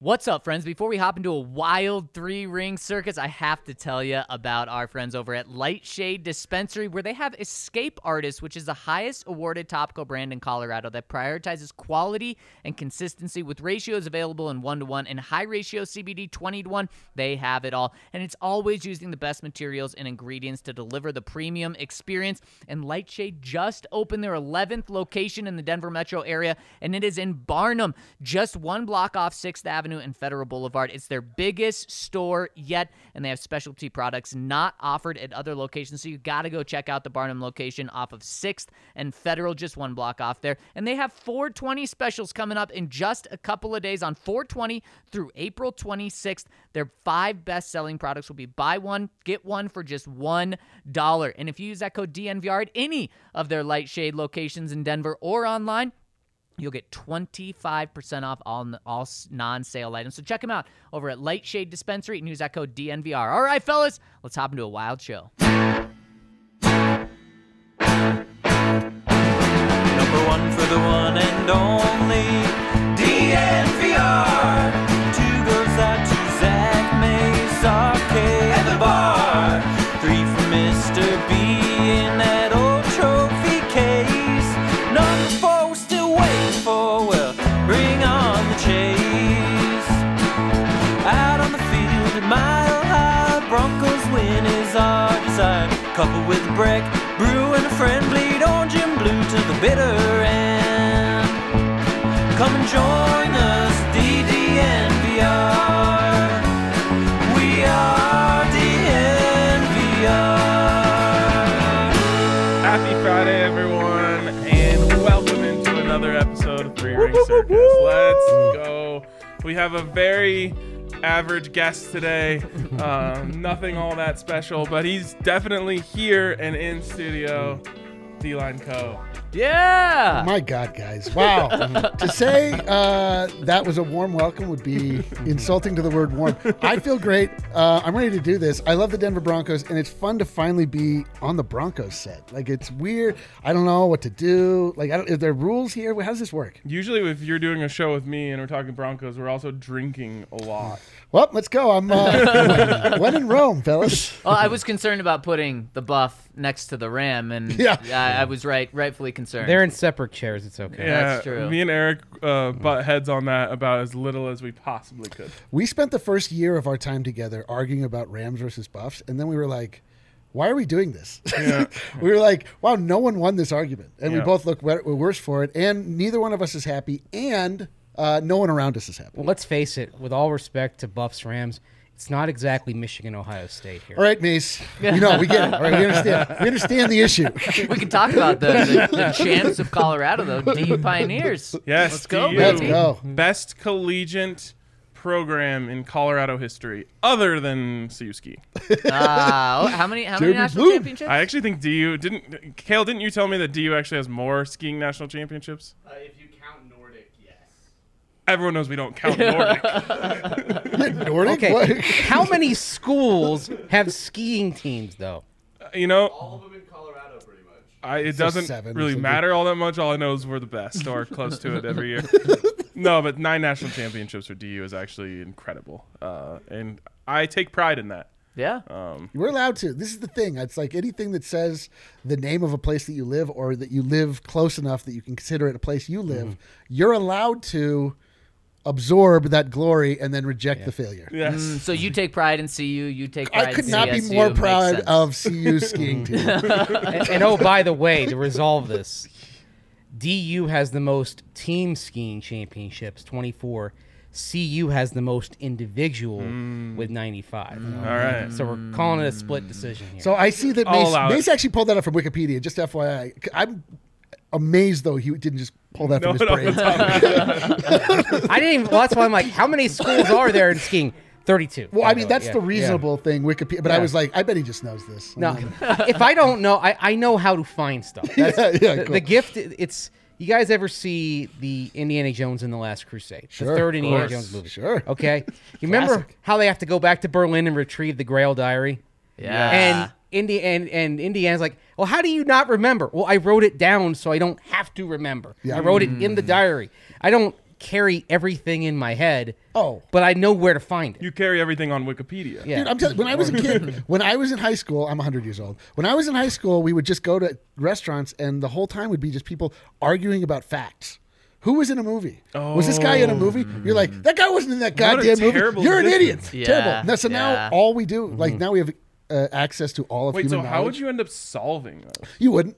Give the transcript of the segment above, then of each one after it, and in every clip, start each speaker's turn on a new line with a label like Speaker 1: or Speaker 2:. Speaker 1: What's up, friends? Before we hop into a wild three ring circus, I have to tell you about our friends over at Lightshade Dispensary, where they have Escape Artist, which is the highest awarded topical brand in Colorado that prioritizes quality and consistency with ratios available in one to one and high ratio CBD 20 to 1. They have it all. And it's always using the best materials and ingredients to deliver the premium experience. And Lightshade just opened their 11th location in the Denver metro area, and it is in Barnum, just one block off 6th Avenue. Avenue and Federal Boulevard. It's their biggest store yet, and they have specialty products not offered at other locations. So you got to go check out the Barnum location off of 6th and Federal, just one block off there. And they have 420 specials coming up in just a couple of days on 420 through April 26th. Their five best selling products will be buy one, get one for just $1. And if you use that code DNVR at any of their light shade locations in Denver or online, You'll get 25% off all, all non sale items. So check them out over at Lightshade Dispensary and use that code DNVR. All right, fellas, let's hop into a wild show.
Speaker 2: Number one for the one and only DNVR. Two goes out to Zach Mays, Arcade and the bar. Three for Mr. B in that old trophy case. Number four we're still waiting for. Well, bring on the chase. Out on the field at mile high, Broncos win is our desire. Couple with a break, brew and a friend, bleed orange and blue to the bitter end. Come and join us, DDNVR. We are DNVR.
Speaker 3: Happy Friday, everyone, and welcome into another episode of Three Ring Circus. Let's go. We have a very average guest today. Um, nothing all that special, but he's definitely here and in studio. D Line Co.
Speaker 1: Yeah!
Speaker 4: My God, guys. Wow. to say uh, that was a warm welcome would be insulting to the word warm. I feel great. Uh, I'm ready to do this. I love the Denver Broncos, and it's fun to finally be on the Broncos set. Like, it's weird. I don't know what to do. Like, I don't, is there rules here? How does this work?
Speaker 3: Usually, if you're doing a show with me and we're talking Broncos, we're also drinking a lot.
Speaker 4: Well, let's go. I'm uh, when in Rome, fellas.
Speaker 1: Well, I was concerned about putting the buff next to the Ram, and
Speaker 4: Yeah.
Speaker 1: I, I was right, rightfully concerned.
Speaker 5: They're in separate chairs. It's okay.
Speaker 1: That's true.
Speaker 3: Me and Eric uh, butt heads on that about as little as we possibly could.
Speaker 4: We spent the first year of our time together arguing about Rams versus Buffs, and then we were like, why are we doing this? we were like, wow, no one won this argument. And we
Speaker 3: Yeah.
Speaker 4: both look wet- we're worse for it, and neither one of us is happy, and uh, no one around us is happy.
Speaker 5: Well, let's face it. With all respect to Buffs Rams, it's not exactly Michigan Ohio State here.
Speaker 4: All right, Mace. You know, we get it. All right, we understand. We understand the issue.
Speaker 1: we can talk about the, the, the champs of Colorado, though. D Pioneers.
Speaker 3: Yes,
Speaker 1: Let's go,
Speaker 3: DU.
Speaker 4: Let's
Speaker 1: baby.
Speaker 4: go.
Speaker 3: Best collegiate program in Colorado history, other than Siuski.
Speaker 1: Ah, oh, how many, how many
Speaker 4: Jeremy
Speaker 1: national
Speaker 4: Bloom.
Speaker 1: championships?
Speaker 3: I actually think DU didn't. Kale, didn't you tell me that DU actually has more skiing national championships?
Speaker 6: Uh, if you count Nordic, yes.
Speaker 3: Everyone knows we don't count Nordic.
Speaker 4: Nordic? What?
Speaker 5: Okay. How many schools have skiing teams though?
Speaker 3: you know,
Speaker 6: All of them in Colorado, pretty much.
Speaker 3: I, it
Speaker 4: So
Speaker 3: doesn't
Speaker 4: seven or
Speaker 3: really
Speaker 4: something.
Speaker 3: matter all that much. All I know is we're the best or close to it every year. no, but nine national championships for DU is actually incredible, uh, and I take pride in that.
Speaker 1: yeah.
Speaker 4: We're allowed to. This is the thing. It's like anything that says the name of a place that you live or that you live close enough that you can consider it a place you
Speaker 3: Mm-hmm.
Speaker 4: live, you're allowed to absorb that glory and then reject the failure.
Speaker 3: Yes.
Speaker 1: Mm, so you take pride in CU, you take pride
Speaker 4: I could
Speaker 1: in
Speaker 4: not be
Speaker 1: CSU.
Speaker 4: more
Speaker 1: Makes
Speaker 4: proud
Speaker 1: sense.
Speaker 4: of CU skiing team.
Speaker 5: And, and oh, by the way, to resolve this, DU has the most team skiing championships, 24. CU has the most individual
Speaker 4: Mm.
Speaker 5: with 95.
Speaker 3: All right.
Speaker 5: So we're calling it a split decision here.
Speaker 4: So I see that
Speaker 3: I'll
Speaker 4: Mace,
Speaker 3: allow it.
Speaker 4: Mace actually pulled that up from Wikipedia, just FYI. I'm amazed, though, he didn't just pull that
Speaker 3: No,
Speaker 4: from his
Speaker 3: no,
Speaker 4: brain.
Speaker 3: it's all-
Speaker 5: I didn't even. Well, that's why I'm like, how many schools are there in skiing? 32.
Speaker 4: Well, I
Speaker 5: by
Speaker 4: mean,
Speaker 5: way.
Speaker 4: that's
Speaker 5: Yeah.
Speaker 4: the
Speaker 5: Yeah.
Speaker 4: reasonable thing, Wikipedia. But I
Speaker 5: Yeah.
Speaker 4: was like, I bet he just knows this. Um,
Speaker 5: No, if I don't know, I, I know how to find stuff. That's,
Speaker 4: Mm. yeah,
Speaker 5: the,
Speaker 4: cool.
Speaker 5: the gift. It's you guys ever see the Indiana Jones and the Last Crusade,
Speaker 4: Sure,
Speaker 5: the third
Speaker 4: of
Speaker 5: Indiana
Speaker 4: course.
Speaker 5: Jones movie?
Speaker 4: Sure.
Speaker 5: Okay. You remember
Speaker 4: Classic.
Speaker 5: how they have to go back to Berlin and retrieve the Grail Diary?
Speaker 1: Yeah.
Speaker 5: And Indi- and, and Indiana's like, well, how do you not remember? Well, I wrote it down so I don't have to remember.
Speaker 4: Yeah.
Speaker 5: I wrote it in the diary. I don't carry everything in my head.
Speaker 4: Oh.
Speaker 5: But I know where to find it.
Speaker 3: You carry everything on Wikipedia.
Speaker 5: yeah.
Speaker 4: Dude, I'm telling. When I was a kid, when I was in high school, I'm 100 years old. When I was in high school, we would just go to restaurants, and the whole time would be just people arguing about facts. Who was in a movie? Was this guy in a movie? You're like, that guy wasn't in that
Speaker 3: Mm-hmm. What a
Speaker 4: goddamn movie.
Speaker 3: terrible
Speaker 4: You're an idiot.
Speaker 3: existence. Mm-hmm.
Speaker 1: Yeah,
Speaker 4: Terrible. Now, so
Speaker 1: yeah.
Speaker 4: now all we do, like now we have uh, access to all of
Speaker 3: Wait, so
Speaker 4: human
Speaker 3: how would
Speaker 4: knowledge.
Speaker 3: you end up solving those?
Speaker 4: You wouldn't.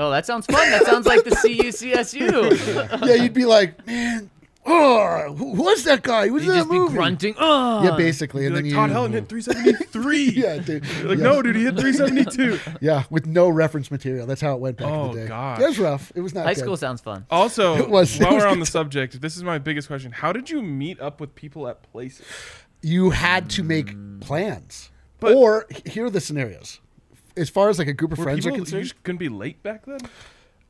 Speaker 1: Oh, that sounds fun. That sounds like the CUCSU.
Speaker 4: Yeah, you'd be like, man, oh, who was that guy? He was
Speaker 1: You
Speaker 4: in
Speaker 1: just
Speaker 4: that
Speaker 1: be
Speaker 4: movie.
Speaker 1: grunting. Oh,
Speaker 4: Yeah, basically,
Speaker 3: You're
Speaker 4: and
Speaker 3: like,
Speaker 4: then
Speaker 3: Todd
Speaker 4: you.
Speaker 3: Helen hit 373.
Speaker 4: Yeah, dude.
Speaker 3: You're like,
Speaker 4: Yeah.
Speaker 3: no, dude, he hit 372.
Speaker 4: Yeah, with no reference material. That's how it went back
Speaker 3: Oh,
Speaker 4: in the day.
Speaker 3: gosh.
Speaker 4: It was rough. It was not
Speaker 1: High
Speaker 4: good.
Speaker 1: school sounds fun.
Speaker 3: Also,
Speaker 4: It was- it
Speaker 3: while
Speaker 4: was
Speaker 3: we're on
Speaker 4: good
Speaker 3: the subject, this is my biggest question. How did you meet up with people at places?
Speaker 4: you had to make plans.
Speaker 3: Mm. But-
Speaker 4: or h- here are the scenarios. As far as like a group of
Speaker 3: Were
Speaker 4: friends are
Speaker 3: people, you
Speaker 4: concerned,
Speaker 3: just couldn't be late back then?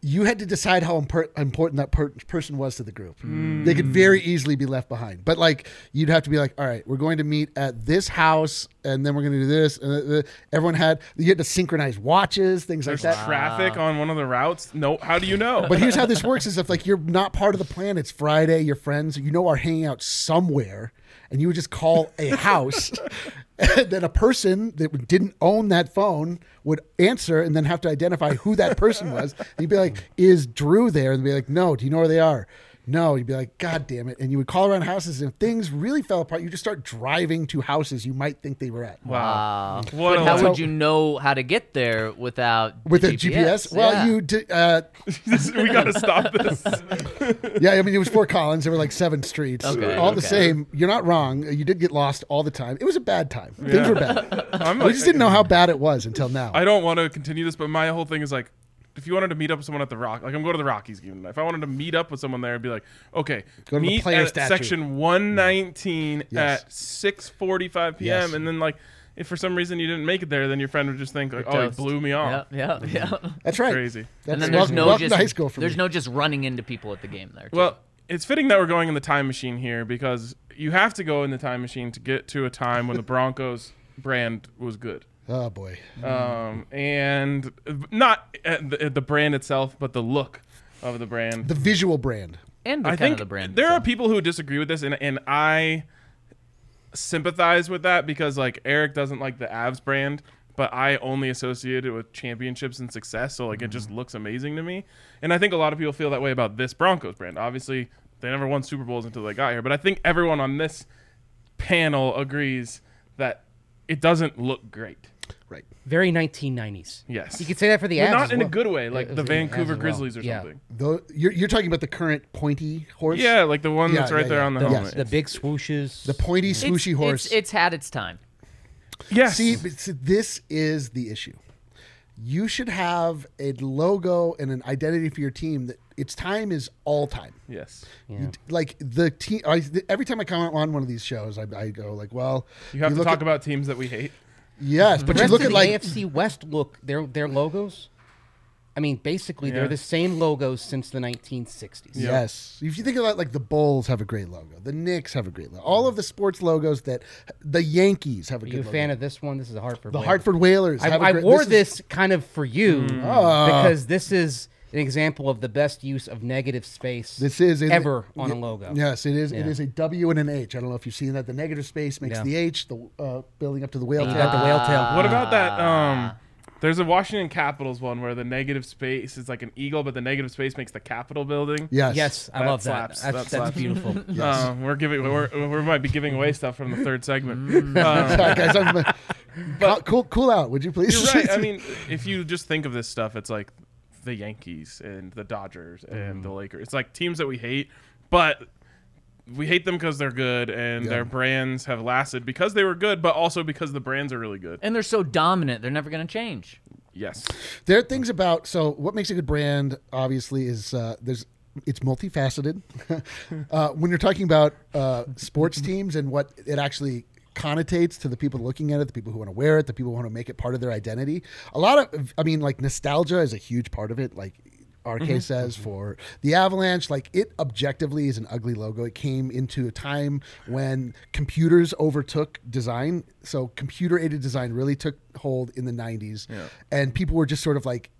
Speaker 4: you had to decide how impor- important that per- person was to the group.
Speaker 3: Mm.
Speaker 4: They could very easily be left behind. But like you'd have to be like, all right, we're going to meet at this house, and then we're going to do this. And uh, uh, everyone had you had to synchronize watches, things like
Speaker 3: There's
Speaker 4: that.
Speaker 3: traffic on one of the routes. No, how do you know?
Speaker 4: But here's how this works: is if like you're not part of the plan, it's Friday. Your friends, you know, are hanging out somewhere, and you would just call a house, and then a person that didn't own that phone would answer, and then have to identify who that person was. And you'd be like, "Is Drew there?" And they'd be like, "No." Do you know where they are? No, you'd be like, God damn it. And you would call around houses, and if things really fell apart, you just start driving to houses you might think they were at.
Speaker 1: Wow.
Speaker 3: What
Speaker 1: but
Speaker 3: a
Speaker 1: how
Speaker 3: lot.
Speaker 1: would you know how to get there without
Speaker 4: Oh. With
Speaker 1: the
Speaker 4: a GPS? Well,
Speaker 1: Yeah.
Speaker 4: you did. Uh,
Speaker 3: This- we gotta stop this.
Speaker 4: Yeah, I mean, it was Fort Collins. There were like seven streets.
Speaker 1: Okay,
Speaker 4: all the
Speaker 1: okay.
Speaker 4: same, you're not wrong. You did get lost all the time. It was a bad time. Things were bad.
Speaker 3: I'm
Speaker 4: We just didn't know how bad it was until now.
Speaker 3: I don't want to continue this, but my whole thing is like, if you wanted to meet up with someone at the Rock, like I'm going to the Rockies game tonight. If I wanted to meet up with someone there, I'd be like, okay,
Speaker 4: Go to the
Speaker 3: meet
Speaker 4: player
Speaker 3: at
Speaker 4: statue.
Speaker 3: section 119
Speaker 4: Yes.
Speaker 3: at 6:45 p.m.
Speaker 4: Yes.
Speaker 3: And then like, if for some reason you didn't make it there, then your friend would just think like, oh, he
Speaker 1: Toast.
Speaker 3: blew me off.
Speaker 1: Yep, yep, yep.
Speaker 4: That's right.
Speaker 3: Crazy.
Speaker 4: That's
Speaker 1: and then there's
Speaker 4: welcome,
Speaker 1: no
Speaker 4: welcome
Speaker 1: just
Speaker 4: to high school for
Speaker 1: there's
Speaker 4: me.
Speaker 1: no just running into people at the game there. too.
Speaker 3: Well, it's fitting that we're going in the time machine here because you have to go in the time machine to get to a time when the Broncos brand was good.
Speaker 4: oh boy.
Speaker 3: um, and uh, not at the, at the brand itself, but the look of the brand.
Speaker 4: The visual brand.
Speaker 1: and the
Speaker 3: I
Speaker 1: kind
Speaker 3: think
Speaker 1: of the brand.
Speaker 3: there are
Speaker 1: itself.
Speaker 3: people who disagree with this, and and I sympathize with that because like Eric doesn't like the Avs brand. But I only associate it with championships and success, so like it just looks amazing to me. And I think a lot of people feel that way about this Broncos brand. Obviously, they never won Super Bowls until they got here, but I think everyone on this panel agrees that it doesn't look great.
Speaker 4: Right.
Speaker 5: Very 1990s.
Speaker 3: Yes,
Speaker 5: You could say that for the
Speaker 3: But
Speaker 5: Avs
Speaker 3: not
Speaker 5: as
Speaker 3: in a
Speaker 5: well.
Speaker 3: good way,
Speaker 5: It
Speaker 3: like
Speaker 5: was
Speaker 3: the
Speaker 5: in Avs as
Speaker 3: Vancouver
Speaker 5: well.
Speaker 3: Though or
Speaker 5: Yeah.
Speaker 3: something.
Speaker 4: Though you're, you're talking about the current pointy horse.
Speaker 3: Yeah, like the one
Speaker 4: Yeah,
Speaker 3: that's right
Speaker 4: yeah,
Speaker 3: there
Speaker 4: yeah.
Speaker 3: on the,
Speaker 4: The-
Speaker 3: helmet.
Speaker 5: The big swooshes.
Speaker 4: The pointy
Speaker 1: It's-
Speaker 4: swooshy
Speaker 1: it's-
Speaker 4: horse.
Speaker 1: It's, had its time.
Speaker 3: Yes.
Speaker 4: See, but see, this is the issue. You should have a logo and an identity for your team that its time is all time.
Speaker 3: yes.
Speaker 4: You d- like the team. I, th- every time I comment on one of these shows, I, I go like, "Well,
Speaker 3: You have to
Speaker 4: look
Speaker 3: talk
Speaker 4: at-
Speaker 3: about teams that we hate.
Speaker 4: yes," but you
Speaker 5: The rest
Speaker 4: look
Speaker 5: of
Speaker 4: at
Speaker 5: the
Speaker 4: like
Speaker 5: AFC West look their their logos. I mean, basically
Speaker 3: Yeah.
Speaker 5: they're the same logos since the 1960s.
Speaker 3: Yeah.
Speaker 4: yes. If you think about like the Bulls have a great logo, the Knicks have a great logo, all of the sports logos that the Yankees have a
Speaker 5: Are
Speaker 4: good
Speaker 5: you a
Speaker 4: logo.
Speaker 5: fan of this one? This is the Hartford.
Speaker 4: the
Speaker 5: Whalers.
Speaker 4: Hartford Whalers.
Speaker 5: I,
Speaker 4: have a
Speaker 5: I
Speaker 4: great-
Speaker 5: wore
Speaker 4: is-
Speaker 5: this, kind of for you
Speaker 4: Ah.
Speaker 5: because this is an example of the best use of negative space.
Speaker 4: This is in-
Speaker 5: ever on a logo.
Speaker 4: Yes, it is. It
Speaker 5: Yeah.
Speaker 4: is a W and an H. I don't know if you've seen that. The negative space makes
Speaker 5: Yeah.
Speaker 4: the H. The uh, building up to the whale.
Speaker 5: You
Speaker 4: tail.
Speaker 5: got the whale tail.
Speaker 3: What about that?
Speaker 4: Ah.
Speaker 3: Um, there's a Washington Capitals one where the negative space is like an eagle, but the negative space makes the Capitol building.
Speaker 4: yes.
Speaker 5: Yes, I
Speaker 3: That
Speaker 5: love
Speaker 3: slaps.
Speaker 5: that.
Speaker 3: That
Speaker 5: That's,
Speaker 3: slaps.
Speaker 5: that's beautiful.
Speaker 3: Um, we're giving we're, we might be giving away stuff from the third segment.
Speaker 4: Mm.
Speaker 3: Um,
Speaker 4: Sorry, guys, I'm, but, cool, cool out. Would you please?
Speaker 3: you're right. I mean, if you just think of this stuff, it's like the Yankees and the Dodgers and
Speaker 4: Mm.
Speaker 3: the Lakers. It's like teams that we hate, but we hate them because they're good and
Speaker 4: Yeah.
Speaker 3: their brands have lasted because they were good, but also because the brands are really good.
Speaker 1: And they're so dominant, they're never going to change.
Speaker 3: Yes.
Speaker 4: There are things about so what makes a good brand obviously is uh, there's it's multifaceted. uh, when you're talking about uh, sports teams and what it actually connotates to the people looking at it, the people who want to wear it, the people who want to make it part of their identity. A lot of I mean like nostalgia is a huge part of it. Like RK says for the Avalanche, like it objectively is an ugly logo. It came into a time when computers overtook design. So computer aided design really took hold in the 90s. And people were just sort of like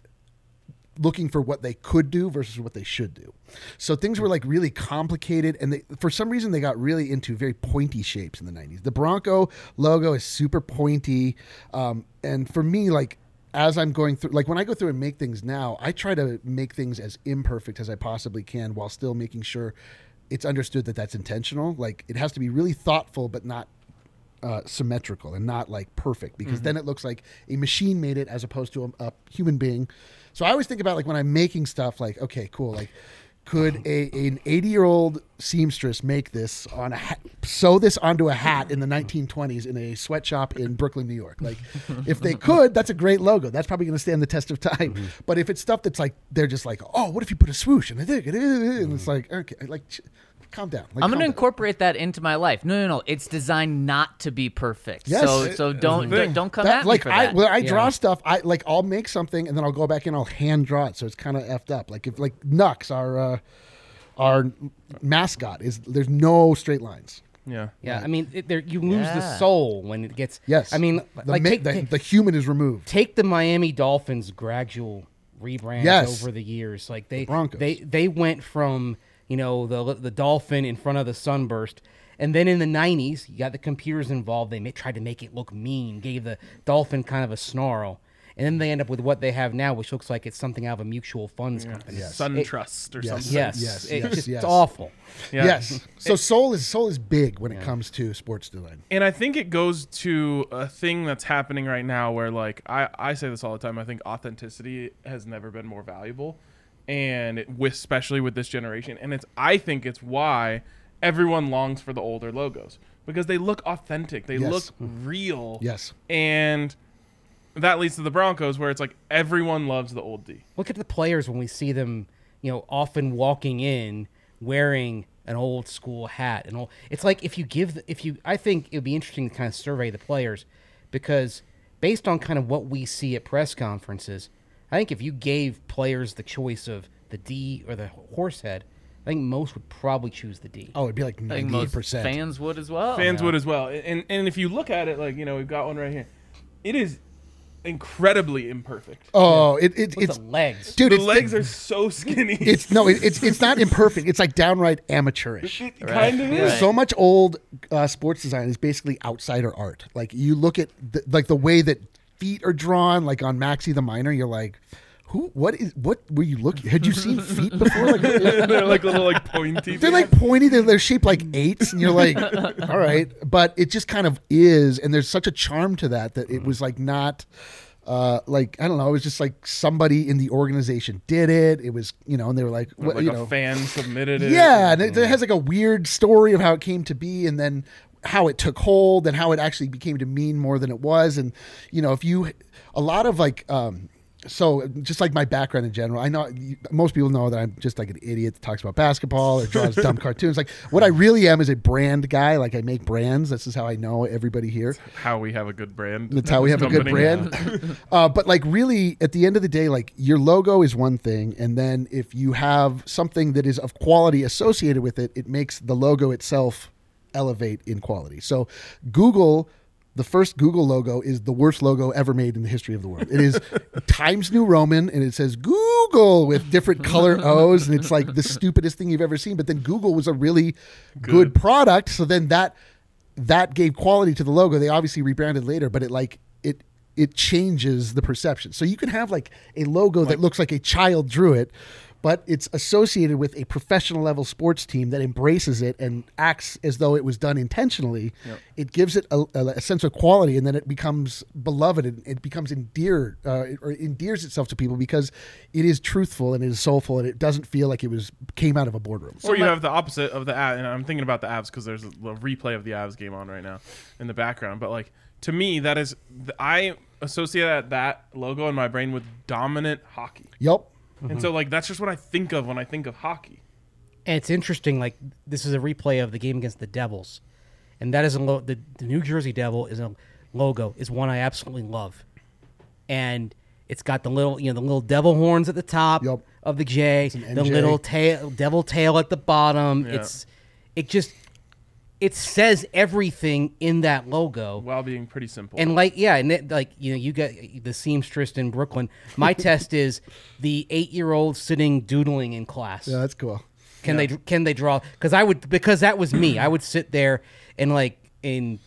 Speaker 4: looking for what they could do versus what they should do. So things were like really complicated, and they, for some reason they got really into very pointy shapes in the '90s. The Bronco logo is super pointy, um, and for me, like as I'm going through, like when I go through and make things now, I try to make things as imperfect as I possibly can while still making sure it's understood that that's intentional. Like it has to be really thoughtful, but not uh, symmetrical and not like perfect because
Speaker 1: Mm-hmm.
Speaker 4: then it looks like a machine made it as opposed to a, a human being. So I always think about like when I'm making stuff, like okay, cool, like could a an 80 year old seamstress make this on a hat, sew this onto a hat
Speaker 1: Mm-hmm.
Speaker 4: in the 1920s in a sweatshop in Brooklyn, New York? Like if they could, that's a great logo. That's probably going to stand the test of time.
Speaker 1: Mm-hmm.
Speaker 4: But if it's stuff that's like they're just like, oh, what if you put a swoosh and a dig and it's like okay, like. ch- Calm down. Like,
Speaker 1: Mm-hmm. I'm
Speaker 4: calm
Speaker 1: gonna
Speaker 4: down.
Speaker 1: incorporate that into my life. No, no, no. It's designed not to be perfect.
Speaker 4: Yes.
Speaker 1: so
Speaker 4: It-
Speaker 1: so don't
Speaker 3: thing.
Speaker 1: don't, don't come
Speaker 4: That-
Speaker 1: at
Speaker 4: like
Speaker 1: me for that.
Speaker 4: I when I draw
Speaker 5: Yeah.
Speaker 4: stuff, I like I'll make something and then I'll go back and I'll hand draw it, so it's kind of effed up. Like if like Nux, our uh, our mascot is there's no straight lines.
Speaker 3: Yeah.
Speaker 5: Yeah, I mean, it, there, you lose the
Speaker 1: Yeah.
Speaker 5: soul when it gets.
Speaker 4: Yes,
Speaker 5: I mean,
Speaker 4: the
Speaker 5: like
Speaker 4: ma-
Speaker 5: take,
Speaker 4: the,
Speaker 5: take,
Speaker 4: the human is removed.
Speaker 5: take the Miami Dolphins gradual rebrand
Speaker 4: Yes.
Speaker 5: over the years. Like they
Speaker 4: Broncos.
Speaker 5: they they went from you know the the dolphin in front of the sunburst. And then in the '90s, you got the computers involved. They ma- tried to make it look mean, gave the dolphin kind of a snarl, and then they end up with what they have now, which looks like it's something out of a mutual funds company.
Speaker 4: Yes.
Speaker 3: Sun
Speaker 5: It-
Speaker 3: trust or
Speaker 4: Yes.
Speaker 3: something.
Speaker 5: Yes,
Speaker 4: Yes,
Speaker 5: It-
Speaker 4: yes,
Speaker 5: it's just
Speaker 4: yes.
Speaker 5: awful.
Speaker 3: Yeah.
Speaker 4: Yes, so soul is soul is big when it comes to sports design.
Speaker 3: and I think it goes to a thing that's happening right now where like I, I say this all the time. I think authenticity has never been more valuable and it, with, especially with this generation. And it's I think it's why everyone longs for the older logos because they look authentic. They
Speaker 4: Yes. Mm-hmm.
Speaker 3: look real.
Speaker 4: Yes.
Speaker 3: And that leads to the Broncos where it's like everyone loves the old D.
Speaker 5: look at the players when we see them, you know, often walking in wearing an old school hat and all. It's like if you give the- if you I think it would be interesting to kind of survey the players because based on kind of what we see at press conferences, I think if you gave players the choice of the D or the horse head, I think most would probably choose the D.
Speaker 4: Oh, it'd be like
Speaker 1: I think
Speaker 4: ninety
Speaker 1: most
Speaker 4: percent.
Speaker 1: fans would as well.
Speaker 3: fans would as well. And and if you look at it, like you know, we've got one right here. It is incredibly imperfect.
Speaker 4: Oh, it, it
Speaker 5: With
Speaker 4: it's
Speaker 5: the legs.
Speaker 4: dude.
Speaker 3: the
Speaker 4: it's,
Speaker 3: legs are so skinny.
Speaker 4: It's no, it, it's it's not imperfect. It's like downright amateurish.
Speaker 3: it kind of is.
Speaker 1: Right.
Speaker 4: So much old uh, sports design is basically outsider art. Like you look at the, like the way that feet are drawn, like on Maxi the Miner, you're like, who? What is? What were you looking? Had you seen feet before? Like
Speaker 3: They're like little like pointy.
Speaker 4: they're like pointy. They're, they're shaped like eights, and you're like, all right. But it just kind of is, and there's such a charm to that that
Speaker 3: Mm.
Speaker 4: it was like not. Uh, like I don't know, it was just like somebody in the organization did it. It was you know, and they were like,
Speaker 3: like
Speaker 4: what, you
Speaker 3: a
Speaker 4: know,
Speaker 3: fan submitted it.
Speaker 4: yeah, and it, it has like a weird story of how it came to be, and then how it took hold, and how it actually became to mean more than it was, and you know, if you, a lot of like, um, so just like my background in general, I know you- most people know that I'm just like an idiot that talks about basketball or draws dumb cartoons. Like what I really am is a brand guy. Like I make brands. This is how I know everybody here.
Speaker 3: How we have a good brand.
Speaker 4: That's how we have a good
Speaker 3: Company.
Speaker 4: brand. uh, but like, really, at the end of the day, like your logo is one thing, and then if you have something that is of quality associated with it, it makes the logo itself elevate in quality. So, Google. The first Google logo is the worst logo ever made in the history of the world. It is Times New Roman, and it says Google with different color O's, and it's like the stupidest thing you've ever seen. But then Google was a really good product, so then that that gave quality to the logo. They obviously rebranded later, but it like it it changes the perception. So you can have like a logo that looks like a child drew it, but it's associated with a professional level sports team that embraces it and acts as though it was done intentionally. It gives it a, a, a sense of quality, and then it becomes beloved and it becomes endeared uh, or endears itself to people because it is truthful and it is soulful and it doesn't feel like it was came out of a boardroom.
Speaker 3: Or you have the opposite of the ad, and I'm thinking about the abs because there's a little replay of the abs game on right now in the background. But like to me, that is I associate that, that logo in my brain with dominant hockey,
Speaker 4: Yup.
Speaker 1: Mm-hmm.
Speaker 3: and so like that's just what I think of when I think of hockey.
Speaker 5: And it's interesting, like this is a replay of the game against the Devils, and that is a lo- the, the New Jersey Devil is a logo is one I absolutely love, and it's got the little you know the little devil horns at the top
Speaker 4: Yup.
Speaker 5: of the J,
Speaker 4: an
Speaker 5: the
Speaker 4: NJ.
Speaker 5: little tail devil tail at the bottom. It's it just it says everything in that logo.
Speaker 3: while being pretty simple.
Speaker 5: And like, yeah, and it, like you know, you got the seamstress in Brooklyn. My test is the eight-year-old sitting doodling in class.
Speaker 4: Yeah, that's cool.
Speaker 5: Can they can they draw? Because I would because that was me. I would sit there and like in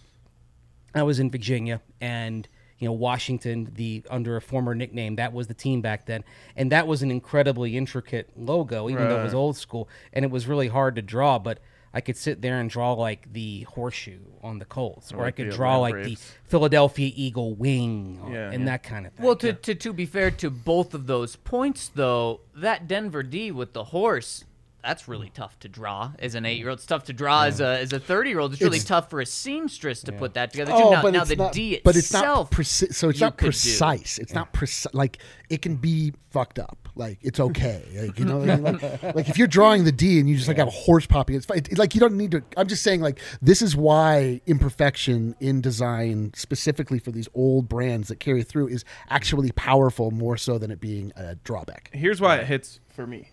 Speaker 5: I was in Virginia and you know Washington the under a former nickname that was the team back then and that was an incredibly intricate logo even though it was
Speaker 3: Right.
Speaker 5: old school and it was really hard to draw but I could sit there and draw like the horseshoe on the Colts or, I
Speaker 3: like
Speaker 5: could
Speaker 3: the
Speaker 5: draw
Speaker 3: Atlanta
Speaker 5: like
Speaker 3: Braves.
Speaker 5: the Philadelphia Eagle wing or-
Speaker 3: Yeah.
Speaker 5: and that kind of thing.
Speaker 1: Well, to, to to be fair to both of those points, though, that Denver D with the horse, that's really tough to draw as an eight year old. It's tough to draw as a as a thirty year old. It's really tough for a seamstress to put that together. Too. now, now the D itself,
Speaker 4: Oh, but it's not preci- so it's
Speaker 1: you
Speaker 4: not
Speaker 1: could do.
Speaker 4: precise. It's not precise. Like it can be fucked up. Like it's okay. Like you know, what I mean? like, like if you're drawing the D and you just like have a horse poppy, it's fine. It- like you don't need to. I'm just saying, like this is why imperfection in design, specifically for these old brands that carry through, is actually powerful more so than it being a drawback.
Speaker 3: Here's why it hits for me.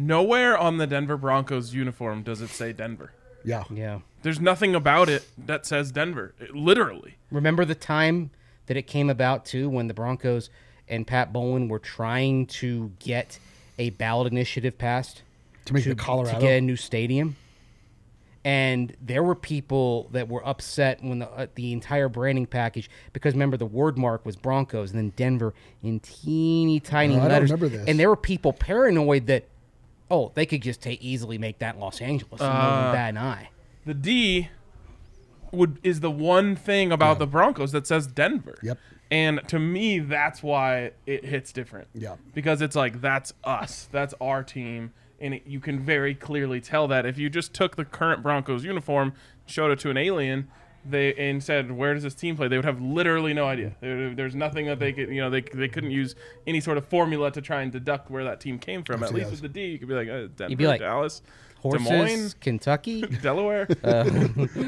Speaker 3: Nowhere on the Denver Broncos uniform does it say Denver.
Speaker 4: Yeah.
Speaker 5: yeah.
Speaker 3: There's nothing about it that says Denver. It- literally.
Speaker 5: Remember the time that it came about too when the Broncos and Pat Bowen were trying to get a ballot initiative passed
Speaker 4: To make
Speaker 5: to,
Speaker 4: the Colorado.
Speaker 5: to get a new stadium. And there were people that were upset when the, uh, the entire branding package, because remember the word mark was Broncos and then Denver in teeny tiny
Speaker 4: Oh, I don't
Speaker 5: letters.
Speaker 4: remember this.
Speaker 5: And there were people paranoid that, oh, they could just take, easily make that Los Angeles and uh, bat an eye.
Speaker 3: The D would is the one thing about the Broncos that says Denver.
Speaker 4: Yep.
Speaker 3: And to me, that's why it hits different.
Speaker 4: Yeah.
Speaker 3: Because it's like that's us, that's our team, and it, you can very clearly tell that if you just took the current Broncos uniform, showed it to an alien, they and said, "Where does this team play?" They would have literally no idea. There, there's nothing that they could, you know, they they couldn't use any sort of formula to try and deduct where that team came from. At least with the D, you could be like, uh, Denver,
Speaker 5: like,
Speaker 3: Dallas,
Speaker 5: Horses,
Speaker 3: Des Moines,
Speaker 5: Kentucky.
Speaker 3: Delaware. Uh,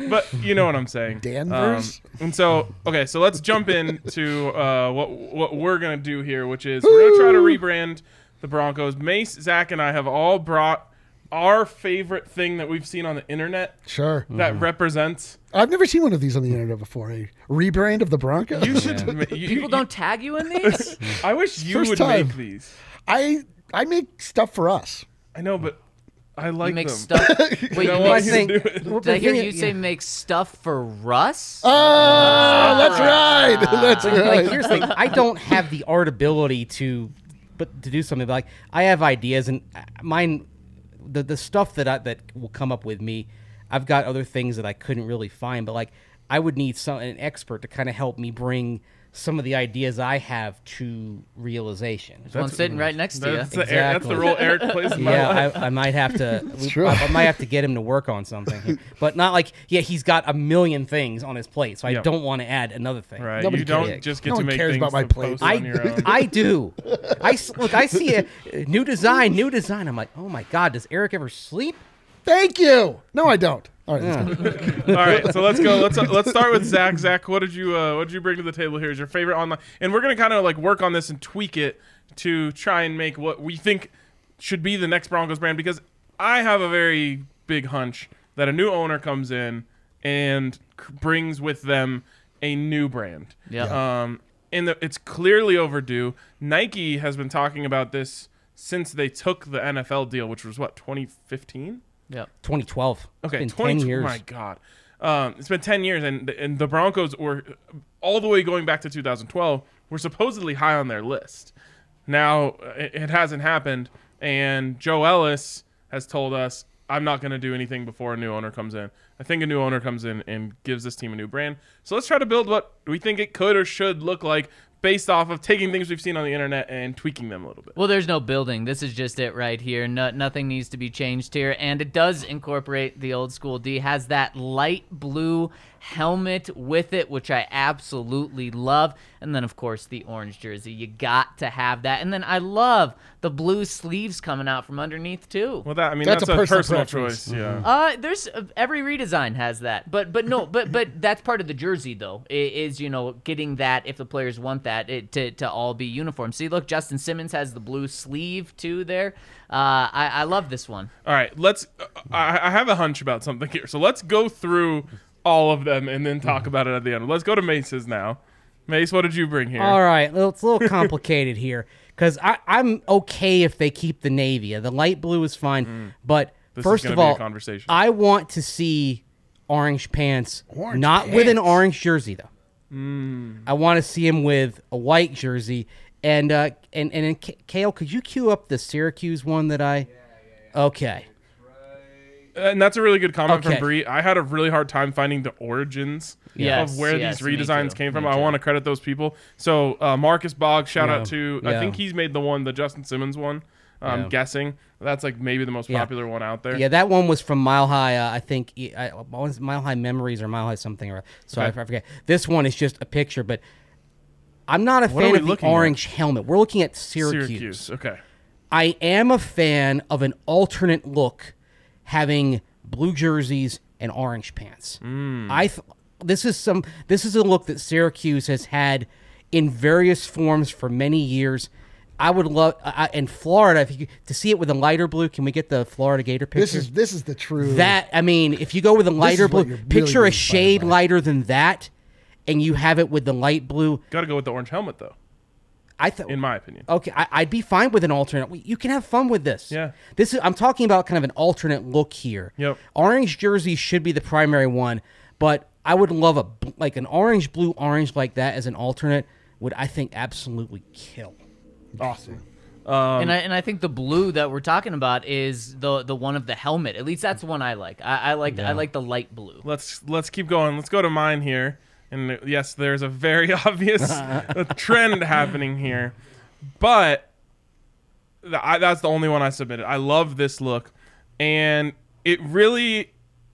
Speaker 3: but you know what I'm saying.
Speaker 4: Danvers?
Speaker 3: Um, and so, okay, so let's jump into uh, what what we're gonna do here, which is we're gonna try to rebrand the Broncos. Mace, Zach, and I have all brought our favorite thing that we've seen on the internet
Speaker 4: Sure.
Speaker 1: Mm.
Speaker 3: that represents.
Speaker 4: I've never seen one of these on the internet before. A rebrand of the Broncos.
Speaker 3: You should. you-
Speaker 1: People
Speaker 3: you-
Speaker 1: don't tag you in these.
Speaker 3: I wish you
Speaker 4: First
Speaker 3: would
Speaker 4: time.
Speaker 3: make these.
Speaker 4: I I make stuff for us.
Speaker 3: I know, but I like
Speaker 1: You make
Speaker 3: them.
Speaker 1: stuff. Wait, you
Speaker 3: I
Speaker 1: make,
Speaker 3: want you to
Speaker 5: think-
Speaker 3: do it.
Speaker 5: Well,
Speaker 1: did I hear
Speaker 5: the thing-
Speaker 1: you say
Speaker 5: yeah.
Speaker 1: make stuff for Russ?
Speaker 4: Oh, that's right. That's
Speaker 5: like
Speaker 4: right.
Speaker 5: here's the thing i don't have the art ability to but to do something but like i have ideas and uh, mine the, the stuff that i that will come up with me i've got other things that i couldn't really find but like i would need some an expert to kind of help me bring some of the ideas i have to realization
Speaker 1: One sitting right next to you.
Speaker 3: That's, the Eric- that's the
Speaker 5: Exactly.
Speaker 3: role Eric plays. In my life.
Speaker 5: yeah, I, I might have to. we,
Speaker 4: true.
Speaker 5: I, I might have to get him to work on something, but not like yeah, he's got a million things on his plate, so I
Speaker 3: Yeah.
Speaker 5: don't want to add another thing.
Speaker 3: Right,
Speaker 4: Nobody
Speaker 3: you don't
Speaker 5: cares.
Speaker 3: just get
Speaker 4: No
Speaker 3: to
Speaker 4: one
Speaker 3: make
Speaker 4: cares
Speaker 3: things
Speaker 4: about my
Speaker 3: to
Speaker 4: plate.
Speaker 3: post
Speaker 5: I,
Speaker 3: on your own.
Speaker 5: I do. I s- look. I see a a new design, new design. I'm like, oh my god, does Eric ever sleep?
Speaker 4: Thank you. No, I don't. All right. Let's go.
Speaker 3: All right, so let's go. Let's uh, let's start with Zach. Zach, what did you uh, what did you bring to the table here? Is your favorite online? And we're gonna kind of like work on this and tweak it to try and make what we think should be the next Broncos brand. Because I have a very big hunch that a new owner comes in and c- brings with them a new brand.
Speaker 1: Yeah.
Speaker 3: Um, and the, it's clearly overdue. Nike has been talking about this since they took the NFL deal, which was what 2015.
Speaker 1: Yep.
Speaker 5: 2012.
Speaker 3: Okay,
Speaker 5: it's been
Speaker 3: 20
Speaker 5: 10 years.
Speaker 3: My God, um, it's been ten years, and and the Broncos were all the way going back to 2012 were supposedly high on their list. Now it, it hasn't happened, and Joe Ellis has told us I'm not going to do anything before a new owner comes in. I think a new owner comes in and gives this team a new brand. So let's try to build what we think it could or should look like based off of taking things we've seen on the internet and tweaking them a little bit.
Speaker 1: Well, there's no building. This is just it right here. No, nothing needs to be changed here. And it does incorporate the old school D. Has that light blue helmet with it, which I absolutely love. And then, of course, the orange jersey. You got to have that. And then I love the blue sleeves coming out from underneath too.
Speaker 3: Well, that I mean
Speaker 4: That's
Speaker 3: that's,
Speaker 4: a
Speaker 3: a,
Speaker 4: personal
Speaker 3: personal,
Speaker 4: preference.
Speaker 3: choice. Yeah.
Speaker 1: Uh, there's uh, every redesign has that, but but no, but but that's part of the jersey though. i- Is you know getting that if the players want that it, to to all be uniform. See, look, Justin Simmons has the blue sleeve too. There, uh, I I love this one.
Speaker 3: All right, let's. I, I have a hunch about something here, so let's go through all of them and then talk about it at the end. Let's go to Mace's now. Mace, what did you bring here?
Speaker 5: All right, well, it's a little complicated here because I'm okay if they keep the navy. The light blue is fine, but
Speaker 3: Mm. This is
Speaker 5: first
Speaker 3: gonna
Speaker 5: of
Speaker 3: be a
Speaker 5: all,
Speaker 3: conversation.
Speaker 5: I want to see orange pants,
Speaker 4: Orange
Speaker 5: not with an
Speaker 4: pants.
Speaker 5: orange jersey though.
Speaker 3: Mm.
Speaker 5: I want to see him with a white jersey. And uh, and and, and K- Kale, could you cue up the Syracuse one that I? Okay.
Speaker 3: And that's a really good comment
Speaker 5: Okay.
Speaker 3: from Bree. I had a really hard time finding the origins
Speaker 1: Yes,
Speaker 3: of where
Speaker 1: yes, me
Speaker 3: these redesigns
Speaker 1: too,
Speaker 3: came from.
Speaker 1: me
Speaker 3: I
Speaker 1: too.
Speaker 3: want to credit those people. So uh, Marcus Boggs, shout
Speaker 5: Yeah,
Speaker 3: out to.
Speaker 5: yeah.
Speaker 3: I think he's made the one, the Justin Simmons one. I'm
Speaker 5: Yeah.
Speaker 3: guessing that's like maybe the most
Speaker 5: Yeah.
Speaker 3: popular one out there.
Speaker 5: Yeah, that one was from Mile High. Uh, I think e- I, what was it? Mile High Memories or Mile High something. Or, so I, I forget. This one is just a picture, but I'm not a
Speaker 3: are
Speaker 5: fan
Speaker 3: we
Speaker 5: of the
Speaker 3: looking at?
Speaker 5: orange helmet. We're looking at Syracuse.
Speaker 3: Syracuse. Okay.
Speaker 5: I am a fan of an alternate look, having blue jerseys and orange pants.
Speaker 3: Mm.
Speaker 5: I th- this is some this is a look that Syracuse has had in various forms for many years. I would love I, in Florida if you, to see it with a lighter blue. Can we get the Florida Gator picture?
Speaker 4: This is this is the true
Speaker 5: That I mean, if you go with a lighter
Speaker 4: is what
Speaker 5: blue,
Speaker 4: you're really
Speaker 5: picture
Speaker 4: being
Speaker 5: a shade
Speaker 4: fired by.
Speaker 5: lighter than that, and you have it with the light blue.
Speaker 3: Got to go with the orange helmet though,
Speaker 5: I thought,
Speaker 3: in my opinion.
Speaker 5: okay, I, I'd be fine with an alternate. You can have fun with this.
Speaker 3: Yeah.
Speaker 5: this is. I'm talking about kind of an alternate look here.
Speaker 3: Yep.
Speaker 5: Orange jersey should be the primary one, but I would love a bl- like an orange blue orange like that as an alternate would I think absolutely kill.
Speaker 4: awesome.
Speaker 1: and I and I think the blue that we're talking about is the the one of the helmet. At least that's the one I like. I, I like I like the light blue.
Speaker 3: let's let's keep going. Let's go to mine here. And yes, there's a very obvious trend happening here, but th- I, that's the only one I submitted. I love this look, and it really.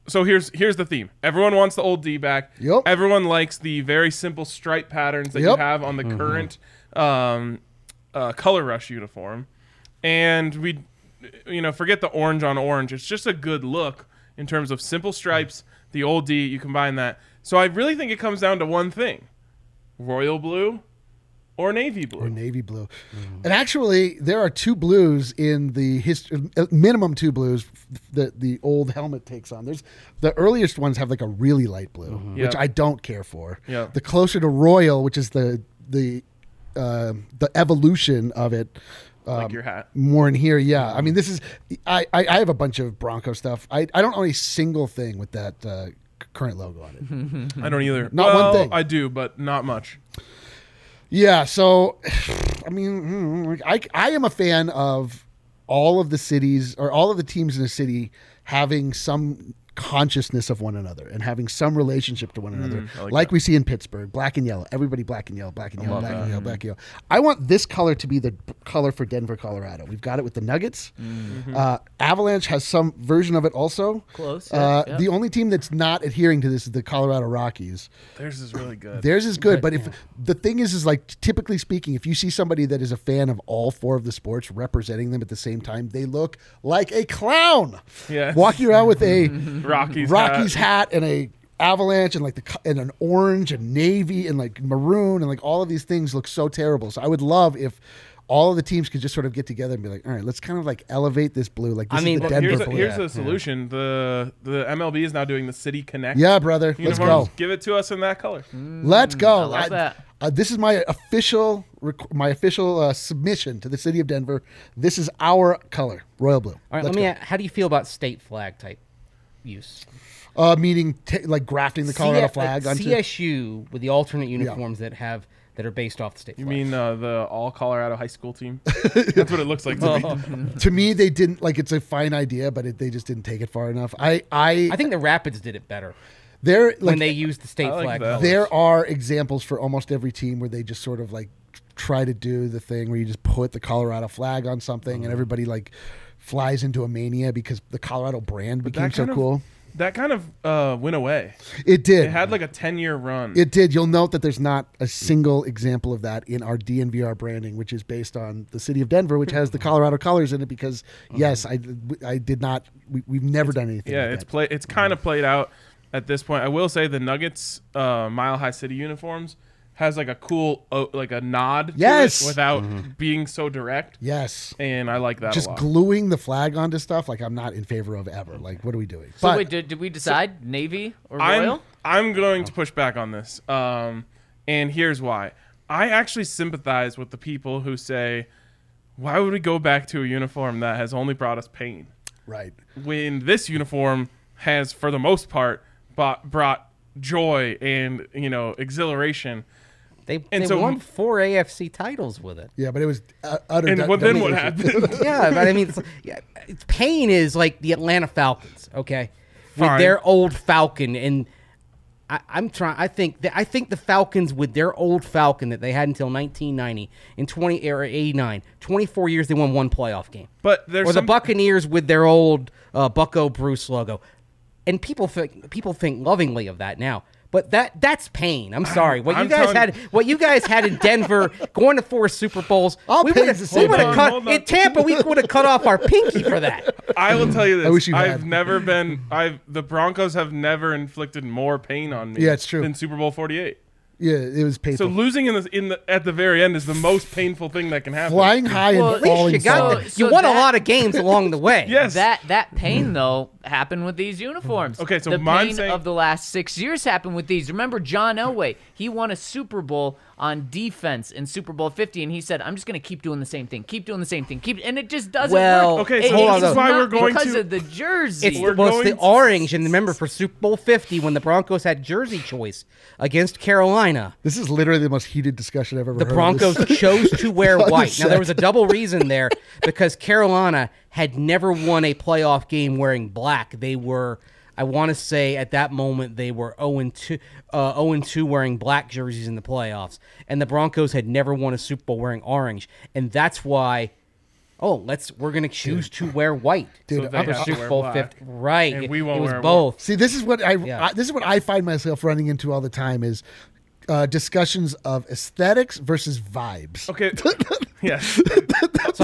Speaker 3: So here's here's the theme. Everyone wants the old D back.
Speaker 4: Yup.
Speaker 3: Everyone likes the very simple stripe patterns that
Speaker 4: Yup.
Speaker 3: you have on the current um, uh, color rush uniform, and we, you know, forget the orange on orange. It's just a good look in terms of simple stripes. The old D, you combine that. So I really think it comes down to one thing: royal blue or navy blue. Mm-hmm.
Speaker 4: Or navy blue. And actually, there are two blues in the history, minimum two blues f- that the old helmet takes on. There's the earliest ones have like a really light blue, which
Speaker 3: Yeah.
Speaker 4: I don't care for.
Speaker 3: Yeah.
Speaker 4: The closer to royal, which is the the uh, the evolution of it. Um,
Speaker 3: your hat. Mm-hmm.
Speaker 4: More in here, yeah. I mean, this is. I, I, I have a bunch of Bronco stuff. I, I don't own a single thing with that uh, c- current logo on it.
Speaker 3: Mm-hmm. I don't either.
Speaker 4: Not one
Speaker 3: Well,
Speaker 4: thing.
Speaker 3: I do, but not much.
Speaker 4: Yeah, so I mean, mm, like, I I am a fan of all of the cities or all of the teams in a city having some consciousness of one another and having some relationship to one another, like,
Speaker 3: like
Speaker 4: we see in Pittsburgh, black and yellow, everybody black and yellow, black and yellow, black and
Speaker 1: Mm-hmm.
Speaker 4: yellow, black and yellow. I want this color to be the b- color for Denver, Colorado. We've got it with the Nuggets. Uh, Avalanche has some version of it also.
Speaker 1: Mm-hmm. Close,
Speaker 4: Uh,
Speaker 1: yeah, yeah.
Speaker 4: The only team that's not adhering to this is the Colorado Rockies.
Speaker 3: Theirs is really good.
Speaker 4: Theirs is good, but, if the thing is, is like typically speaking, if you see somebody that is a fan of all four of the sports representing them at the same time, they look like a clown.
Speaker 3: Yes.
Speaker 4: walking around with a
Speaker 3: Rockies.
Speaker 4: Rockies
Speaker 3: hat.
Speaker 4: hat and a avalanche and like the co- and an orange and navy and like maroon and like all of these things look so terrible. So I would love if. All of the teams could just sort of get together and be like, all right, let's kind of like elevate this blue. Like this
Speaker 5: I mean,
Speaker 4: is the
Speaker 5: well,
Speaker 4: Denver
Speaker 3: Here's a,
Speaker 4: blue.
Speaker 3: here's a solution. The the MLB is now doing the City Connect.
Speaker 4: yeah, brother. Let's
Speaker 3: uniforms.
Speaker 4: go.
Speaker 3: Give it to us in that color.
Speaker 4: Let's go.
Speaker 1: I love that.
Speaker 4: uh, this is my official rec- my official uh, submission to the city of Denver. This is our color, royal blue.
Speaker 5: All right,
Speaker 4: Let's
Speaker 5: let me.
Speaker 4: go.
Speaker 5: a- How do you feel about state flag type use?
Speaker 4: uh, meaning ta like grafting the Colorado
Speaker 5: CF
Speaker 4: flag
Speaker 5: like
Speaker 4: onto.
Speaker 5: CSU with the alternate uniforms that have that are based off the state.
Speaker 3: You
Speaker 5: flag.
Speaker 3: mean uh, the all Colorado high school team? That's what it looks like to me.
Speaker 4: to me, they didn't like. It's a fine idea, but it, they just didn't take it far enough. I I,
Speaker 5: I think the Rapids did it better
Speaker 4: they're like
Speaker 5: when they used the state
Speaker 3: I like
Speaker 5: flag.
Speaker 3: that.
Speaker 5: colors.
Speaker 4: there are examples for almost every team where they just sort of like try to do the thing where you just put the Colorado flag on something and everybody like flies into a mania because the Colorado brand became
Speaker 3: That
Speaker 4: so
Speaker 3: kind of-
Speaker 4: cool.
Speaker 3: that kind of uh, went away.
Speaker 4: It did.
Speaker 3: It had like a ten-year run.
Speaker 4: It did. You'll note that there's not a single example of that in our DNVR branding, which is based on the city of Denver, which has the Colorado colors in it. Because yes, I, I did not. We, we've never done anything.
Speaker 3: yeah,
Speaker 4: like
Speaker 3: Oh. it's
Speaker 4: that.
Speaker 3: play. It's kind of played out at this point. I will say the Nuggets uh, Mile High City uniforms has like a cool o like a nod. to it
Speaker 4: Yes!
Speaker 3: without being so direct,
Speaker 4: yes.
Speaker 3: and I like that a
Speaker 4: Just
Speaker 3: lot.
Speaker 4: gluing the flag onto stuff like I'm not in favor of ever. Like what are we doing?
Speaker 1: So
Speaker 4: but
Speaker 1: wait, did, did we decide Navy or
Speaker 3: I'm
Speaker 1: Royal?
Speaker 3: I'm going to push back on this, um, and here's why. I actually sympathize with the people who say, "Why would we go back to a uniform that has only brought us pain?"
Speaker 4: right.
Speaker 3: when this uniform has, for the most part, bought, brought joy and you know exhilaration.
Speaker 5: They,
Speaker 3: And
Speaker 5: they
Speaker 3: so-
Speaker 5: won four AFC titles with it.
Speaker 4: Yeah, but it was uh, utter.
Speaker 3: And
Speaker 4: du-
Speaker 3: what then? What
Speaker 4: dumbing.
Speaker 3: happened?
Speaker 5: yeah, but I mean, it's, yeah, it's pain is like the Atlanta Falcons, okay,
Speaker 3: Fine.
Speaker 5: with their old Falcon, and I, I'm trying. I think that I think the Falcons with their old Falcon that they had until 1990 and 20 or 89, 24 years they won one playoff game.
Speaker 3: But there's
Speaker 5: or the
Speaker 3: some-
Speaker 5: Buccaneers with their old uh, Bucko Bruce logo, and people think people think lovingly of that now. But that that's pain. I'm sorry. What
Speaker 3: I'm
Speaker 5: you guys
Speaker 3: telling-
Speaker 5: had, what you guys had in Denver, going to four Super Bowls.
Speaker 4: All
Speaker 5: we
Speaker 4: pain's
Speaker 5: would've-
Speaker 4: the
Speaker 5: we
Speaker 4: same
Speaker 5: would've
Speaker 3: pain.
Speaker 5: cut-
Speaker 3: Hold on.
Speaker 5: in Tampa. We would have cut off our pinky for that.
Speaker 3: I will tell you this. I
Speaker 4: wish you
Speaker 3: have
Speaker 4: had.
Speaker 3: never been. I've the Broncos have never inflicted more pain on me.
Speaker 4: Yeah, it's true.
Speaker 3: Than Super Bowl 48.
Speaker 4: Yeah, it was
Speaker 3: So
Speaker 4: painful.
Speaker 3: losing in the in the at the very end is the most painful thing that can happen.
Speaker 4: Flying high
Speaker 1: Well, at
Speaker 4: and
Speaker 5: At least
Speaker 4: falling.
Speaker 5: you got
Speaker 1: so-
Speaker 5: that.
Speaker 1: so
Speaker 5: you won
Speaker 1: that-
Speaker 5: a lot of games along the way.
Speaker 3: Yes.
Speaker 1: That that pain though happened with these uniforms.
Speaker 3: Okay, so
Speaker 1: the
Speaker 3: mine's
Speaker 1: pain
Speaker 3: saying-
Speaker 1: of the last six years happened with these. Remember John Elway? He won a Super Bowl on defense in Super Bowl Fifty, and he said, "I'm just going to keep doing the same thing, keep doing the same thing, keep." And it just doesn't
Speaker 5: Well,
Speaker 1: work.
Speaker 3: Okay,
Speaker 1: It-
Speaker 3: so
Speaker 5: hold on,
Speaker 1: it's
Speaker 5: though.
Speaker 3: why
Speaker 1: not
Speaker 3: we're going
Speaker 1: because
Speaker 3: to-
Speaker 1: of the jersey.
Speaker 5: It's,
Speaker 3: We're
Speaker 5: well, it's
Speaker 3: going-
Speaker 5: the orange, and remember for Super Bowl 50 when the Broncos had jersey choice against Carolina.
Speaker 4: This is literally the most heated discussion I've ever
Speaker 5: the
Speaker 4: heard.
Speaker 5: Broncos
Speaker 4: This-
Speaker 5: chose to wear
Speaker 4: Other
Speaker 5: white. Now there was a
Speaker 4: side.
Speaker 5: double reason there because Carolina had never won a playoff game wearing black. They were, I want to say, at that moment they were 0 2, uh, 0 2 wearing black jerseys in the playoffs, and the Broncos had never won a Super Bowl wearing orange, and that's why. Oh, let's. We're gonna choose to wear white.
Speaker 4: Dude,
Speaker 3: So they
Speaker 4: I'm-
Speaker 5: for
Speaker 3: have to
Speaker 5: Super
Speaker 3: wear
Speaker 5: Bowl
Speaker 3: black.
Speaker 5: 50. Right.
Speaker 3: And
Speaker 5: it-
Speaker 3: we won't
Speaker 5: it was
Speaker 3: wear white.
Speaker 5: both.
Speaker 4: See, this is what I,
Speaker 5: Yeah.
Speaker 4: I- this is what I find myself running into all the time is uh, discussions of aesthetics versus vibes.
Speaker 3: Okay. yes.
Speaker 5: So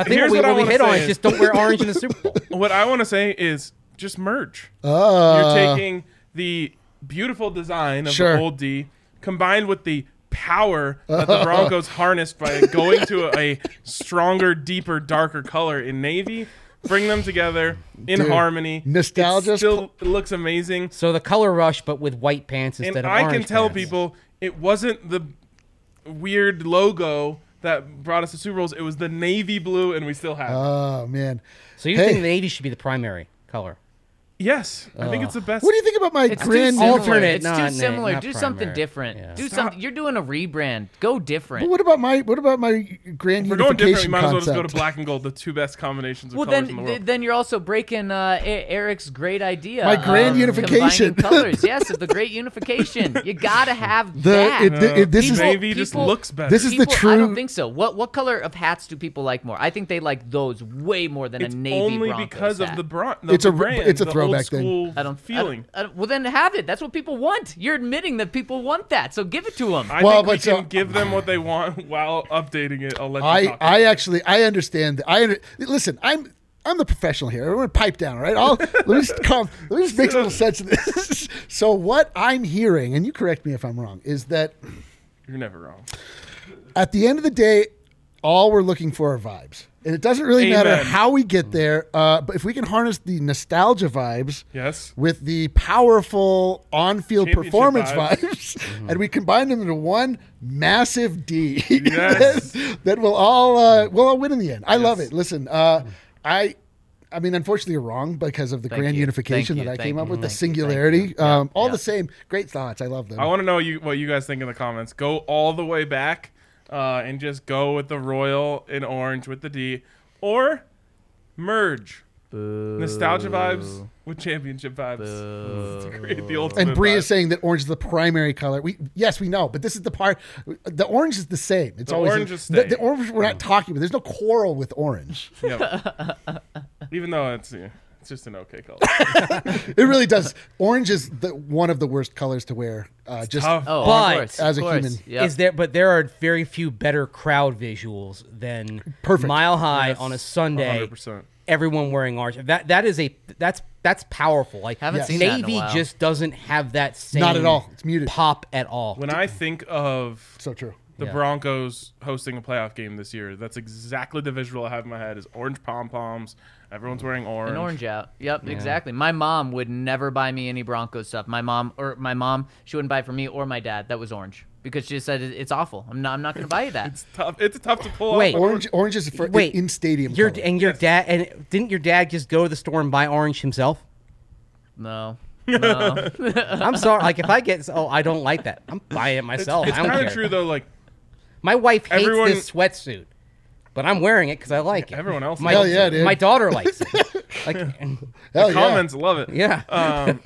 Speaker 5: I think
Speaker 3: Here's
Speaker 5: what we,
Speaker 3: what I
Speaker 5: what we
Speaker 3: wanna
Speaker 5: hit on
Speaker 3: say
Speaker 5: is
Speaker 3: is-
Speaker 5: just don't wear orange in the Super Bowl.
Speaker 3: What I want to say is just merge.
Speaker 4: Uh,
Speaker 3: You're taking the beautiful design of
Speaker 4: Sure.
Speaker 3: the old D combined with the power that the Broncos harnessed by going to a, stronger, deeper, darker color in navy. Bring them together in
Speaker 4: Dude,
Speaker 3: harmony.
Speaker 4: nostalgia's
Speaker 3: It still looks amazing.
Speaker 5: So the color rush, but with white pants instead
Speaker 3: and
Speaker 5: of
Speaker 3: I can
Speaker 5: orange.
Speaker 3: tell
Speaker 5: pants.
Speaker 3: people it wasn't the weird logo that brought us to Super Bowls. It was the navy blue, and we still have. it.
Speaker 4: oh man.
Speaker 5: So you
Speaker 4: Hey.
Speaker 5: think the navy should be the primary color?
Speaker 3: yes, I think it's the best.
Speaker 4: uh, What do you think about my
Speaker 1: It's
Speaker 4: grand?
Speaker 1: too similar.
Speaker 5: alternate,
Speaker 1: It's
Speaker 5: not
Speaker 1: too
Speaker 5: na-
Speaker 1: similar.
Speaker 5: not
Speaker 1: Do something
Speaker 5: primary.
Speaker 1: different.
Speaker 5: Yeah.
Speaker 1: Do something. You're doing a rebrand. Go different.
Speaker 4: But what about my what about my grand
Speaker 3: If we're going different. We
Speaker 4: unification
Speaker 3: might as well just go to
Speaker 4: concept?
Speaker 3: black and gold, the two best combinations of
Speaker 1: Well,
Speaker 3: colors
Speaker 1: then,
Speaker 3: in the
Speaker 1: th-
Speaker 3: world.
Speaker 1: then you're also breaking uh, E- Eric's great idea.
Speaker 4: My grand
Speaker 1: of
Speaker 4: unification.
Speaker 1: combining colors. Yes, of the great unification. You gotta have
Speaker 4: The-
Speaker 1: that.
Speaker 4: it- it- this
Speaker 1: is-
Speaker 3: navy just
Speaker 1: people-
Speaker 3: looks better.
Speaker 4: this is the
Speaker 1: People- I don't
Speaker 4: true-
Speaker 1: think so. What what color of hats do people like more? I think they like those way more than
Speaker 3: it's
Speaker 1: a navy
Speaker 3: only
Speaker 1: Broncos
Speaker 3: because of
Speaker 1: hat.
Speaker 3: the, bron- the
Speaker 4: It's a-
Speaker 3: brand.
Speaker 4: it's a
Speaker 3: the old
Speaker 4: throwback thing.
Speaker 3: school
Speaker 1: I don't I don't-
Speaker 3: feeling.
Speaker 1: I don't- well, then have it. That's what people want. You're admitting that people want that. So give it to them.
Speaker 3: I,
Speaker 4: Well,
Speaker 3: think we
Speaker 4: but so-
Speaker 3: can give them what they want while updating it. I'll let you
Speaker 4: I
Speaker 3: talk about
Speaker 4: I
Speaker 3: it.
Speaker 4: actually I understand. that- I under, listen. I'm. I'm the professional here. Everyone, pipe down, all right? I'll, let me just calm. Let me just make a little sense of this. so, what I'm hearing, and you correct me if I'm wrong, is that
Speaker 3: You're never wrong.
Speaker 4: at the end of the day, all we're looking for are vibes. And it doesn't really matter
Speaker 3: Amen.
Speaker 4: how we get there. Uh, but if we can harness the nostalgia vibes
Speaker 3: Yes.
Speaker 4: with the powerful on field
Speaker 3: Championship
Speaker 4: performance
Speaker 3: vibes.
Speaker 4: vibes,
Speaker 1: Mm-hmm.
Speaker 4: and we combine them into one massive D,
Speaker 3: Yes.
Speaker 4: then, then we'll, all, uh, we'll all win in the end. I love it. Listen, uh, I. I mean, unfortunately, you're wrong because of the grand
Speaker 1: you.
Speaker 4: unification
Speaker 1: Thank
Speaker 4: that I
Speaker 1: you.
Speaker 4: came
Speaker 1: Thank
Speaker 4: up with,
Speaker 1: you.
Speaker 4: the
Speaker 1: Thank you. Thank you.
Speaker 4: singularity. Um, all
Speaker 1: Yeah.
Speaker 4: the same, great thoughts. I love them.
Speaker 3: I want to know you, what you guys think in the comments. Go all the way back uh, and just go with the royal in orange with the D, or merge nostalgia vibes with championship vibes to create the ultimate.
Speaker 4: And Bree is
Speaker 3: vibe.
Speaker 4: saying that orange is the primary color. We yes, we know, but this is the part. The orange is the same. It's
Speaker 3: The
Speaker 4: always
Speaker 3: orange is
Speaker 4: the,
Speaker 3: staying.
Speaker 4: the orange. We're not talking about. There's no quarrel with orange.
Speaker 3: Yep. even though it's yeah, It's just an okay color.
Speaker 4: It really does. Orange is the, one of the worst colors to wear. Uh, just
Speaker 3: Tough.
Speaker 1: Oh,
Speaker 5: But-
Speaker 1: of course,
Speaker 4: As
Speaker 1: of
Speaker 4: a
Speaker 1: course.
Speaker 4: human.
Speaker 1: Yep.
Speaker 5: Is there? But there are very few better crowd visuals than
Speaker 4: Perfect.
Speaker 5: Mile High
Speaker 3: Yes,
Speaker 5: on a Sunday.
Speaker 3: 100%.
Speaker 5: Everyone wearing orange. That that is a that's that's powerful. Like
Speaker 1: Haven't
Speaker 4: Yes.
Speaker 1: seen that in a
Speaker 5: Navy
Speaker 1: while.
Speaker 5: just doesn't have that same
Speaker 4: Not at all. It's muted.
Speaker 5: pop at all.
Speaker 3: When I think of
Speaker 4: so true.
Speaker 3: the
Speaker 5: Yeah.
Speaker 3: Broncos hosting a playoff game this year, that's exactly the visual I have in my head: is orange pom poms. Everyone's wearing orange.
Speaker 1: an orange out. Yep, exactly. My mom would never buy me any Broncos stuff. My mom or my mom, she wouldn't buy for me or my dad. That was orange because she just said "It- it's awful. I'm not. I'm not going to buy you that.
Speaker 3: It's tough. It's tough to pull.
Speaker 5: Wait.
Speaker 3: off.
Speaker 4: Orange, orange is for
Speaker 5: Wait,
Speaker 4: in stadium.
Speaker 5: Your
Speaker 4: color.
Speaker 5: and your dad and didn't your dad just go to the store and buy orange himself?
Speaker 1: No. No.
Speaker 5: I'm sorry. Like if I get oh I don't like that. I'm buying it myself.
Speaker 3: It's
Speaker 5: I don't
Speaker 3: kind
Speaker 5: care.
Speaker 3: of true though. Like
Speaker 5: My wife hates
Speaker 3: Everyone-
Speaker 5: this sweatsuit, but I'm wearing it because I like it.
Speaker 3: everyone else
Speaker 5: my,
Speaker 3: likes
Speaker 4: Hell yeah, dude.
Speaker 5: My daughter likes it. Like,
Speaker 4: Hell Oh, yeah.
Speaker 3: comments, love it.
Speaker 5: yeah.
Speaker 3: um,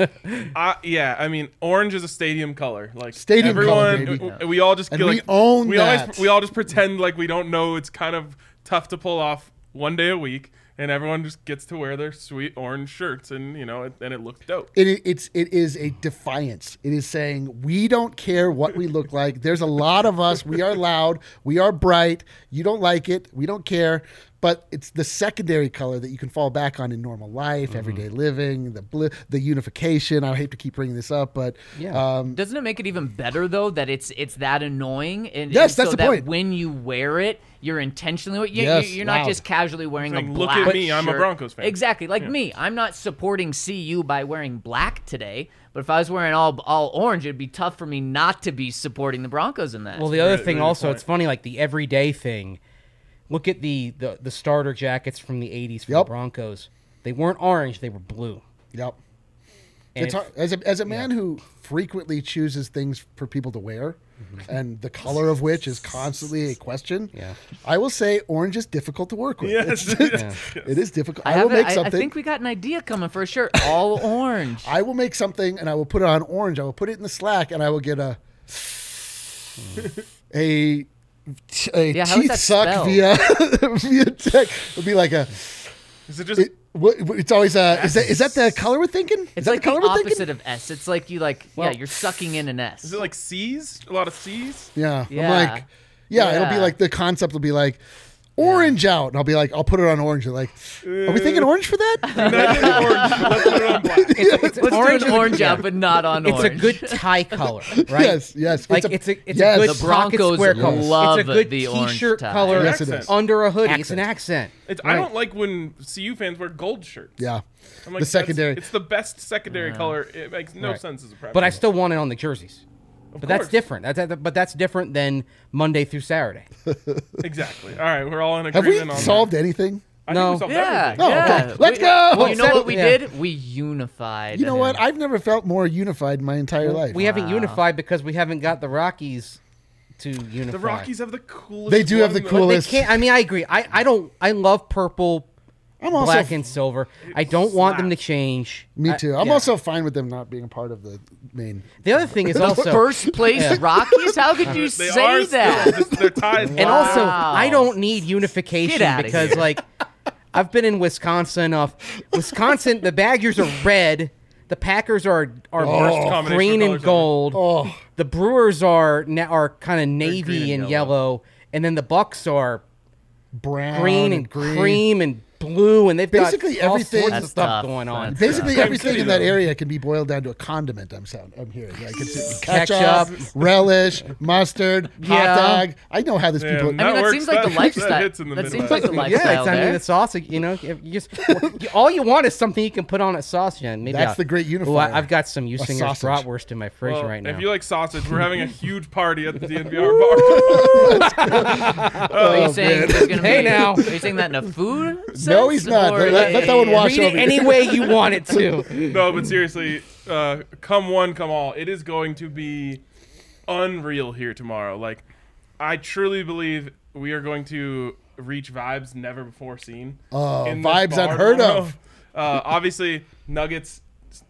Speaker 3: I, yeah, I mean, orange is a stadium color. Like
Speaker 4: Stadium color,
Speaker 3: everyone,
Speaker 4: baby.
Speaker 3: w- we all just
Speaker 4: And
Speaker 3: feel
Speaker 4: we
Speaker 3: like,
Speaker 4: own
Speaker 3: we
Speaker 4: that.
Speaker 3: Always, we all just pretend like we don't know. It's kind of tough to pull off one day a week, and everyone just gets to wear their sweet orange shirts, and you know, it, and it looks dope.
Speaker 4: It, it's it is a defiance. It is saying we don't care what we look like. There's a lot of us. We are loud. We are bright. You don't like it. We don't care. But it's the secondary color that you can fall back on in normal life, everyday living, the bl- the unification. I hate to keep bringing this up, but
Speaker 5: Yeah.
Speaker 4: um,
Speaker 1: Doesn't it make it even better though that it's it's that annoying and
Speaker 4: Yes,
Speaker 1: and so
Speaker 4: that's the
Speaker 1: that
Speaker 4: point.
Speaker 1: When you wear it, you're intentionally you,
Speaker 4: Yes,
Speaker 1: you're not
Speaker 4: loud.
Speaker 1: just casually wearing a
Speaker 3: Saying, "Look
Speaker 1: black.
Speaker 3: at me, I'm a
Speaker 1: shirt."
Speaker 3: Broncos fan.
Speaker 1: Exactly, like me, I'm not supporting CU by wearing black today. But if I was wearing all all orange, it'd be tough for me not to be supporting the Broncos in that.
Speaker 5: Well, the other
Speaker 3: Really-
Speaker 5: thing
Speaker 3: really good
Speaker 5: also,
Speaker 3: point.
Speaker 5: it's funny, like the everyday thing. Look at the the, the starter jackets from the '80s for
Speaker 4: Yup.
Speaker 5: the Broncos. They weren't orange; they were blue.
Speaker 4: yep.
Speaker 5: And
Speaker 4: it's
Speaker 5: if-
Speaker 4: hard. As a, as a man who frequently chooses things for people to wear,
Speaker 1: Mm-hmm.
Speaker 4: and the color of which is constantly a question,
Speaker 5: Yeah.
Speaker 4: I will say orange is difficult to work with.
Speaker 3: Yes,
Speaker 4: It's-
Speaker 3: yes,
Speaker 4: it is difficult.
Speaker 1: I,
Speaker 4: I,
Speaker 1: have
Speaker 4: will
Speaker 1: it-
Speaker 4: make
Speaker 1: I-
Speaker 4: something.
Speaker 1: I think we got an idea coming for a shirt, all orange.
Speaker 4: I will make something and I will put it on orange. I will put it in the Slack and I will get a a, t- a
Speaker 1: Hmm. Yeah, how is
Speaker 4: teeth
Speaker 1: that
Speaker 4: suck
Speaker 1: spelled?
Speaker 4: via via tech. It'll be like a.
Speaker 3: Is it just
Speaker 4: It, what, what- it's always a. Is that is that the color we're thinking? Is
Speaker 1: it's
Speaker 4: that
Speaker 1: like the,
Speaker 4: we're
Speaker 1: opposite
Speaker 4: thinking?
Speaker 1: of S. It's like you like yeah, you're sucking in an S.
Speaker 3: is it like C's? A lot of C's.
Speaker 4: Yeah.
Speaker 1: Yeah.
Speaker 4: I'm like, yeah, it'll be
Speaker 1: Yeah.
Speaker 4: like the concept will be like orange out, and I'll be like, I'll put it on orange. They're like, are we thinking orange for that?
Speaker 3: Not really orange, but let's put it on black.
Speaker 5: it's, it's
Speaker 1: Let's
Speaker 5: orange.
Speaker 1: do an orange
Speaker 5: yeah.
Speaker 1: out, but not on
Speaker 5: It's
Speaker 1: orange.
Speaker 5: a good tie color, right?
Speaker 4: Yes, yes.
Speaker 5: Like it's a it's a,
Speaker 4: yes.
Speaker 5: good
Speaker 1: The
Speaker 5: pocket
Speaker 1: Broncos
Speaker 5: square color.
Speaker 1: love
Speaker 5: it's a good
Speaker 1: the orange
Speaker 5: t-shirt
Speaker 1: tie.
Speaker 5: color
Speaker 4: Yes, it is.
Speaker 5: under a hoodie. It's an accent.
Speaker 3: It's, I don't like when CU fans wear gold shirts.
Speaker 4: Yeah.
Speaker 3: I'm like,
Speaker 4: the
Speaker 3: that's-
Speaker 4: secondary.
Speaker 3: It's the best secondary color. It makes no
Speaker 5: Right.
Speaker 3: sense as a preference.
Speaker 5: But I still want it on the jerseys. But that's
Speaker 3: course.
Speaker 5: different. That's, that, but that's different than Monday through Saturday.
Speaker 3: exactly. All right, we're all in
Speaker 4: Have we
Speaker 3: agreement on
Speaker 4: solved
Speaker 3: that.
Speaker 4: anything?
Speaker 3: I think
Speaker 5: No.
Speaker 3: we solved
Speaker 1: Yeah.
Speaker 3: everything.
Speaker 4: Oh,
Speaker 1: yeah.
Speaker 4: okay. Let's
Speaker 1: We-
Speaker 4: go!
Speaker 1: Well, you know
Speaker 5: Except-
Speaker 1: what we
Speaker 5: yeah.
Speaker 1: did? We unified.
Speaker 4: You know what? I've never felt more unified in my entire life.
Speaker 5: We haven't unified because we haven't got the Rockies to unify.
Speaker 3: The Rockies have the coolest.
Speaker 4: Oh. They do have the
Speaker 3: one,
Speaker 4: coolest-
Speaker 5: They can't. I mean, I agree. I, I don't. I love purple,
Speaker 4: I'm also
Speaker 5: black, and silver. I don't want them to change.
Speaker 4: Me
Speaker 5: I-
Speaker 4: too. I'm
Speaker 5: yeah.
Speaker 4: also fine with them not being a part of the main.
Speaker 5: The other thing is also
Speaker 1: First place Rockies? How could you
Speaker 3: They
Speaker 1: say
Speaker 3: are
Speaker 1: that?
Speaker 3: Still, just, their ties.
Speaker 5: And also,
Speaker 1: Wow.
Speaker 5: I don't need unification
Speaker 1: Get outta
Speaker 5: because,
Speaker 1: here.
Speaker 5: like, I've been in Wisconsin enough. Wisconsin, the Badgers are red. The Packers are are
Speaker 3: Worst combination
Speaker 5: green
Speaker 3: of colors
Speaker 5: and
Speaker 3: ever.
Speaker 5: gold.
Speaker 4: Oh.
Speaker 5: The Brewers are na- are kind of navy
Speaker 1: and
Speaker 5: and yellow.
Speaker 1: yellow.
Speaker 5: and then the Bucks are
Speaker 4: Brown
Speaker 5: green and cream and blue, and they've
Speaker 4: Basically
Speaker 5: got all
Speaker 4: everything-
Speaker 5: sorts of
Speaker 4: That's
Speaker 5: stuff
Speaker 1: tough.
Speaker 5: going on.
Speaker 1: That's-
Speaker 4: Basically, everything
Speaker 3: City,
Speaker 4: in that
Speaker 3: though.
Speaker 4: area can be boiled down to a condiment. I'm sound. I'm hearing. Like it's
Speaker 5: Ketchup.
Speaker 4: ketchup, relish, mustard, hot
Speaker 5: Yeah.
Speaker 4: dog. I know how this
Speaker 3: Yeah,
Speaker 4: people.
Speaker 1: I mean,
Speaker 3: That
Speaker 1: that
Speaker 3: works.
Speaker 1: seems like the
Speaker 3: That-
Speaker 1: lifestyle.
Speaker 3: that
Speaker 1: That,
Speaker 3: hits in the
Speaker 1: seems
Speaker 3: Midwest.
Speaker 1: like the lifestyle.
Speaker 5: Yeah, it's, I mean
Speaker 1: there.
Speaker 5: the sausage. You know, if you just all you want is something you can put on a sausage. And maybe
Speaker 4: That's
Speaker 5: I'll-
Speaker 4: the great
Speaker 5: Ooh, I-
Speaker 4: unifier.
Speaker 5: I've got some Usinger's
Speaker 4: sausage.
Speaker 5: bratwurst in my fridge
Speaker 3: Well,
Speaker 5: right now.
Speaker 3: If you like sausage, we're having a huge party at the DNVR bar.
Speaker 1: Are you saying
Speaker 4: man.
Speaker 1: there's gonna
Speaker 5: Hey,
Speaker 1: be-
Speaker 5: now.
Speaker 1: Are you saying that in a food? Sense,
Speaker 4: No, he's not.
Speaker 1: Or
Speaker 4: Let- let- let that one
Speaker 1: a-
Speaker 4: wash
Speaker 5: Read it
Speaker 4: over you.
Speaker 5: any way you want it to.
Speaker 3: no, but seriously, uh, come one, come all. It is going to be unreal here tomorrow. Like, I truly believe we are going to reach vibes never before seen.
Speaker 4: Oh,
Speaker 3: in this
Speaker 4: vibes
Speaker 3: bar
Speaker 4: unheard
Speaker 3: tomorrow.
Speaker 4: of.
Speaker 3: Uh, obviously, Nuggets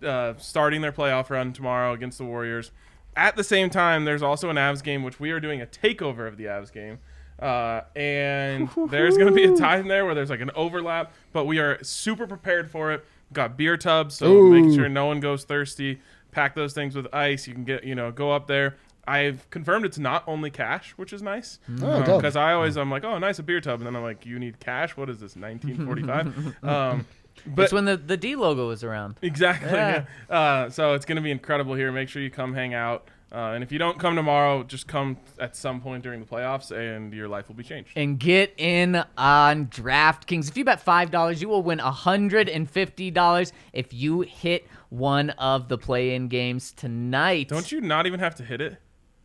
Speaker 3: uh, starting their playoff run tomorrow against the Warriors. At the same time, there's also an Avs game, which we are doing a takeover of the Avs game. Uh, and there's going to be a time there where there's like an overlap, but we are super prepared for it. Got beer tubs, so
Speaker 4: Ooh.
Speaker 3: make sure no one goes thirsty. Pack those things with ice. You can get, you know, go up there. I've confirmed it's not only cash, which is nice.
Speaker 4: Oh, dope.
Speaker 3: Because I
Speaker 1: Mm.
Speaker 3: always, I'm like, oh, nice, a beer tub. And then I'm like, you need cash? What is this, 1945? um, but
Speaker 1: It's when the, the D logo was around.
Speaker 3: Exactly.
Speaker 1: Yeah.
Speaker 3: Yeah. Uh, so it's going to be incredible here. Make sure you come hang out. Uh, and if you don't come tomorrow, just come at some point during the playoffs, and your life will be changed.
Speaker 1: And get in on DraftKings. If you bet $5, you will win $150 if you hit one of the play in games tonight.
Speaker 3: Don't you not even have to hit it?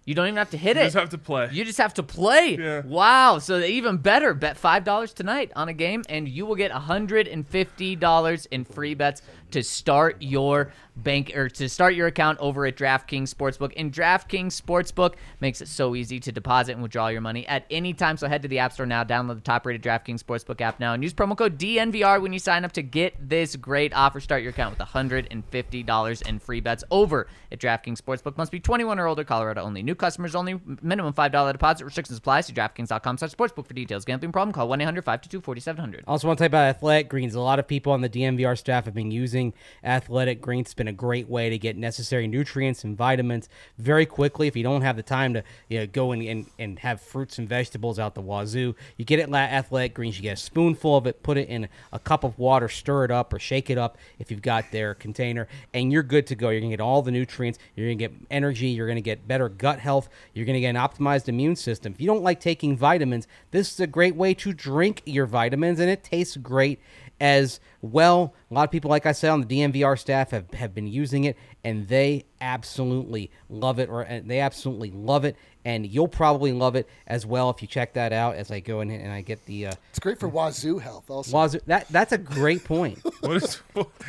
Speaker 1: You don't even have to hit
Speaker 3: You
Speaker 1: it.
Speaker 3: just have to play.
Speaker 1: You just have to play.
Speaker 3: Yeah.
Speaker 1: Wow. So even better, bet five dollars tonight on a game, and you will get hundred and fifty dollars in free bets to start your bank or to start your account over at DraftKings Sportsbook. And DraftKings Sportsbook makes it so easy to deposit and withdraw your money at any time. So head to the App Store now, download the top-rated DraftKings Sportsbook app now, and use promo code DNVR when you sign up to get this great offer. Start your account with hundred and fifty dollars in free bets over at DraftKings Sportsbook. Must be twenty-one or older. Colorado only. New customers only. M- Minimum $5 deposit. Restrictions apply. See DraftKings.com/sportsbook for details. Gambling problem? Call 1-800-522-4700.
Speaker 5: I also want to talk about Athletic Greens. A lot of people on the DMVR staff have been using Athletic Greens. It's been a great way to get necessary nutrients and vitamins very quickly. If you don't have the time to you know, go and, and, and have fruits and vegetables out the wazoo, you get it at Athletic Greens. You get a spoonful of it, put it in a cup of water, stir it up or shake it up if you've got their container, and you're good to go. You're going to get all the nutrients. You're going to get energy. You're going to get better gut health. You're going to get an optimized immune system. If you don't like taking vitamins, this is a great way to drink your vitamins, and it tastes great as well. A lot of people, like I said, on the DMVR staff have, have been using it, and they absolutely love it, or and they absolutely love it, and you'll probably love it as well if you check that out. As I go in and I get the uh,
Speaker 4: It's great for wazoo health. Also,
Speaker 5: wazoo. That that's a great point.
Speaker 3: what is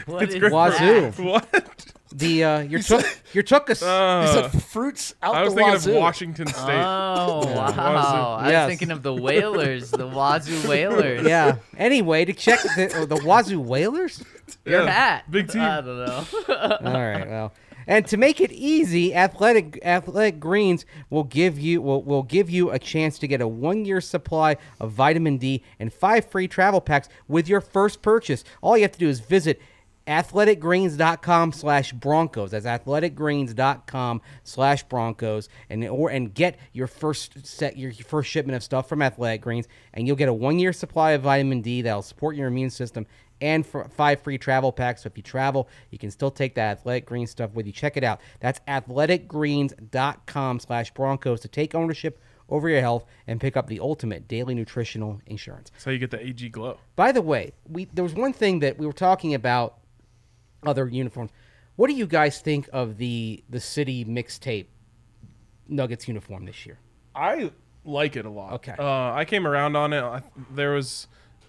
Speaker 1: What
Speaker 3: it's
Speaker 1: is
Speaker 3: great for-
Speaker 5: that?
Speaker 3: What?
Speaker 5: The uh, your took your took us.
Speaker 4: you said fruits out
Speaker 3: Uh, I was
Speaker 4: the
Speaker 3: thinking
Speaker 4: wazoo.
Speaker 3: of Washington State.
Speaker 1: Oh wow!
Speaker 3: Wazoo.
Speaker 1: I
Speaker 5: Yes.
Speaker 1: was thinking of the Whalers, the Wazoo Whalers.
Speaker 5: yeah. Anyway, to check the, oh, the Wazoo Whalers.
Speaker 1: Your
Speaker 3: Yeah.
Speaker 1: hat. Uh,
Speaker 3: Big team.
Speaker 1: I don't know.
Speaker 5: All right, well, and to make it easy, athletic athletic greens will give you will, will give you a chance to get a one year supply of vitamin D and five free travel packs with your first purchase. All you have to do is visit athleticgreens.com slash broncos that's athleticgreens.com slash broncos and or and get your first set your first shipment of stuff from athletic greens and you'll get a one year supply of vitamin d that'll support your immune system and for five free travel packs. So if you travel, you can still take that Athletic Greens stuff with you. Check it out. That's athleticgreens.com slash Broncos to take ownership over your health and pick up the ultimate daily nutritional insurance.
Speaker 3: That's how you get the AG glow.
Speaker 5: By the way, we there was one thing that we were talking about other uniforms. What do you guys think of the the city mixtape Nuggets uniform this year?
Speaker 3: I like it a lot.
Speaker 5: Okay.
Speaker 3: Uh, I came around on it. I, there was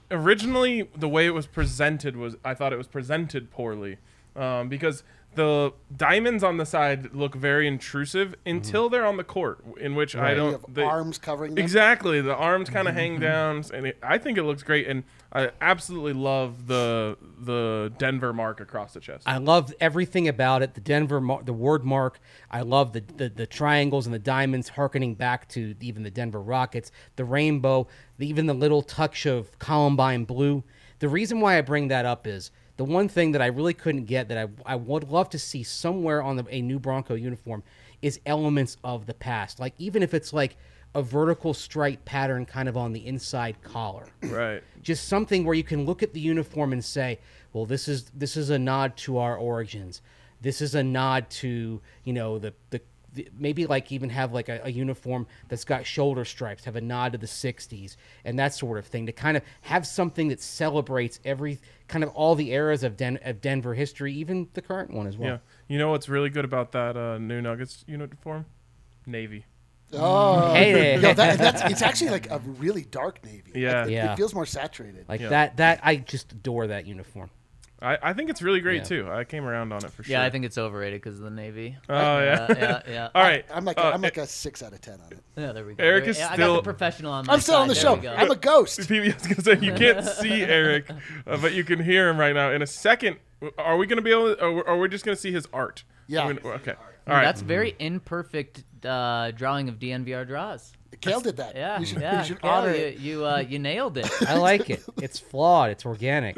Speaker 3: originally the way it was presented was I thought it was presented poorly um, because the diamonds on the side look very intrusive until they're on the court, in which I
Speaker 4: Mm-hmm. You
Speaker 3: don't.
Speaker 4: have
Speaker 3: they-
Speaker 4: arms covering them. Mm-hmm.
Speaker 3: Exactly, the arms kind of hang down, and it, I think it looks great. And I absolutely love the the Denver mark across the chest.
Speaker 5: I love everything about it. The Denver, mar- the word mark. I love the, the the triangles and the diamonds, harkening back to even the Denver Rockets. The rainbow, the, even the little touch of Columbine blue. The reason why I bring that up is the one thing that I really couldn't get that I, I would love to see somewhere on the, a new Bronco uniform is elements of the past. Like even if it's like a vertical stripe pattern, kind of on the inside collar
Speaker 3: right.
Speaker 5: just something where you can look at the uniform and say, well, this is this is a nod to our origins. This is a nod to you know the the, the maybe like even have like a, a uniform that's got shoulder stripes, have a nod to the '60s and that sort of thing. To kind of have something that celebrates every kind of all the eras of Den- of Denver history, even the current one as well.
Speaker 3: Yeah. You know what's really good about that uh, new Nuggets uniform? Navy.
Speaker 4: Oh,
Speaker 5: Hey.
Speaker 4: No, that- that's, it's actually like a really dark navy.
Speaker 3: Yeah.
Speaker 4: It-
Speaker 5: Yeah.
Speaker 4: it feels more saturated.
Speaker 5: Like
Speaker 3: Yeah.
Speaker 5: that that I just adore that uniform.
Speaker 3: I, I think it's really great
Speaker 5: Yeah.
Speaker 3: too. I came around on it for sure.
Speaker 1: Yeah, I think it's overrated because of the Navy.
Speaker 3: Oh yeah.
Speaker 1: Yeah, yeah, yeah.
Speaker 3: All right.
Speaker 4: I'm like
Speaker 3: Uh,
Speaker 4: I'm like a six out of ten on it.
Speaker 1: Yeah, there we go.
Speaker 3: Eric
Speaker 1: There-
Speaker 3: is
Speaker 1: yeah, I got
Speaker 3: still-
Speaker 1: the professional on my
Speaker 4: I'm still on the
Speaker 1: side. There
Speaker 4: show.
Speaker 1: we go.
Speaker 4: I'm a ghost.
Speaker 3: Phoebe, I was gonna say you can't see Eric, uh, but you can hear him right now. In a second, are uh, we gonna be able? Or are we just gonna see his art?
Speaker 4: Yeah.
Speaker 3: We're gonna- okay. All right.
Speaker 1: That's very imperfect uh, drawing of DNVR draws.
Speaker 4: Kale did that.
Speaker 1: Yeah,
Speaker 4: You should,
Speaker 1: yeah.
Speaker 4: you should
Speaker 1: Kale,
Speaker 4: honor
Speaker 1: you,
Speaker 4: it.
Speaker 1: you, uh, you nailed it.
Speaker 5: I like it. It's flawed. It's organic.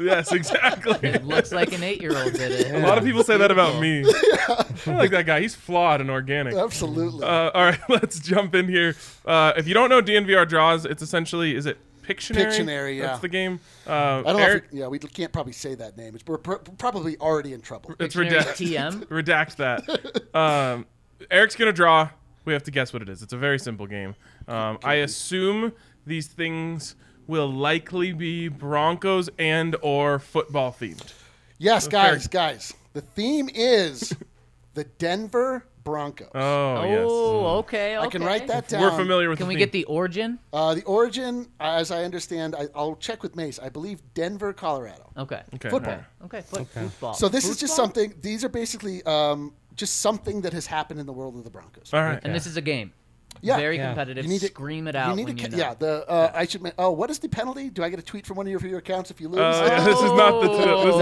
Speaker 3: yes, exactly.
Speaker 1: It looks like an eight-year-old did
Speaker 3: A
Speaker 1: it.
Speaker 3: lot of people say that about me. I like that guy. He's flawed and organic.
Speaker 4: Absolutely.
Speaker 3: Uh, all right, let's jump in here. Uh, if you don't know DNVR draws, it's essentially is it Pictionary?
Speaker 4: Pictionary, yeah.
Speaker 3: That's the game. Uh,
Speaker 4: I don't know.
Speaker 3: Eric,
Speaker 4: If we, yeah, we can't probably say that name. It's, we're pr- probably already in trouble.
Speaker 3: it's
Speaker 1: Dictionary TM.
Speaker 3: redact. redact that. Um, Eric's gonna draw. We have to guess what it is. It's a very simple game. Um, I assume these things will likely be Broncos and or football themed.
Speaker 4: Yes, guys, guys. The theme is the Denver Broncos.
Speaker 3: Oh, yes,
Speaker 1: Oh, okay,
Speaker 4: Mm. I can
Speaker 1: okay.
Speaker 4: write that down.
Speaker 3: we're familiar with.
Speaker 1: Can
Speaker 3: the
Speaker 1: we
Speaker 3: theme.
Speaker 1: get the origin?
Speaker 4: Uh, the origin, as I understand, I, I'll check with Mace. I believe Denver, Colorado.
Speaker 1: Okay.
Speaker 3: Okay,
Speaker 4: Football.
Speaker 3: all right.
Speaker 1: Okay. Foot, Football.
Speaker 4: So this is just something. These are basically um, just something that has happened in the world of the Broncos.
Speaker 3: All right.
Speaker 1: and this is a game.
Speaker 4: Yeah.
Speaker 1: Very
Speaker 5: Yeah.
Speaker 1: competitive.
Speaker 4: You need to-
Speaker 1: Scream it out
Speaker 4: you need
Speaker 1: when
Speaker 4: to,
Speaker 1: you
Speaker 4: ca-
Speaker 1: know.
Speaker 4: yeah. The uh, I should. ma- Oh, what is the penalty? Do I get a tweet from one of your, your accounts if you lose?
Speaker 3: Uh, yeah, this is not the. This is
Speaker 5: No,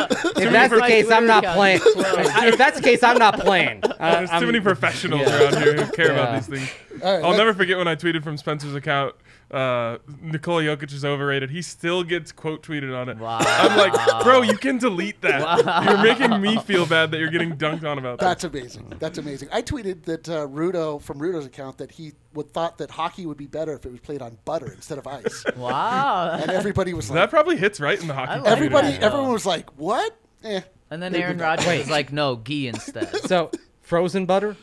Speaker 3: not the
Speaker 5: I'm, if that's the
Speaker 1: many
Speaker 5: case, I'm not
Speaker 1: Twitter
Speaker 5: playing.
Speaker 1: accounts.
Speaker 5: I- if that's the case, I'm not playing.
Speaker 1: Uh,
Speaker 5: Uh, I-
Speaker 3: There's
Speaker 5: I'm-
Speaker 3: too many professionals around here who care about
Speaker 5: Yeah.
Speaker 3: these things.
Speaker 4: All right,
Speaker 3: I'll
Speaker 4: let-
Speaker 3: never forget when I tweeted from Spencer's account, uh, Nikola Jokic is overrated. He still gets quote tweeted on it.
Speaker 1: Wow.
Speaker 3: I'm like, bro, you can delete that. You're making me feel bad that you're getting dunked on about that.
Speaker 4: That's amazing. That's amazing. I tweeted that uh, Rudo from Rudo's account that he would thought that hockey would be better if it was played on butter instead of ice,
Speaker 1: Wow.
Speaker 4: and everybody was
Speaker 3: That
Speaker 4: like,
Speaker 3: probably hits right in the hockey.
Speaker 1: I like
Speaker 3: community.
Speaker 4: everybody,
Speaker 1: Yeah.
Speaker 4: everyone was like, what? Eh.
Speaker 1: And then
Speaker 4: They
Speaker 1: Aaron
Speaker 4: did
Speaker 1: Rodgers
Speaker 5: Wait.
Speaker 1: is like, no, ghee instead.
Speaker 5: So frozen butter.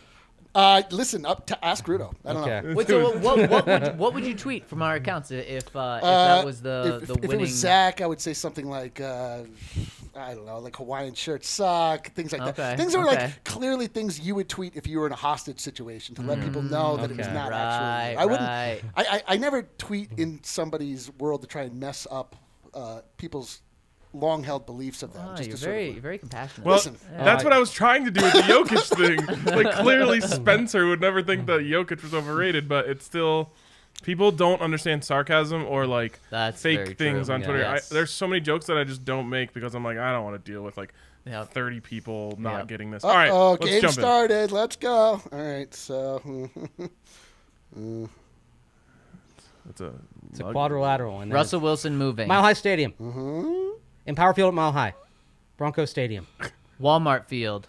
Speaker 4: Uh, listen, up to ask Rudo. I don't
Speaker 5: Okay.
Speaker 4: know.
Speaker 1: Wait, so what, what, what, would, what would you tweet from our accounts i- if, uh, if that
Speaker 4: Uh,
Speaker 1: was the,
Speaker 4: if,
Speaker 1: the
Speaker 4: if
Speaker 1: winning?
Speaker 4: it was Zach, I would say something like, uh, I don't know, like Hawaiian shirts suck, things like
Speaker 1: Okay,
Speaker 4: that. Things that were
Speaker 1: okay.
Speaker 4: like clearly things you would tweet if you were in a hostage situation to let people know that it was
Speaker 5: okay.
Speaker 4: not
Speaker 1: Mm, Right,
Speaker 4: actually. I wouldn't.
Speaker 1: right.
Speaker 4: I, I I never tweet in somebody's world to try and mess up uh, people's long-held beliefs of them.
Speaker 1: Oh,
Speaker 4: just
Speaker 1: you're
Speaker 4: to sort of,
Speaker 1: very,
Speaker 4: like-
Speaker 1: you're very compassionate.
Speaker 3: Well,
Speaker 4: Listen.
Speaker 3: that's what I was trying to do with the Jokic thing. Like, clearly Spencer would never think that Jokic was overrated, but it's still. People don't understand sarcasm or like
Speaker 1: That's very
Speaker 3: fake
Speaker 1: true.
Speaker 3: things on
Speaker 1: Yeah.
Speaker 3: Twitter.
Speaker 1: Yes.
Speaker 3: I, there's so many jokes that I just don't make because I'm like, I don't want to deal with like
Speaker 1: Yeah.
Speaker 3: 30 people not
Speaker 1: Yeah.
Speaker 3: getting this. All right,
Speaker 4: oh,
Speaker 3: let's
Speaker 4: game
Speaker 3: jump in.
Speaker 4: started. Let's go. All right, so hmm.
Speaker 3: It's a,
Speaker 5: It's a
Speaker 3: lug-
Speaker 5: quadrilateral. And then
Speaker 1: Russell Wilson moving.
Speaker 5: Mile High Stadium.
Speaker 3: Mm-hmm.
Speaker 5: In Power Field at Mile High. Bronco Stadium.
Speaker 1: Walmart Field.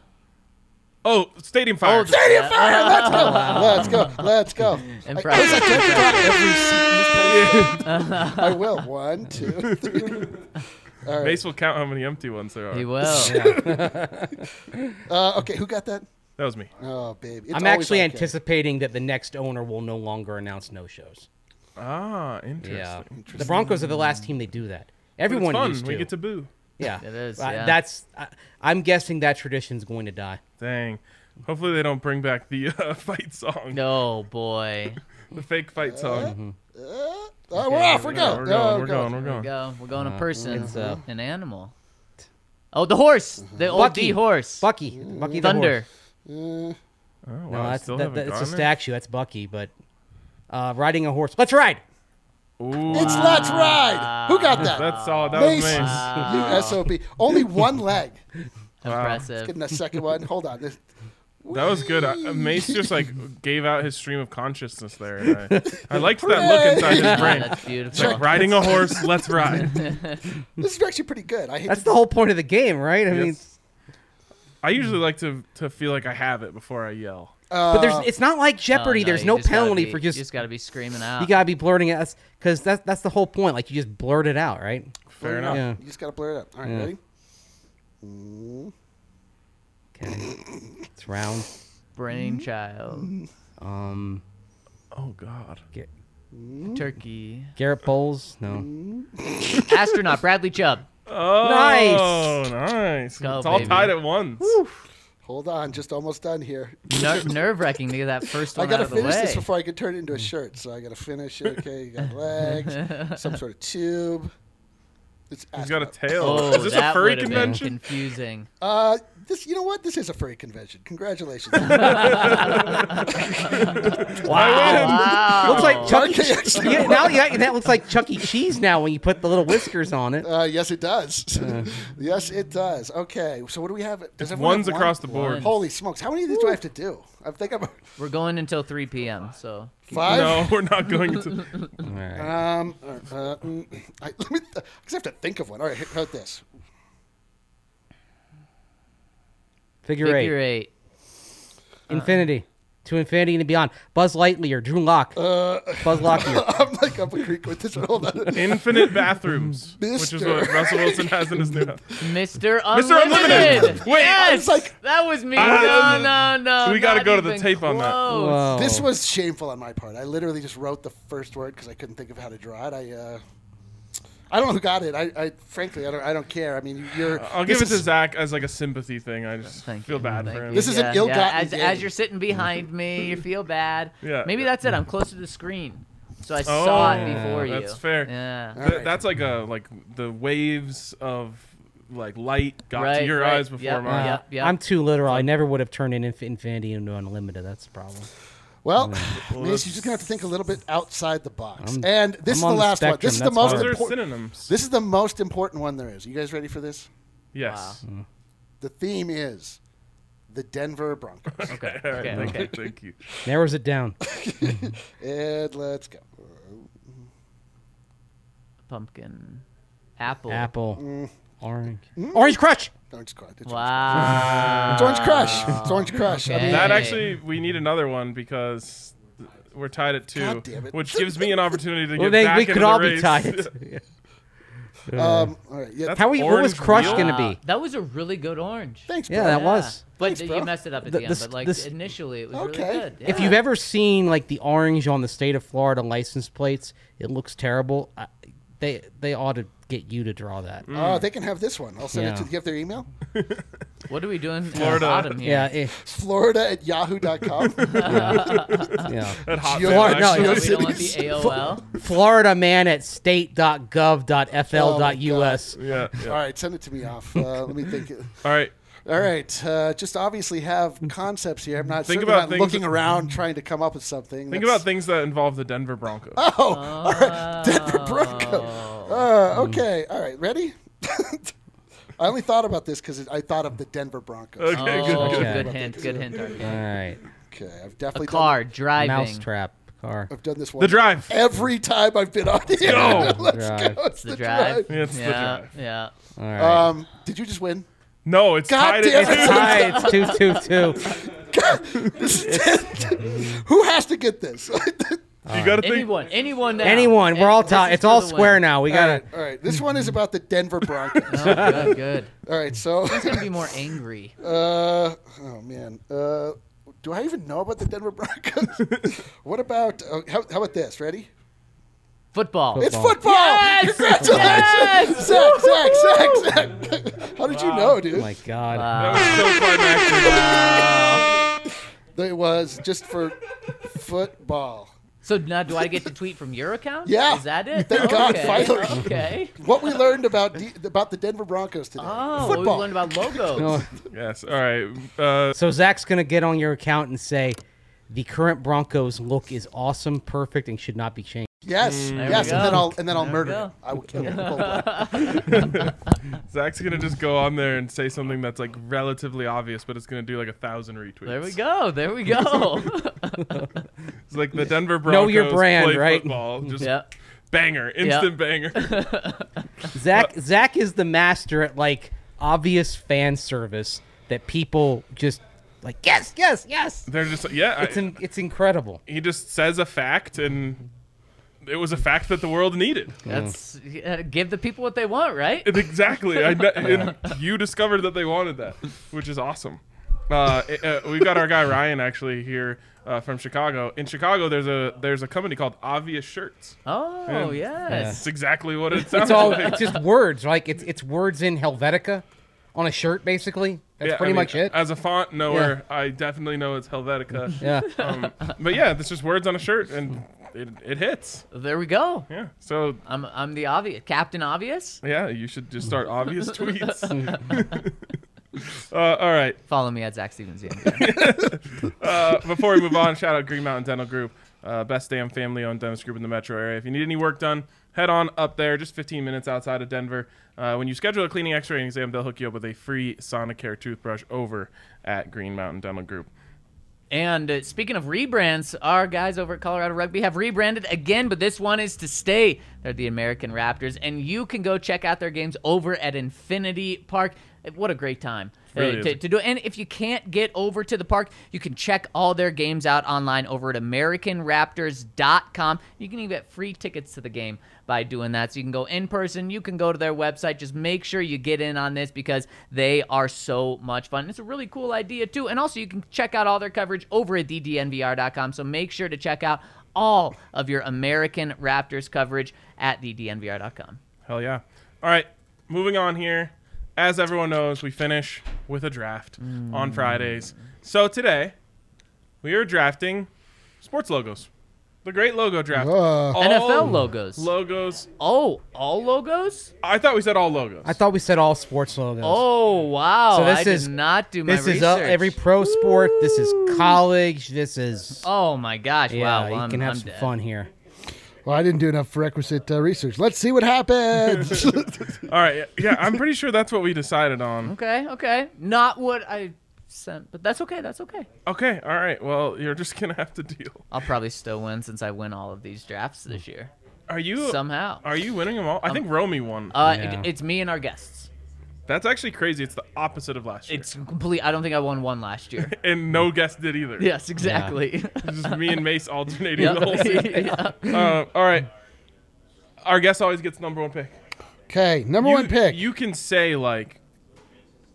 Speaker 3: Oh, stadium fire.
Speaker 1: Stadium
Speaker 4: let's go. Let's go.
Speaker 1: Impressive.
Speaker 4: Every seat in this place. I will. One, two, three. All right.
Speaker 3: Mace will count how many empty ones there are.
Speaker 1: He will.
Speaker 4: Uh, okay, who got that?
Speaker 3: That was me.
Speaker 4: Oh, baby. It's
Speaker 5: I'm
Speaker 4: always
Speaker 5: actually
Speaker 4: okay.
Speaker 5: anticipating that the next owner will no longer announce no shows.
Speaker 3: Ah, interesting.
Speaker 5: Yeah.
Speaker 3: But
Speaker 5: The Broncos are the last team they do that.
Speaker 3: It's
Speaker 5: Everyone
Speaker 3: fun.
Speaker 5: used to.
Speaker 3: We get to boo.
Speaker 5: yeah.
Speaker 1: It is,
Speaker 5: I-
Speaker 1: yeah.
Speaker 5: That's. I, I'm guessing that tradition's going to die.
Speaker 3: Dang. Hopefully they don't bring back the uh, fight song,
Speaker 1: No, boy.
Speaker 3: the fake fight
Speaker 5: Mm-hmm.
Speaker 3: song.
Speaker 4: Oh, we're off. We're
Speaker 3: We're
Speaker 4: going.
Speaker 3: going. We're
Speaker 4: Oh,
Speaker 3: going. We're going. We're
Speaker 1: There
Speaker 3: going.
Speaker 1: we Uh, go. We're going a person.
Speaker 5: it's, uh,
Speaker 1: an animal. Oh, the horse. The old
Speaker 5: Bucky.
Speaker 1: D horse.
Speaker 5: Bucky. Bucky the
Speaker 1: Thunder.
Speaker 3: Oh,
Speaker 5: horse.
Speaker 3: wow.
Speaker 5: No,
Speaker 3: I
Speaker 5: that's
Speaker 3: still
Speaker 5: that,
Speaker 3: haven't
Speaker 5: that, it's a
Speaker 3: gone there?
Speaker 5: statue. That's Bucky, but uh, riding a horse. Let's ride.
Speaker 3: Ooh,
Speaker 4: It's Let's Ride. Who got that?
Speaker 3: that's solid. That
Speaker 4: Mace,
Speaker 3: was Mace.
Speaker 4: you SOB. Only one leg.
Speaker 1: Impressive.
Speaker 4: Getting a second one. Hold on. This-
Speaker 3: That was good. I, uh, Mace just like gave out his stream of consciousness there. and I, I liked that look inside his
Speaker 1: Ah,
Speaker 3: brain.
Speaker 1: that's
Speaker 3: It's
Speaker 1: beautiful.
Speaker 3: like riding a horse. Let's ride.
Speaker 4: This is actually pretty good. I hate
Speaker 5: That's
Speaker 4: to-
Speaker 5: the whole point of the game, right? I mean,
Speaker 3: Yes. I usually like to to feel like I have it before I yell.
Speaker 4: uh,
Speaker 5: but there's it's not like
Speaker 1: Oh,
Speaker 5: Jeopardy. there's
Speaker 1: you
Speaker 5: no
Speaker 1: just gotta
Speaker 5: penalty
Speaker 1: be-
Speaker 5: for
Speaker 1: You
Speaker 5: just
Speaker 1: just got to be screaming out.
Speaker 5: you gotta be blurting at us because that's that's the whole point. Like you just blurt it out, right?
Speaker 3: Fair
Speaker 4: blur it
Speaker 3: enough.
Speaker 4: out.
Speaker 5: Yeah.
Speaker 4: You just got to blur it out. All right,
Speaker 5: Yeah.
Speaker 4: ready?
Speaker 5: Okay, it's round.
Speaker 1: Brainchild.
Speaker 5: Um,
Speaker 3: Oh God.
Speaker 5: Ga-
Speaker 1: Turkey.
Speaker 5: Garrett Bowles, no.
Speaker 1: Astronaut. Bradley Chubb.
Speaker 3: Oh,
Speaker 5: Nice.
Speaker 3: nice.
Speaker 1: Go,
Speaker 3: it's all
Speaker 1: baby.
Speaker 3: tied at once.
Speaker 4: Hold on. Just almost done here.
Speaker 1: Ner- Nerve wracking to get that first
Speaker 4: I
Speaker 1: one
Speaker 4: gotta
Speaker 1: out of the
Speaker 4: finish
Speaker 1: way.
Speaker 4: this before I can turn it into a shirt. So I gotta finish it. Okay, you got legs, some sort of tube. It's
Speaker 3: He's got a
Speaker 4: astronaut.
Speaker 3: tail.
Speaker 1: Oh,
Speaker 3: Is this a
Speaker 1: that
Speaker 3: furry
Speaker 1: would've been
Speaker 3: convention?
Speaker 1: confusing.
Speaker 4: Uh, This, you know what? This is a furry convention. Congratulations. Uh,
Speaker 1: Wow.
Speaker 5: Looks like Chuck E.
Speaker 4: Okay.
Speaker 5: Cheese. Yeah, now yeah, that looks like Chuck E. Cheese now when you put the little whiskers on it.
Speaker 4: Uh, yes, it does. yes, it does. Okay, so what do we have? Does everyone
Speaker 3: One's
Speaker 4: have one?
Speaker 3: across the board.
Speaker 4: Holy smokes! How many of these do I have to do? I think I'm
Speaker 1: We're going until 3 p.m. So
Speaker 4: five.
Speaker 3: No, we're not going to.
Speaker 4: Um, uh, uh, mm, I, let me. Th- I just have to think of one. All right, here- how about this?
Speaker 5: Figure, eight.
Speaker 1: figure eight.
Speaker 5: Infinity. To infinity and beyond. Buzz Lightyear. Drew Locke. Buzz Lockyer.
Speaker 4: I'm like up a creek with this one. Hold on.
Speaker 3: Infinite bathrooms, which is what
Speaker 4: Mister.
Speaker 3: Russell Wilson has in his new house.
Speaker 1: Mr.
Speaker 3: Mr. Unlimited!
Speaker 1: Unlimited.
Speaker 3: Wait, I
Speaker 1: yes,
Speaker 4: was like-
Speaker 1: that was me.
Speaker 3: Ah,
Speaker 1: no, no, no.
Speaker 3: we gotta
Speaker 1: not
Speaker 3: go to the
Speaker 1: even
Speaker 3: tape on that.
Speaker 1: close.
Speaker 5: Whoa.
Speaker 4: This was shameful on my part. I literally just wrote the first word because I couldn't think of how to draw it. I. Uh, I don't know who got it. I, I frankly, I don't. I don't care. I mean, you're.
Speaker 3: I'll give it
Speaker 4: this
Speaker 3: to
Speaker 4: is-
Speaker 3: Zach as like a sympathy thing. I just
Speaker 1: Thank
Speaker 3: feel
Speaker 1: you.
Speaker 3: bad
Speaker 1: Thank
Speaker 3: for him.
Speaker 1: you.
Speaker 4: This is an
Speaker 1: Yeah,
Speaker 4: ill-gotten
Speaker 1: yeah. As,
Speaker 4: gain.
Speaker 1: as you're sitting behind me, you feel bad.
Speaker 3: Yeah.
Speaker 1: Maybe that's it. I'm closer to the screen, so I saw it
Speaker 3: Oh,
Speaker 1: before you.
Speaker 3: that's fair.
Speaker 1: Yeah.
Speaker 3: Th-
Speaker 4: Alright.
Speaker 3: That's like a like the waves of like light got to
Speaker 1: Right,
Speaker 3: your
Speaker 1: right.
Speaker 3: eyes before
Speaker 1: Yep,
Speaker 3: mine.
Speaker 1: yep. yeah.
Speaker 5: Uh, I'm too literal. I never would have turned an inf- infinity into unlimited. That's the problem.
Speaker 4: Well,
Speaker 3: that's-
Speaker 4: Mace, you're just gonna have to think a little bit outside the box.
Speaker 5: I'm-
Speaker 4: and this is
Speaker 5: I'm
Speaker 4: the
Speaker 5: on the
Speaker 4: last one.
Speaker 5: spectrum,
Speaker 4: This is the
Speaker 5: that's
Speaker 4: most
Speaker 3: Those
Speaker 5: fine.
Speaker 3: are
Speaker 4: important.
Speaker 3: synonyms.
Speaker 4: This is the most important one there is. You guys ready for this?
Speaker 3: yes.
Speaker 4: The theme is the Denver Broncos.
Speaker 1: Okay.
Speaker 3: All right,
Speaker 1: Okay.
Speaker 3: thank
Speaker 1: okay.
Speaker 3: you. Thank you.
Speaker 5: Narrows it down.
Speaker 4: and let's go.
Speaker 1: Pumpkin, apple.
Speaker 5: Apple. Orange. Orange Crush.
Speaker 4: Orange Crush. It's,
Speaker 1: Wow.
Speaker 4: it's Orange Crush. It's Orange Crush. I mean,
Speaker 3: That
Speaker 1: Hey.
Speaker 3: actually, we need another one because th- we're tied at two,
Speaker 4: God damn it.
Speaker 3: which gives me an opportunity to get
Speaker 5: Well, they,
Speaker 3: back
Speaker 5: we
Speaker 3: into
Speaker 5: could
Speaker 3: the
Speaker 5: all
Speaker 3: race.
Speaker 5: be tied.
Speaker 4: um, all right. Yeah.
Speaker 3: That's
Speaker 5: How we, what was
Speaker 3: orange
Speaker 5: Crush
Speaker 3: wheel?
Speaker 5: going to
Speaker 1: Wow.
Speaker 5: be?
Speaker 1: That was a really good orange.
Speaker 4: Thanks,
Speaker 5: Yeah,
Speaker 4: bro.
Speaker 5: that was.
Speaker 1: But
Speaker 4: Thanks,
Speaker 1: you
Speaker 4: bro.
Speaker 1: messed it up at
Speaker 5: The-
Speaker 1: the, end.
Speaker 5: this-
Speaker 1: but like
Speaker 5: this-
Speaker 1: initially, it was
Speaker 4: Okay.
Speaker 1: really good. Yeah.
Speaker 5: If you've ever seen like the orange on the state of Florida license plates, it looks terrible. I, they they ought to get you to draw that.
Speaker 3: Mm.
Speaker 4: Oh, they can have this one. I'll send it to.
Speaker 5: Yeah.
Speaker 4: Do you have their email?
Speaker 1: what are we doing?
Speaker 3: Florida.
Speaker 1: Florida. Bottom here?
Speaker 5: Yeah, it,
Speaker 4: Florida at yahoo.com.
Speaker 5: yeah.
Speaker 3: At Hotmail,
Speaker 5: uh, Florida-
Speaker 1: No, we
Speaker 3: actually.
Speaker 4: Florida
Speaker 5: no,
Speaker 1: don't want the
Speaker 4: cities.
Speaker 1: AOL.
Speaker 5: Florida man at state.gov.fl.us.
Speaker 3: Yeah, yeah.
Speaker 4: All right, send it to me off. Uh, let me think.
Speaker 3: All right.
Speaker 4: All right, uh, just obviously have concepts here. I'm not
Speaker 3: Think
Speaker 4: certainly
Speaker 3: about
Speaker 4: not
Speaker 3: things-
Speaker 4: looking around trying to come up with something.
Speaker 3: Think
Speaker 4: That's-
Speaker 3: about things that involve the Denver Broncos.
Speaker 4: Oh, all right. Denver Bronco.
Speaker 1: Oh.
Speaker 3: Hmm.
Speaker 4: Uh, okay, all right. Ready? I only thought about this because I thought of the Denver Broncos.
Speaker 3: Okay,
Speaker 1: Oh,
Speaker 3: good, good.
Speaker 5: Okay.
Speaker 1: good hint. Good hint. Arcane.
Speaker 5: All right.
Speaker 4: Okay, I've definitely
Speaker 1: Car
Speaker 4: Done,
Speaker 1: driving.
Speaker 5: Mousetrap car.
Speaker 4: I've done this one.
Speaker 3: The drive.
Speaker 4: Every time I've been on here.
Speaker 3: go.
Speaker 4: Let's
Speaker 5: Drive.
Speaker 4: go. It's
Speaker 1: The drive.
Speaker 3: Yeah, it's the
Speaker 1: yeah,
Speaker 3: drive.
Speaker 1: yeah.
Speaker 5: All right.
Speaker 4: Um, did you just win?
Speaker 3: No, it's
Speaker 4: God
Speaker 3: tied
Speaker 4: damn
Speaker 3: at
Speaker 4: it.
Speaker 3: two.
Speaker 5: Hi, it's two two two.
Speaker 4: Who has to get this? all
Speaker 3: You got to think.
Speaker 1: Anyone. Anyone. Now.
Speaker 5: Anyone, we're all
Speaker 1: This
Speaker 5: tied.
Speaker 1: is
Speaker 5: It's
Speaker 1: for
Speaker 5: all
Speaker 1: the
Speaker 5: square
Speaker 1: win.
Speaker 5: now. We
Speaker 4: right,
Speaker 5: gotta.
Speaker 4: all right. This one is about the Denver Broncos.
Speaker 1: No, good. Good.
Speaker 4: All right, so
Speaker 1: It's gonna be more angry.
Speaker 4: Uh, oh man. Uh, do I even know about the Denver Broncos? what about uh, how, how about this? Ready?
Speaker 1: Football.
Speaker 4: It's football! Congratulations! Zach, Zach, Zach, Zach. How did you know, dude?
Speaker 5: Oh my God.
Speaker 3: That was so climactic.
Speaker 4: It was just for football.
Speaker 1: So now, do I get to tweet from your account?
Speaker 4: Yeah.
Speaker 1: Is that it?
Speaker 4: Thank
Speaker 1: okay.
Speaker 4: God, finally.
Speaker 1: Okay.
Speaker 4: What we learned about D- about the Denver Broncos today.
Speaker 1: Oh, what
Speaker 4: football.
Speaker 1: we learned about logos.
Speaker 5: No.
Speaker 3: Yes. All right. Uh,
Speaker 5: So Zach's gonna get on your account and say, the current Broncos look is awesome, perfect, and should not be changed.
Speaker 4: yes,
Speaker 1: we
Speaker 4: yes, and
Speaker 1: go.
Speaker 4: then I'll and then I'll
Speaker 1: There we
Speaker 4: murder
Speaker 1: go.
Speaker 4: him. I will kill him. Cold blood.
Speaker 3: Zach's gonna just go on there and say something that's like relatively obvious, but it's gonna do like a thousand retweets.
Speaker 1: There we go. There we go.
Speaker 3: It's like the Denver Broncos.
Speaker 5: Know your brand,
Speaker 3: play
Speaker 5: right?
Speaker 3: Football. Just
Speaker 1: yeah.
Speaker 3: banger, instant banger.
Speaker 5: Zach Zach is the master at like obvious fan service that people just like yes yes yes.
Speaker 3: They're just like, yeah.
Speaker 5: It's
Speaker 3: I,
Speaker 5: in, it's incredible.
Speaker 3: he just says a fact, and it was a fact that the world needed.
Speaker 1: That's uh, give the people what they want, right?
Speaker 3: And exactly. I kn- and you discovered that they wanted that, which is awesome. Uh, it- uh, we've got our guy Ryan actually here uh, from Chicago. In Chicago, there's a there's a company called Obvious Shirts.
Speaker 1: Oh yes.
Speaker 3: It's exactly what it sounds
Speaker 5: It's all
Speaker 3: like.
Speaker 5: it's just words like it's it's words in Helvetica on a shirt basically. That's
Speaker 3: Yeah, I
Speaker 5: pretty
Speaker 3: mean,
Speaker 5: much it.
Speaker 3: As a font knower, I definitely know it's Helvetica.
Speaker 5: yeah.
Speaker 3: um, but yeah, that's just words on a shirt, and it, it hits.
Speaker 1: There we go.
Speaker 3: Yeah. So
Speaker 1: I'm I'm the obvious Captain Obvious.
Speaker 3: yeah, you should just start obvious tweets. Uh, all right.
Speaker 1: Follow me at Zach Stevens. Yeah.
Speaker 3: Uh, before we move on, shout out Green Mountain Dental Group, uh, best damn family owned dentist group in the metro area. If you need any work done, head on up there, just 15 minutes outside of Denver. Uh, when you schedule a cleaning, x ray, and exam, they'll hook you up with a free Sonicare toothbrush over at Green Mountain Dental Group.
Speaker 1: And uh, speaking of rebrands, our guys over at Colorado Rugby have rebranded again, but this one is to stay. They're the American Raptors, and you can go check out their games over at Infinity Park. Uh, What a great time uh,
Speaker 3: Really is
Speaker 1: to,
Speaker 3: a
Speaker 1: to do! And if you can't get over to the park, you can check all their games out online over at AmericanRaptors.com. You can even get free tickets to the game by doing that. So you can go in person, you can go to their website. Just make sure you get in on this because they are so much fun. It's a really cool idea, too. And also, you can check out all their coverage over at DDNVR.com. So make sure to check out all of your American Raptors coverage at DDNVR.com.
Speaker 3: Hell yeah. All right, moving on here. As everyone knows, we finish with a draft on Fridays. So today, we are drafting sports logos. The great logo draft.
Speaker 4: Whoa.
Speaker 3: All
Speaker 1: NFL logos.
Speaker 3: Logos.
Speaker 1: oh, all logos?
Speaker 3: I thought we said all logos.
Speaker 5: I thought we said all sports logos.
Speaker 1: Oh, wow.
Speaker 5: So this
Speaker 1: I
Speaker 5: is-
Speaker 1: did not do my
Speaker 5: this
Speaker 1: research.
Speaker 5: is uh, every pro sport. This is college. This is
Speaker 1: Oh my gosh!
Speaker 5: yeah.
Speaker 1: wow,
Speaker 5: you
Speaker 1: I'm-
Speaker 5: can have
Speaker 1: I'm
Speaker 5: some
Speaker 1: dead.
Speaker 5: fun here.
Speaker 4: Well, I didn't do enough requisite uh, research. Let's see what happens.
Speaker 3: All right. yeah, Yeah, I'm pretty sure that's what we decided on.
Speaker 1: Okay, okay, not what I sent, but that's okay. That's okay.
Speaker 3: Okay. All right. Well, you're just gonna have to deal.
Speaker 1: I'll probably still win since I win all of these drafts this year
Speaker 3: Are you?
Speaker 1: somehow.
Speaker 3: Are you winning them all? I think Romy won.
Speaker 1: Uh,
Speaker 5: Yeah.
Speaker 1: it, it's me and our guests.
Speaker 3: That's actually crazy. It's the opposite of last year.
Speaker 1: It's complete. I don't think I won one last year.
Speaker 3: and no guest did either.
Speaker 1: yes, exactly.
Speaker 3: It's just me and Mace alternating
Speaker 1: Yeah.
Speaker 3: the whole season.
Speaker 1: Yeah.
Speaker 3: Uh, all right. Our guest always gets number one pick.
Speaker 4: okay, number
Speaker 3: You,
Speaker 4: one pick.
Speaker 3: You can say like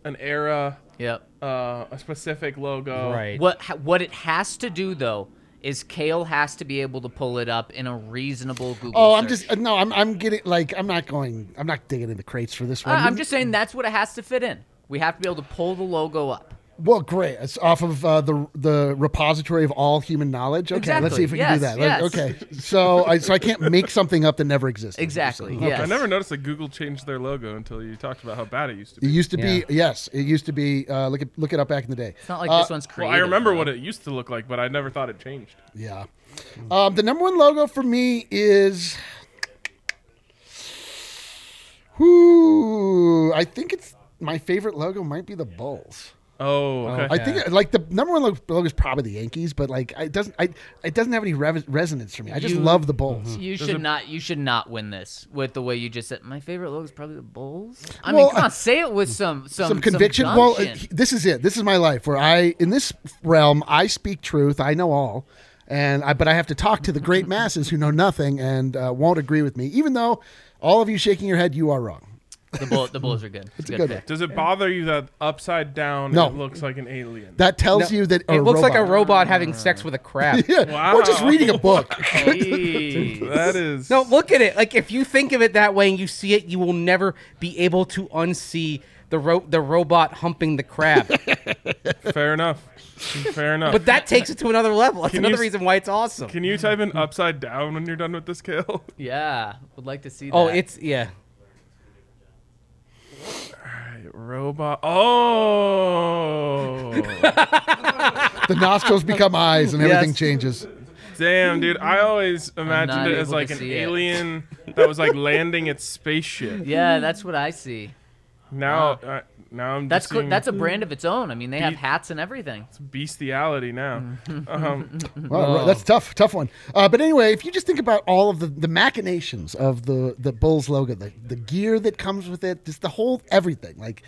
Speaker 3: an era,
Speaker 1: Yep.
Speaker 3: uh, a specific logo.
Speaker 5: Right.
Speaker 1: What ha- what it has to do though is Kale has to be able to pull it up in a reasonable Google.
Speaker 4: oh, I'm
Speaker 1: search.
Speaker 4: just uh, no. I'm I'm getting like I'm not going. I'm not digging in the crates for this one.
Speaker 1: I- Uh, I'm just saying that's what it has to fit in. We have to be able to pull the logo up.
Speaker 4: Well, great. It's off of uh, the the repository of all human knowledge. Okay, let's see if we can do
Speaker 1: Exactly.
Speaker 4: that. Let-
Speaker 1: Yes, yes.
Speaker 4: okay, so I so I can't make something up that never existed.
Speaker 1: Exactly.
Speaker 4: Okay.
Speaker 1: Yes.
Speaker 3: I never noticed that Google changed their logo until you talked about how bad it used to be.
Speaker 4: It used to
Speaker 5: Yeah.
Speaker 4: be yes. It used to be uh, look at look it up back in the day.
Speaker 1: It's not like
Speaker 4: Uh,
Speaker 1: this one's
Speaker 3: Well,
Speaker 1: creative.
Speaker 3: I remember
Speaker 1: though.
Speaker 3: what it used to look like, but I never thought it changed.
Speaker 4: Yeah. Um, the number one logo for me is. Whoo! I think it's my favorite logo. Might be the Bulls.
Speaker 3: Oh, okay.
Speaker 4: Uh, I think like the number one lo- logo is probably the Yankees, but like it doesn't. I it doesn't have any rev- resonance for me. I just
Speaker 1: You-
Speaker 4: love the
Speaker 5: Mm-hmm.
Speaker 4: Bulls.
Speaker 1: You should not. You should not win this with the way you just said. My favorite logo is probably the Bulls. I
Speaker 4: Well,
Speaker 1: mean, come
Speaker 4: I-
Speaker 1: on, say it with some some,
Speaker 4: some conviction. well, uh,
Speaker 1: gumption.
Speaker 4: he- this is it. This is my life where I, in this realm, I speak truth. I know all, and I, but I have to talk to the great masses who know nothing and uh, won't agree with me, even though all of you shaking your head, you are wrong.
Speaker 1: the, bull, the Bulls are good. It's a
Speaker 4: a
Speaker 1: good,
Speaker 4: good
Speaker 1: pick.
Speaker 3: Does it bother you that upside down
Speaker 4: No.
Speaker 3: it looks like an alien?
Speaker 4: That tells you that
Speaker 5: It looks like a robot having sex with a crab.
Speaker 4: yeah,
Speaker 3: Wow.
Speaker 4: or just reading a book.
Speaker 1: Jeez.
Speaker 3: that is
Speaker 5: No, look at it. Like if you think of it that way and you see it, you will never be able to unsee the ro- the robot humping the crab.
Speaker 3: fair enough. Fair enough.
Speaker 5: but that takes it to another level. That's
Speaker 3: Can you
Speaker 5: another
Speaker 3: s-
Speaker 5: reason why it's awesome.
Speaker 3: Can you type in upside down when you're done with this, Kale?
Speaker 1: yeah, would like to see. That.
Speaker 5: oh, it's yeah.
Speaker 3: Robot. Oh,
Speaker 4: the nostrils become eyes, and everything
Speaker 5: Yes.
Speaker 4: changes.
Speaker 3: damn, dude! I always
Speaker 1: not
Speaker 3: imagined it as
Speaker 1: able
Speaker 3: like
Speaker 1: to
Speaker 3: an
Speaker 1: see it.
Speaker 3: alien that was like landing its spaceship.
Speaker 1: yeah. That's what I see.
Speaker 3: Now,
Speaker 1: Uh-huh.
Speaker 3: uh, now I'm
Speaker 1: That's
Speaker 3: just
Speaker 1: cool.
Speaker 3: seeing
Speaker 1: That's a brand of its own. I mean, they have
Speaker 3: Beat-
Speaker 1: hats and everything.
Speaker 3: bestiality now.
Speaker 1: Mm-hmm.
Speaker 3: um,
Speaker 4: Wow, that's tough, tough one. Uh, but anyway, if you just think about all of the, the machinations of the the Bulls logo, the the gear that comes with it, just the whole everything. Like,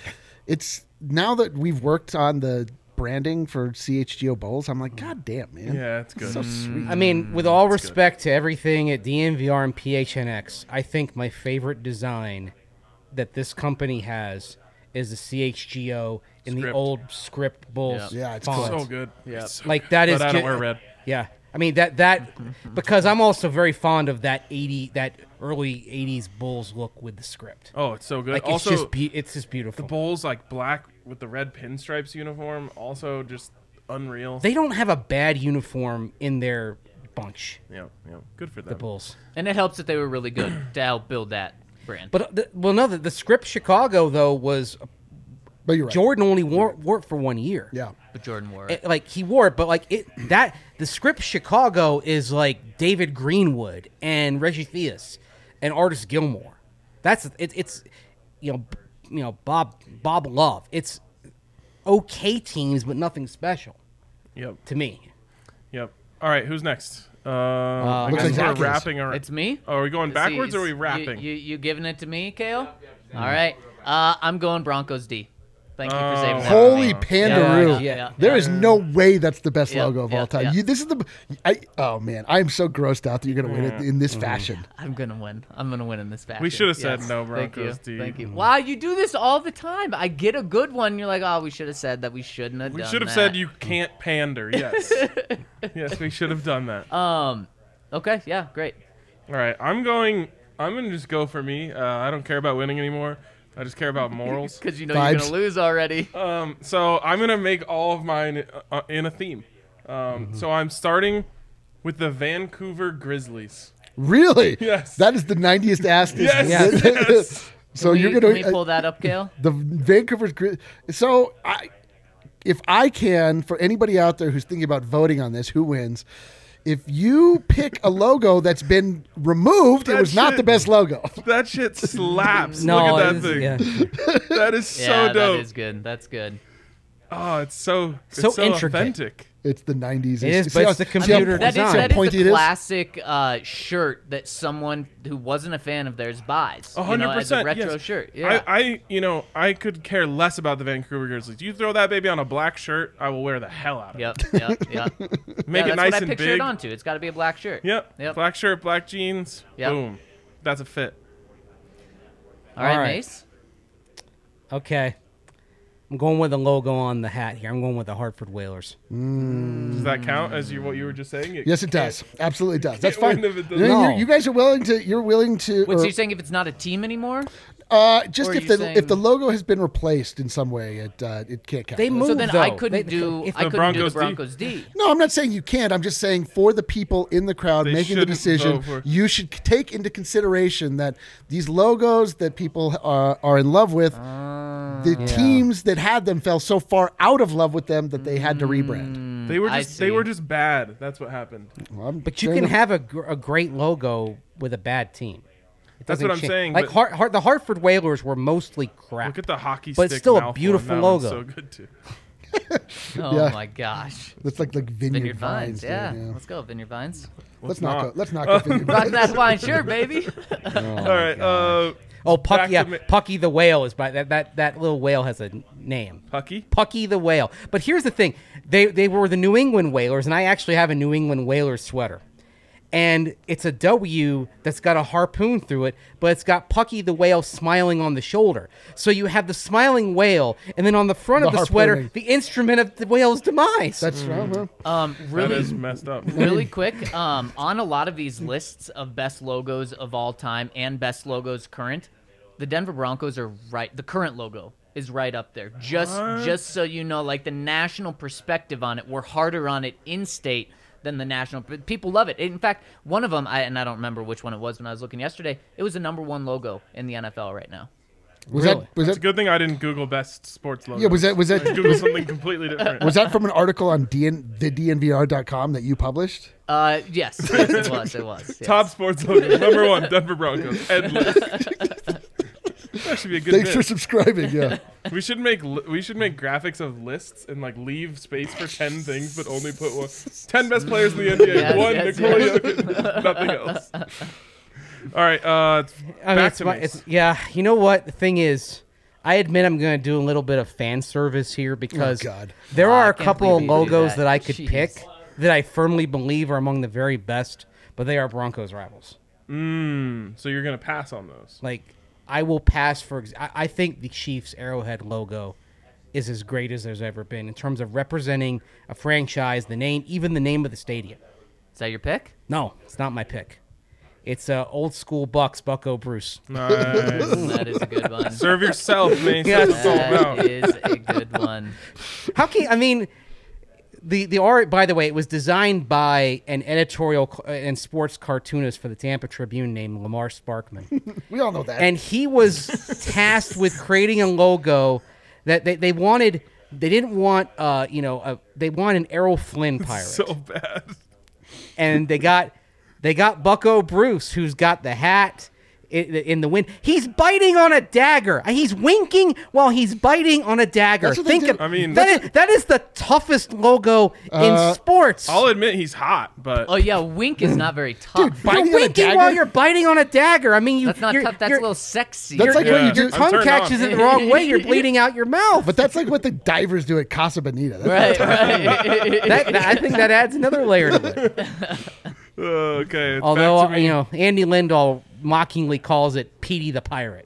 Speaker 4: it's now that we've worked on the branding for CHGO Bulls, I'm like, God damn, man,
Speaker 3: yeah, it's good.
Speaker 4: so sweet.
Speaker 5: I mean, with all respect to everything at DNVR and PHNX, I think my favorite design that this company has is the CHGO in the
Speaker 3: Script.
Speaker 5: old script bulls.
Speaker 1: Yeah.
Speaker 4: Yeah, it's
Speaker 5: font.
Speaker 4: cool.
Speaker 3: so good. Yeah,
Speaker 5: Like that is
Speaker 3: But I don't
Speaker 5: ju-
Speaker 3: wear red.
Speaker 5: Yeah. I mean that that because I'm also very fond of that 80 that early 80s Bulls look with the script.
Speaker 3: Oh, it's so good.
Speaker 5: Like
Speaker 3: also,
Speaker 5: it's just be- it's just beautiful.
Speaker 3: Bulls like black with the red pinstripes uniform. Also, just unreal.
Speaker 5: they don't have a bad uniform in their bunch,
Speaker 3: yeah, yeah, good for them.
Speaker 5: the Bulls.
Speaker 1: And it helps that they were really
Speaker 5: uh,
Speaker 1: good to help build that brand.
Speaker 5: But the, well no, the, the script Chicago though was
Speaker 4: But you're right.
Speaker 5: Jordan only wore, wore it for one year.
Speaker 4: Yeah.
Speaker 1: But Jordan wore
Speaker 5: It- like he wore it, but like it that the script Chicago is like David Greenwood and Reggie Theus and Artis Gilmore. That's it, it's you know b- you know Bob Bob Love. It's okay teams, but nothing special
Speaker 3: Yep.
Speaker 5: to me.
Speaker 3: Yep. All right. Who's next? Uh, I
Speaker 4: looks
Speaker 3: guess
Speaker 4: like
Speaker 3: we're
Speaker 4: Zach is.
Speaker 3: wrapping. Our, Oh,
Speaker 1: It's me.
Speaker 3: Are we going
Speaker 1: See,
Speaker 3: backwards or are we
Speaker 1: you-
Speaker 3: wrapping?
Speaker 1: You, you, giving it to me, Kale? All right. Uh, I'm going Broncos D. Thank you for
Speaker 3: Oh.
Speaker 1: saving that. for me.
Speaker 4: Holy Pandaroo.
Speaker 1: yeah, yeah.
Speaker 4: There is no way that's the best
Speaker 1: Yeah,
Speaker 4: logo of
Speaker 1: yeah,
Speaker 4: all time.
Speaker 1: yeah.
Speaker 4: You, this is the. I, oh, man. I am so grossed out that you're going to win it in
Speaker 3: Mm-hmm.
Speaker 4: this fashion.
Speaker 1: I'm gonna win. I'm gonna win in this fashion.
Speaker 3: should have said no, Broncos
Speaker 1: Thank you.
Speaker 3: D.
Speaker 1: Thank you. Wow, you do this all the time. I get a good one. You're like, oh, we should have said that. We shouldn't have.
Speaker 3: we
Speaker 1: done
Speaker 3: should have
Speaker 1: that."
Speaker 3: said you can't pander. Yes. yes, we should have done that.
Speaker 1: Um. Okay. Yeah. Great.
Speaker 3: All right, I'm going. I'm gonna just go for me. Uh, I don't care about winning anymore. I just care about morals.
Speaker 1: Because you know you're
Speaker 4: Vibes.
Speaker 1: gonna lose already.
Speaker 3: Um, so I'm gonna make all of mine uh, in a theme. Um,
Speaker 5: Mm-hmm.
Speaker 3: So I'm starting with the Vancouver Grizzlies.
Speaker 4: Really?
Speaker 3: Yes.
Speaker 4: That is the 90th ass.
Speaker 3: Yes, yes.
Speaker 1: Can
Speaker 4: so Oh, you're
Speaker 1: we-
Speaker 4: going
Speaker 1: Can we pull that up, Kale?
Speaker 4: the Vancouver's Gri- so I if I can for anybody out there who's thinking about voting on this who wins if you pick a logo that's been removed it
Speaker 3: That
Speaker 4: was not
Speaker 3: shit-
Speaker 4: the best logo
Speaker 3: That shit slaps.
Speaker 5: No,
Speaker 3: Look at that
Speaker 5: it
Speaker 3: thing.
Speaker 5: is- yeah.
Speaker 3: That is so
Speaker 1: yeah. That
Speaker 3: dope.
Speaker 1: is good. That's good.
Speaker 3: Oh, it's so it's
Speaker 5: So
Speaker 3: so,
Speaker 5: intricate.
Speaker 3: authentic.
Speaker 4: it's the 90s
Speaker 5: It is,
Speaker 4: See
Speaker 5: but
Speaker 4: how-
Speaker 5: it's the
Speaker 4: see how-
Speaker 5: computer
Speaker 1: That
Speaker 4: see how
Speaker 1: is,
Speaker 5: design.
Speaker 1: that is
Speaker 4: pointy it
Speaker 1: the
Speaker 4: is?
Speaker 1: classic uh, shirt that someone who wasn't a fan of theirs buys.
Speaker 3: A
Speaker 1: you
Speaker 3: hundred
Speaker 1: know, as a
Speaker 3: percent.
Speaker 1: retro
Speaker 3: yes.
Speaker 1: shirt. Yeah.
Speaker 3: I, I, you know, I could care less about the Vancouver Grizzlies. You throw that baby on a black shirt, I will wear the hell out of
Speaker 1: yep. Yep. Yep.
Speaker 3: it. Make
Speaker 1: yeah,
Speaker 3: it
Speaker 1: that's
Speaker 3: nice
Speaker 1: what I
Speaker 3: and
Speaker 1: picture
Speaker 3: big.
Speaker 1: it onto. It's got to be a black shirt.
Speaker 3: Yep.
Speaker 1: Yep.
Speaker 3: Black shirt, black jeans.
Speaker 1: Yep.
Speaker 3: Boom. That's a fit.
Speaker 1: All right,
Speaker 5: All right.
Speaker 1: Mace.
Speaker 5: Okay. I'm going with the logo on the hat here. I'm going with the Hartford Whalers.
Speaker 3: Does that count as you what you were just saying? It-
Speaker 4: Yes, it does. Absolutely does. That's
Speaker 3: win
Speaker 4: fine.
Speaker 3: if it
Speaker 4: You,
Speaker 3: doesn't.
Speaker 4: you-
Speaker 5: No.
Speaker 4: you guys are willing to. You're willing to.
Speaker 1: Wait, so
Speaker 4: or-
Speaker 1: you're saying if it's not a team anymore?
Speaker 4: uh,
Speaker 1: or
Speaker 4: just
Speaker 1: are
Speaker 4: if
Speaker 1: you
Speaker 4: the
Speaker 1: saying-
Speaker 4: if the logo has been replaced in some way, it uh, it can't count.
Speaker 5: They moved
Speaker 1: so then
Speaker 5: though.
Speaker 1: I couldn't
Speaker 5: They-
Speaker 1: do
Speaker 5: if
Speaker 1: I
Speaker 3: the
Speaker 1: couldn't do the Broncos
Speaker 3: Broncos
Speaker 1: D.
Speaker 4: No, I'm not saying you can't. I'm just saying for the people in the crowd
Speaker 3: They
Speaker 4: making the
Speaker 3: shouldn't
Speaker 4: decision,
Speaker 3: vote for-
Speaker 4: you should c- take into consideration that these logos that people are, are in love with, the teams that had them fell so far out of love with them that they had to rebrand.
Speaker 3: They were
Speaker 1: I
Speaker 3: just they
Speaker 1: see.
Speaker 3: were just bad. That's what happened.
Speaker 4: Well, I'm-
Speaker 5: But you
Speaker 4: fair
Speaker 5: can
Speaker 4: enough.
Speaker 5: have a, gr- a great logo with a bad team. It
Speaker 3: That's
Speaker 5: doesn't
Speaker 3: what I'm saying,
Speaker 5: Like
Speaker 3: but-
Speaker 5: Har- Har- the Hartford Whalers were mostly crap.
Speaker 3: Look at the hockey
Speaker 5: But
Speaker 3: stick.
Speaker 5: it's still a
Speaker 3: mouthful on
Speaker 5: beautiful
Speaker 3: that one's
Speaker 5: logo.
Speaker 3: So good too.
Speaker 1: Oh
Speaker 4: Yeah.
Speaker 1: my gosh.
Speaker 4: That's like like vineyard,
Speaker 1: Vineyard Vines,
Speaker 4: dude,
Speaker 1: yeah. Let's go, Vineyard Vines.
Speaker 4: Let's not, go.
Speaker 3: not.
Speaker 4: Let's not go. vineyard
Speaker 1: Rock
Speaker 4: vines.
Speaker 1: that wine shirt, baby.
Speaker 3: All right. Uh,
Speaker 5: oh,
Speaker 3: back
Speaker 5: Pucky,
Speaker 3: to
Speaker 5: yeah,
Speaker 3: ma-
Speaker 5: Pucky the whale is by that, that that little whale has a n- name.
Speaker 3: Pucky.
Speaker 5: Pucky the whale. But here's the thing: they they were the New England Whalers, and I actually have a New England Whalers sweater, and it's a W that's got a harpoon through it, but it's got Pucky the whale smiling on the shoulder. So you have the smiling whale, and then on the front of
Speaker 4: The
Speaker 5: the sweater,
Speaker 4: harpooning.
Speaker 5: the instrument of the whale's demise.
Speaker 4: That's right. well,
Speaker 1: Um,
Speaker 3: That
Speaker 1: really
Speaker 3: is messed up.
Speaker 1: really quick um, on a lot of these lists of best logos of all time and best logos current the denver broncos are right the current logo is right up there just just so you know like the national perspective on it we're harder on it in state than the national but people love it in fact one of them I, and i don't remember which one it was when i was looking yesterday it was the number one logo in the nfl right now
Speaker 4: Was
Speaker 5: Really?
Speaker 4: that was
Speaker 3: It's a
Speaker 4: that
Speaker 3: good thing I didn't Google best sports logo.
Speaker 4: yeah? Was that was
Speaker 3: I
Speaker 4: that
Speaker 3: Google something completely different.
Speaker 4: was that from an article on DN, the DNVR.com that you published?
Speaker 1: uh yes, yes it was it was yes.
Speaker 3: Top sports logo number one Denver Broncos. Endless. that should be a good.
Speaker 4: Thanks
Speaker 3: bit.
Speaker 4: for subscribing. Yeah.
Speaker 3: We should make li- we should make graphics of lists and like leave space for ten things, but only put one. Ten best players in the NBA.
Speaker 1: Yes,
Speaker 3: one
Speaker 1: yes,
Speaker 3: Nikola
Speaker 1: yes.
Speaker 3: Jokic. Nothing else. All right. Uh,
Speaker 5: I mean,
Speaker 3: back
Speaker 5: it's
Speaker 3: to
Speaker 5: my-
Speaker 3: me.
Speaker 5: it's- yeah, you know what? The thing is, I admit I'm going to do a little bit of fan service here
Speaker 3: Oh,
Speaker 5: because
Speaker 4: God.
Speaker 5: there
Speaker 1: Wow, Oh, I
Speaker 5: are a
Speaker 1: can't
Speaker 5: couple of
Speaker 1: believe you did
Speaker 5: logos
Speaker 1: that.
Speaker 5: that. I could
Speaker 1: Jeez.
Speaker 5: pick that I firmly believe are among the very best, but they are Broncos rivals.
Speaker 3: so you're gonna pass on those.
Speaker 5: Like, I will pass for. ex- I, I think the Chiefs Arrowhead logo is as great as there's ever been in terms of representing a franchise, the name, even the name of the stadium.
Speaker 1: is that your pick
Speaker 5: No, it's not my pick. It's uh, old school Bucks, Bucko Bruce.
Speaker 3: Nice.
Speaker 1: that is a good one
Speaker 3: Serve yourself, man. That's what it's all about.
Speaker 1: that is a good one
Speaker 5: How can I mean the the art? By the way, it was designed by an editorial c- and sports cartoonist for the Tampa Tribune named Lamar Sparkman,
Speaker 4: We all know that.
Speaker 5: and he was tasked with creating a logo That they, they wanted they didn't want uh you know a, they want an Errol Flynn pirate
Speaker 3: so bad.
Speaker 5: and they got they got Bucko Bruce, who's got the hat in, in the wind. He's biting on a dagger. He's winking while he's biting on a dagger.
Speaker 4: That's what Uh, they
Speaker 5: Think
Speaker 4: do.
Speaker 5: of,
Speaker 3: I mean-
Speaker 5: that is, that is the toughest logo in sports.
Speaker 3: I'll admit he's hot, but
Speaker 1: Oh yeah, wink is not very tough.
Speaker 5: you're
Speaker 4: Biting on a
Speaker 5: winking while
Speaker 4: dagger?
Speaker 5: you're biting on a dagger. I mean, you
Speaker 1: that's not
Speaker 5: you're-
Speaker 1: tough. That's a
Speaker 5: you're-
Speaker 1: little sexy.
Speaker 4: That's like
Speaker 3: Yeah.
Speaker 4: what you
Speaker 5: your
Speaker 4: do.
Speaker 3: I'm
Speaker 5: tongue
Speaker 3: turned
Speaker 5: catches
Speaker 3: on.
Speaker 5: it the wrong way. You're bleeding out your mouth.
Speaker 4: But that's like what the divers do at Casa Bonita. That's
Speaker 1: right, right.
Speaker 5: that, that- I think that adds another layer to it.
Speaker 3: uh, okay. it's
Speaker 5: Although
Speaker 3: back to
Speaker 5: uh,
Speaker 3: me.
Speaker 5: you know, Andy Lindahl mockingly calls it Petey the Pirate.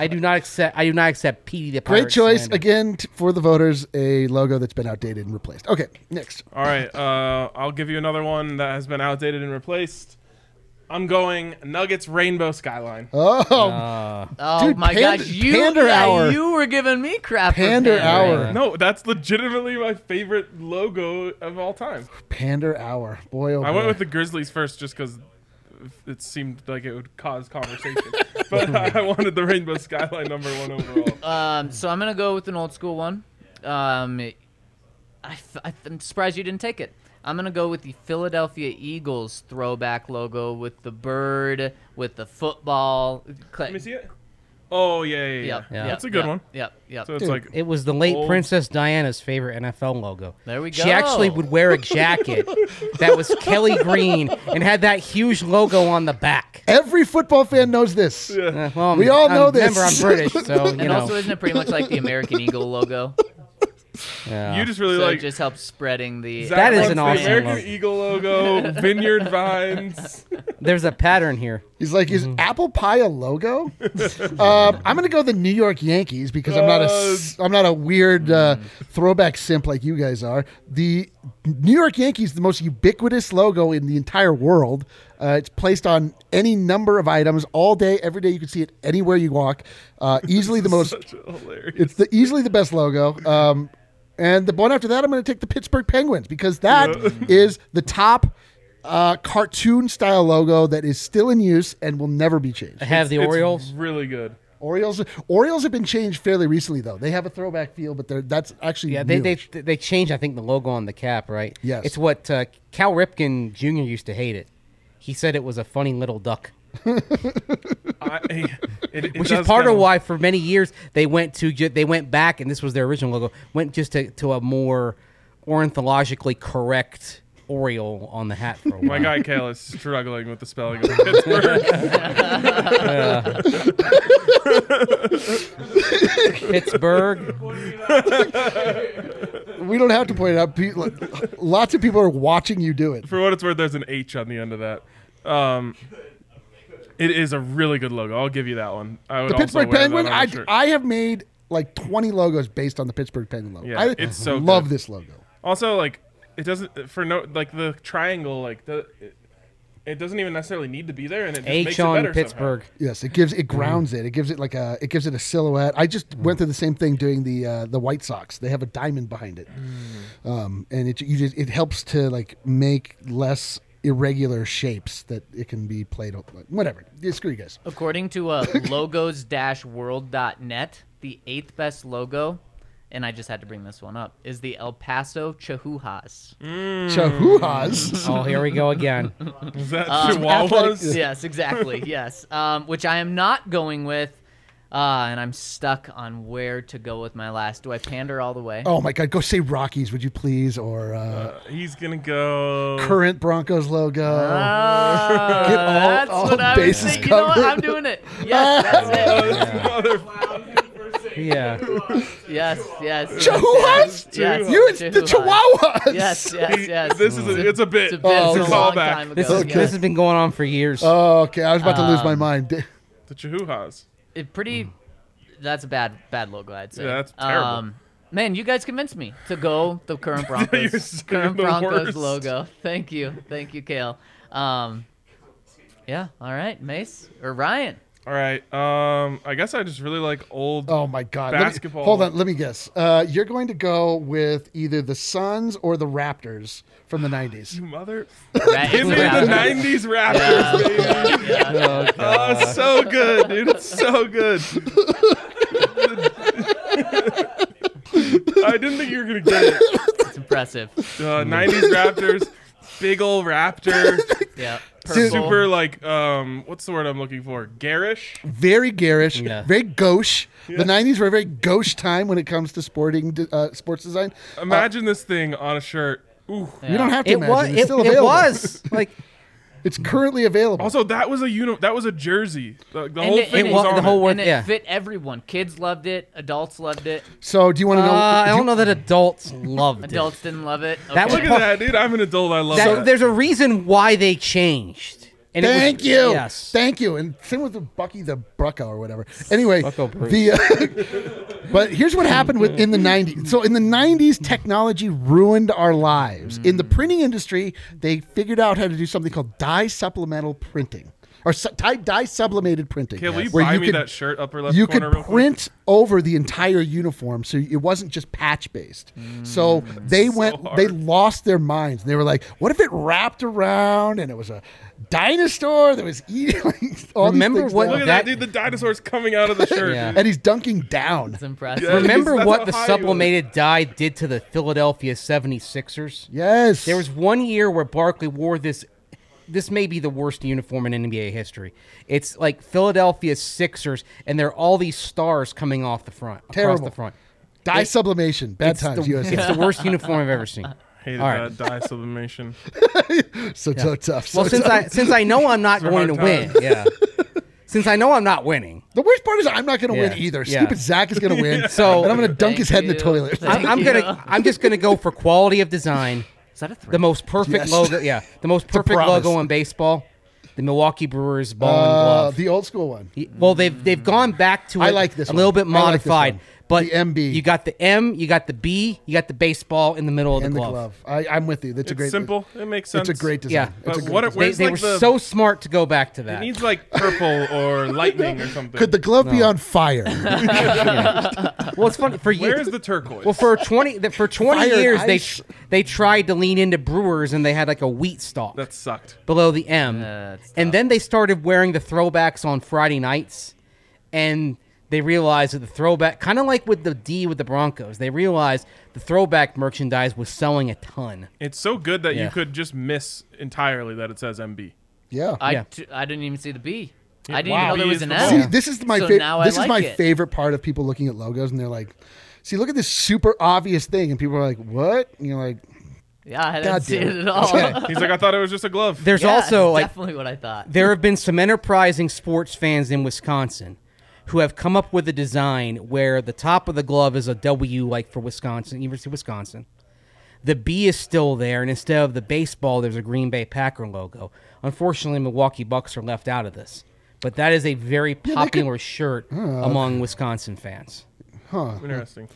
Speaker 5: I do not accept. I do not accept Petey the Pirate.
Speaker 4: Great choice
Speaker 5: slander.
Speaker 4: again t- for the voters. A logo that's been outdated and replaced. Okay, next.
Speaker 3: All right, uh, I'll give you another one that has been outdated and replaced. I'm going Nuggets Rainbow Skyline.
Speaker 4: Oh,
Speaker 1: oh
Speaker 4: Dude,
Speaker 1: my
Speaker 4: pand-
Speaker 1: gosh, you
Speaker 4: pander
Speaker 1: yeah,
Speaker 4: hour.
Speaker 1: you were giving me crap. for
Speaker 4: Pander
Speaker 1: pandering.
Speaker 4: Hour.
Speaker 3: No, that's legitimately my favorite logo of all time.
Speaker 4: Pander Hour. Boy, oh
Speaker 3: I went
Speaker 4: boy.
Speaker 3: with the Grizzlies first just because it seemed like it would cause conversation. but I wanted the Rainbow Skyline number one overall.
Speaker 1: Um, so I'm gonna go with an old school one. Um, I, am surprised you didn't take it. I'm gonna go with the Philadelphia Eagles throwback logo with the bird, with the football.
Speaker 3: Let me see it. Oh yeah, yeah, yeah.
Speaker 1: Yep,
Speaker 5: Yeah.
Speaker 1: yep,
Speaker 3: That's a good
Speaker 1: yep,
Speaker 3: one.
Speaker 1: Yep, yep.
Speaker 3: So it's
Speaker 4: Dude,
Speaker 3: like
Speaker 5: It was the late
Speaker 3: Old-
Speaker 5: Princess Diana's favorite NFL logo.
Speaker 1: There we
Speaker 5: She actually
Speaker 1: go.
Speaker 5: would wear a jacket that was Kelly green and had that huge logo on the back.
Speaker 4: Every football fan knows this.
Speaker 5: Uh, well,
Speaker 4: We all
Speaker 5: I'm-
Speaker 4: know
Speaker 5: Remember, I'm
Speaker 4: this.
Speaker 5: British, so you
Speaker 1: and
Speaker 5: know.
Speaker 1: also, isn't it pretty much like the American Eagle logo?
Speaker 5: yeah.
Speaker 3: you just really
Speaker 1: so
Speaker 3: like
Speaker 1: it just helps spreading the.
Speaker 3: Zach
Speaker 5: uh, That is
Speaker 3: wants
Speaker 5: an
Speaker 3: the
Speaker 5: awesome
Speaker 3: American
Speaker 5: logo.
Speaker 3: Eagle logo, vineyard vines.
Speaker 5: There's a pattern here.
Speaker 4: He's like, is apple pie a logo? um, I'm gonna go the New York Yankees because I'm not a s- I'm not a weird uh, throwback simp like you guys are. The New York Yankees, the most ubiquitous logo in the entire world. Uh, it's placed on any number of items all day, every day. You can see it anywhere you walk. Uh, easily the most.
Speaker 3: Such a hilarious.
Speaker 4: It's the easily the best logo. Um, and the one after that, I'm going to take the Pittsburgh Penguins because that
Speaker 3: Yeah.
Speaker 4: is the top uh, cartoon style logo that is still in use and will never be changed.
Speaker 5: I have the
Speaker 3: It's
Speaker 5: Orioles.
Speaker 3: really good.
Speaker 4: Orioles Orioles have been changed fairly recently though. They have a throwback feel, but they're that's actually
Speaker 5: Yeah, they, they
Speaker 4: newish.
Speaker 5: they changed I think the logo on the cap, right?
Speaker 4: Yes.
Speaker 5: It's what uh, Cal Ripken Jr. used to hate it. He said it was a funny little duck,
Speaker 3: I, it, it
Speaker 5: which
Speaker 3: does
Speaker 5: is part
Speaker 3: kinda-
Speaker 5: of why for many years they went to ju- they went back and this was their original logo went just to, to a more ornithologically correct oriole on the hat for a
Speaker 3: My
Speaker 5: while.
Speaker 3: guy Kale is struggling with the spelling of Pittsburgh.
Speaker 5: Pittsburgh.
Speaker 4: we don't have to point it out. Pe- lo- Lots of people are watching you do it.
Speaker 3: For what it's worth, there's an H on the end of that. Um, it is a really good logo. I'll give you that one. I would
Speaker 4: The
Speaker 3: also
Speaker 4: Pittsburgh
Speaker 3: wear that
Speaker 4: Penguin.
Speaker 3: on a
Speaker 4: I,
Speaker 3: shirt.
Speaker 4: I have made like 20 logos based on the Pittsburgh Penguin logo.
Speaker 3: Yeah,
Speaker 4: I
Speaker 3: it's so
Speaker 4: love
Speaker 3: good.
Speaker 4: this logo.
Speaker 3: also like it doesn't for no like the triangle like the it, it doesn't even necessarily need to be there and it just makes
Speaker 5: H
Speaker 3: it
Speaker 5: on
Speaker 3: better
Speaker 5: Pittsburgh.
Speaker 4: Yes, it gives it
Speaker 1: Mm-hmm.
Speaker 4: grounds it. It gives it like a it gives it a silhouette. I just went through the same thing doing the uh, the White Sox. They have a diamond behind it,
Speaker 1: Mm.
Speaker 4: um, and it you just, it helps to like make less irregular shapes that it can be played on. Like, whatever. Yeah, screw you guys.
Speaker 1: According to uh, logos-world.net, the eighth best logo, and I just had to bring this one up, is the El Paso Chihuahuas.
Speaker 4: Mm. Hmm. Chihuahuas.
Speaker 5: Oh, here we go again.
Speaker 3: somehow. Is that
Speaker 1: Um,
Speaker 4: athletic-
Speaker 3: Chihuahuas?
Speaker 1: yes, exactly. yes, um, which I am not going with, uh, and I'm stuck on where to go with my last. Do I pander all the way?
Speaker 4: Oh my God! Go say Rockies, would you please, or uh,
Speaker 3: He's gonna go.
Speaker 4: current Broncos logo.
Speaker 1: Ah,
Speaker 4: Get all-
Speaker 1: that's
Speaker 4: all
Speaker 1: what I was
Speaker 4: bases
Speaker 1: thinking. You know what?
Speaker 4: covered.
Speaker 1: I'm doing it. Yes, that's it.
Speaker 3: Motherfucker.
Speaker 5: Yeah.
Speaker 1: Yes, yes. yes, Yes,
Speaker 4: Chihuahuas?
Speaker 1: yes,
Speaker 4: You it's the
Speaker 1: Chihuahuas.
Speaker 4: Chihuahuas.
Speaker 1: Yes, yes, yes.
Speaker 3: This is a, it's a bit.
Speaker 1: It's a bit.
Speaker 4: Oh,
Speaker 1: it's
Speaker 4: okay.
Speaker 1: a long
Speaker 3: Callback.
Speaker 1: time ago.
Speaker 5: This, is,
Speaker 1: yeah.
Speaker 5: this has been going on for years.
Speaker 4: Oh, okay. I was about to lose
Speaker 1: Um,
Speaker 4: my mind.
Speaker 3: The Chihuahuas.
Speaker 1: it pretty. That's a bad, bad logo. I'd say. Um,
Speaker 3: Hmm. Yeah, that's terrible.
Speaker 1: man, you guys convinced me to go the current Broncos,
Speaker 3: saying
Speaker 1: current
Speaker 3: the
Speaker 1: Broncos
Speaker 3: worst.
Speaker 1: logo. Thank you, thank you, Kale. Um, yeah. All right, Mace or Ryan.
Speaker 3: All right. Um, I guess I just really like old.
Speaker 4: Oh my God! Let me-
Speaker 3: Basketball.
Speaker 4: hold on, let me guess. Uh, you're going to go with either the Suns or the Raptors from the '90s.
Speaker 3: You mother.
Speaker 1: Right?
Speaker 3: Give me the '90s rappers, baby. Oh, so good, dude. It's so good. I didn't think you were gonna get it.
Speaker 1: It's impressive. Mm.
Speaker 3: Uh, 90s Raptors, big ol' Raptor,
Speaker 1: Yeah.
Speaker 4: Dude.
Speaker 1: Purple.
Speaker 3: super like um, what's the word I'm looking for? Garish.
Speaker 4: very garish,
Speaker 5: Yeah.
Speaker 4: very gauche. The '90s were a very gauche time when it comes to sporting de- uh, sports design.
Speaker 3: Imagine this thing on a shirt. Ooh.
Speaker 4: You don't have to
Speaker 5: it
Speaker 4: imagine.
Speaker 5: was.
Speaker 4: it's
Speaker 5: It,
Speaker 4: still
Speaker 5: it
Speaker 4: available.
Speaker 5: was like
Speaker 4: It's currently available.
Speaker 3: Also, that was a uni- That was a jersey. The,
Speaker 1: And
Speaker 3: the whole
Speaker 1: it-
Speaker 3: thing
Speaker 1: and
Speaker 3: was
Speaker 5: it-
Speaker 3: on
Speaker 5: the whole
Speaker 3: it.
Speaker 5: word-
Speaker 1: And it
Speaker 5: Yeah.
Speaker 1: fit everyone. Kids loved it. Adults loved it.
Speaker 4: so, do you want to
Speaker 5: uh,
Speaker 4: know?
Speaker 5: I
Speaker 4: do-
Speaker 5: don't know that adults loved
Speaker 1: Adults didn't love it. Okay.
Speaker 5: That was
Speaker 3: Look at that, dude! I'm an adult. I love
Speaker 5: it. That,
Speaker 3: that.
Speaker 5: there's a reason why they changed. And it was-
Speaker 4: Thank you.
Speaker 5: Yes.
Speaker 4: Thank you. And same with the Bucky the Brucko or whatever. Anyway,
Speaker 5: Bucko Bruce.
Speaker 4: the uh, but here's what happened with in the 90s. So in the 90s, technology ruined our lives. In the printing industry, they figured out how to do something called dye supplemental printing or su- dye, dye sublimated printing.
Speaker 3: Can will you
Speaker 4: where
Speaker 3: buy me
Speaker 4: could-
Speaker 3: that shirt upper left
Speaker 4: you
Speaker 3: corner
Speaker 4: could
Speaker 3: real quick?
Speaker 4: print over the entire uniform so it wasn't just patch based so they went they
Speaker 3: Mm, hard.
Speaker 4: lost their minds they were like what if it wrapped around and it was a dinosaur that was eating like, all these
Speaker 5: Remember
Speaker 4: things
Speaker 5: what-
Speaker 4: down?
Speaker 3: Look at that,
Speaker 5: That-
Speaker 3: dude! The dinosaur's coming out of the shirt.
Speaker 5: Yeah.
Speaker 3: dude.
Speaker 4: and he's dunking down
Speaker 1: It's impressive.
Speaker 3: Yeah.
Speaker 5: Remember
Speaker 3: That's
Speaker 5: what
Speaker 3: how
Speaker 5: the
Speaker 3: high it was.
Speaker 5: sublimated dye did to the Philadelphia 76ers?
Speaker 4: yes
Speaker 5: There was one year where Barkley wore this. This may be the worst uniform in NBA history. It's like Philadelphia Sixers, and there are all these stars coming off the front,
Speaker 4: Terrible.
Speaker 5: across the front.
Speaker 4: dye sublimation bad
Speaker 5: It's
Speaker 4: times
Speaker 5: the,
Speaker 4: USA.
Speaker 5: it's the worst uniform I've ever seen.
Speaker 3: Hated
Speaker 5: All right.
Speaker 3: that uh, dye sublimation.
Speaker 4: so, so tough so
Speaker 5: Well, since
Speaker 4: tough.
Speaker 5: I since I know I'm not
Speaker 3: These are
Speaker 5: going to
Speaker 3: hard
Speaker 5: win, yeah. Since I know I'm not winning,
Speaker 4: the worst part is i'm not gonna win
Speaker 5: Yeah.
Speaker 4: either
Speaker 5: Yeah.
Speaker 4: stupid zach is gonna win
Speaker 5: So-
Speaker 4: and i'm gonna dunk
Speaker 1: Thank
Speaker 4: his head in the
Speaker 1: you.
Speaker 4: toilet
Speaker 5: I'm, I'm gonna I'm just gonna go for quality of design.
Speaker 1: Is that a threat?
Speaker 5: The most perfect
Speaker 4: Yes.
Speaker 5: logo, yeah. The most perfect
Speaker 4: promise.
Speaker 5: logo in baseball, the Milwaukee Brewers ball and
Speaker 4: uh,
Speaker 5: glove.
Speaker 4: the old school one
Speaker 5: Well, they've they've gone back to
Speaker 4: I
Speaker 5: it
Speaker 4: like this
Speaker 5: a little
Speaker 4: one.
Speaker 5: bit
Speaker 4: I like this
Speaker 5: modified,
Speaker 4: one.
Speaker 5: but
Speaker 4: The MB.
Speaker 5: You got the M, you got the B, you got the baseball in the middle of the
Speaker 4: and the
Speaker 5: glove.
Speaker 4: glove I, i'm with you that's a
Speaker 3: It's
Speaker 4: great
Speaker 3: simple. It makes sense.
Speaker 4: it's a great design
Speaker 5: Yeah.
Speaker 4: It's
Speaker 3: But
Speaker 4: a great
Speaker 3: what-
Speaker 4: design.
Speaker 5: They,
Speaker 3: Where's,
Speaker 5: they
Speaker 3: like,
Speaker 5: were
Speaker 3: the-
Speaker 5: so smart to go back to
Speaker 3: It
Speaker 5: that.
Speaker 3: needs like purple or lightning or something.
Speaker 4: Could the glove be on fire?
Speaker 5: well, it's funny for
Speaker 3: Where
Speaker 5: years.
Speaker 3: is the turquoise?
Speaker 5: Well, for twenty th- for twenty
Speaker 4: Fire and
Speaker 5: years they
Speaker 4: ice.
Speaker 5: they tried to lean into Brewers and they had like a wheat stalk
Speaker 3: that sucked.
Speaker 5: below the M,
Speaker 1: that's
Speaker 5: and then they started wearing the throwbacks on Friday nights, and they realized that the throwback, kind of like with the D with the Broncos, they realized the throwback merchandise was selling a ton.
Speaker 3: It's so good that you
Speaker 5: Yeah.
Speaker 3: could just miss entirely that it says MB.
Speaker 4: yeah.
Speaker 1: I,
Speaker 5: Yeah.
Speaker 1: t- I didn't even see the B. I didn't
Speaker 3: Wow.
Speaker 1: even know there
Speaker 3: B
Speaker 1: was
Speaker 3: is
Speaker 1: an
Speaker 3: the
Speaker 1: L.
Speaker 3: ball.
Speaker 4: See, this is my
Speaker 1: So
Speaker 4: favorite.
Speaker 1: now I
Speaker 4: this
Speaker 1: like
Speaker 4: is my
Speaker 1: it.
Speaker 4: favorite part of people looking at logos, and they're like, "See, look at this super obvious thing," and people are like, "What?" And you're like,
Speaker 1: Yeah, I didn't
Speaker 4: God
Speaker 1: see
Speaker 4: damn
Speaker 1: it
Speaker 4: it.
Speaker 1: at all.
Speaker 3: He's like, I thought it was just a glove.
Speaker 5: There's
Speaker 1: Yeah,
Speaker 5: also
Speaker 1: it's
Speaker 5: like
Speaker 1: definitely what I thought.
Speaker 5: there have been some enterprising sports fans in Wisconsin who have come up with a design where the top of the glove is a W, like for Wisconsin, University of Wisconsin. The B is still there, and instead of the baseball, there's a Green Bay Packer logo. Unfortunately, Milwaukee Bucks are left out of this, but that is a very popular shirt among Wisconsin fans.
Speaker 3: Interesting.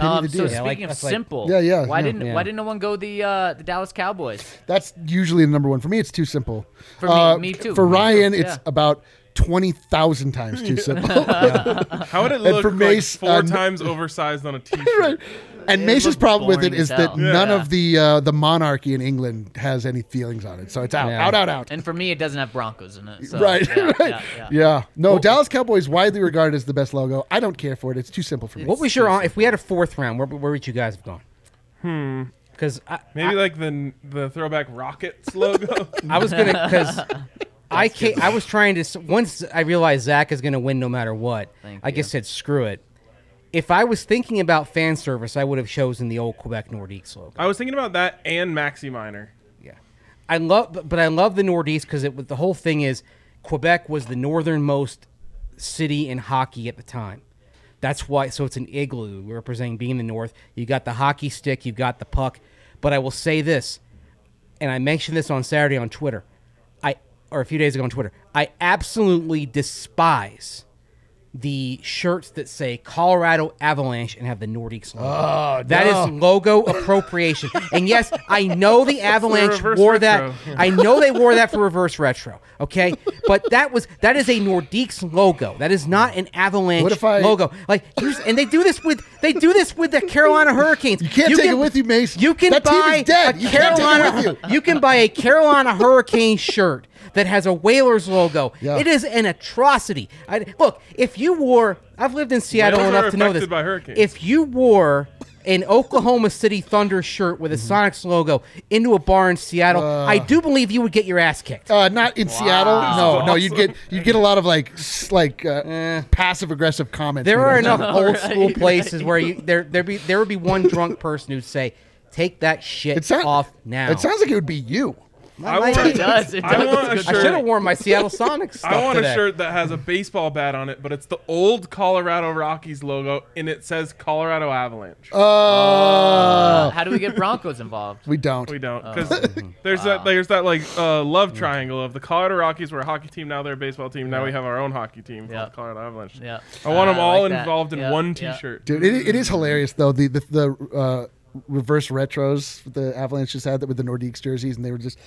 Speaker 1: Um,
Speaker 4: to
Speaker 1: so
Speaker 4: do.
Speaker 1: speaking
Speaker 4: Yeah,
Speaker 5: like-
Speaker 1: of
Speaker 5: that's like-
Speaker 1: simple,
Speaker 4: Yeah, yeah,
Speaker 1: Why
Speaker 4: yeah.
Speaker 1: didn't
Speaker 5: Yeah.
Speaker 1: Why didn't no one go the uh, the Dallas Cowboys?
Speaker 4: "That's usually the number one for me. It's too simple." Uh,
Speaker 1: For me- me too.
Speaker 4: For
Speaker 1: Me too,
Speaker 4: Ryan, it's
Speaker 1: yeah.
Speaker 4: about twenty thousand times too simple.
Speaker 3: How would it look
Speaker 4: for
Speaker 3: like
Speaker 4: Mace,
Speaker 3: four
Speaker 4: uh, n-
Speaker 3: times oversized on a T-shirt?
Speaker 4: And Mace's
Speaker 1: looked
Speaker 4: problem with
Speaker 1: boring
Speaker 4: it is
Speaker 1: as
Speaker 4: that
Speaker 1: hell.
Speaker 4: none
Speaker 1: Yeah.
Speaker 4: of the uh, the monarchy in England has any feelings on it, so it's out,
Speaker 5: Yeah.
Speaker 4: out, out, out.
Speaker 1: And for me, it doesn't have Broncos in it. So,
Speaker 4: right,
Speaker 1: yeah,
Speaker 4: right,
Speaker 1: yeah, yeah.
Speaker 4: No, Dallas Cowboys widely regarded as the best logo. I don't care for it. It's too simple for me.
Speaker 5: What was your if we had a fourth round? Where, where would you guys have gone? Hmm. Because
Speaker 3: Maybe like the the throwback Rockets logo.
Speaker 5: I was gonna because I can't, I was trying to s- once I realized Zach is gonna win no matter what.
Speaker 1: Thank
Speaker 5: I
Speaker 1: you.
Speaker 5: just said screw it. If I was thinking about fan service, I would have chosen the old Quebec Nordiques logo.
Speaker 3: I was thinking about that and Maxi Minor.
Speaker 5: Yeah, I love, but- but I love the Nordiques because it was- the whole thing is Quebec was the northernmost city in hockey at the time. That's why. So it's an igloo representing being the north. You got the hockey stick, you got the puck. But I will say this, and I mentioned this on Saturday on Twitter, I or a few days ago on Twitter. I absolutely despise the shirts that say Colorado Avalanche and have the Nordiques logo. That is logo appropriation. and yes, I know the Avalanche
Speaker 3: reverse
Speaker 5: wore
Speaker 3: retro.
Speaker 5: that. I know they wore that for reverse retro. Okay, but that was that is a Nordiques logo. That is not an Avalanche
Speaker 4: What if I-
Speaker 5: logo. Like, you- and they do this with they do this with the Carolina Hurricanes.
Speaker 4: You can't take it with you, Mace.
Speaker 5: You can
Speaker 4: That team
Speaker 5: buy
Speaker 4: is dead.
Speaker 5: a
Speaker 4: You can't take it
Speaker 5: Carolina.
Speaker 4: with you.
Speaker 5: You can buy a Carolina Hurricane shirt that has a Whalers logo.
Speaker 4: Yeah.
Speaker 5: It is an atrocity. I, look, if you wore, I've lived in Seattle
Speaker 3: Whalers are
Speaker 5: enough to know
Speaker 3: affected
Speaker 5: this.
Speaker 3: by hurricanes.
Speaker 5: If you wore an Oklahoma City Thunder shirt with a
Speaker 3: Mm-hmm.
Speaker 5: Sonics logo into a bar in Seattle, I do believe you would get your ass kicked.
Speaker 4: Uh, not in Seattle. No, no. You'd get you'd get a lot of like s- like uh, passive aggressive comments.
Speaker 5: There
Speaker 4: made
Speaker 5: are
Speaker 4: on
Speaker 5: enough
Speaker 4: that.
Speaker 5: old school places where you there there be there would be one drunk person who'd say, "Take that shit
Speaker 4: It sounds
Speaker 5: off now."
Speaker 4: It sounds like it would be you.
Speaker 3: I want,
Speaker 1: It does, it
Speaker 3: I
Speaker 1: does.
Speaker 3: want a
Speaker 1: It's
Speaker 5: I should have
Speaker 3: shirt.
Speaker 5: worn my Seattle Sonics. Stuff
Speaker 3: I want a
Speaker 5: today.
Speaker 3: shirt that has a baseball bat on it, but it's the old Colorado Rockies logo, and it says Colorado Avalanche.
Speaker 1: Uh,
Speaker 4: Uh,
Speaker 1: how do we get Broncos involved?
Speaker 4: we don't.
Speaker 3: We don't because
Speaker 1: Oh.
Speaker 3: there's that there's that like uh,
Speaker 1: Mm.
Speaker 3: love triangle of the Colorado Rockies were a hockey team now they're a baseball team now we have our own hockey team called
Speaker 1: Yeah.
Speaker 3: Colorado Avalanche.
Speaker 1: Yeah.
Speaker 3: I want them
Speaker 1: Uh, I
Speaker 3: all
Speaker 1: like that.
Speaker 3: involved in
Speaker 1: Yeah,
Speaker 3: one
Speaker 1: yeah.
Speaker 3: T-shirt.
Speaker 4: Dude, it, it is hilarious though. The the, the uh, reverse retros the Avalanche just had that with the Nordiques jerseys, and they were just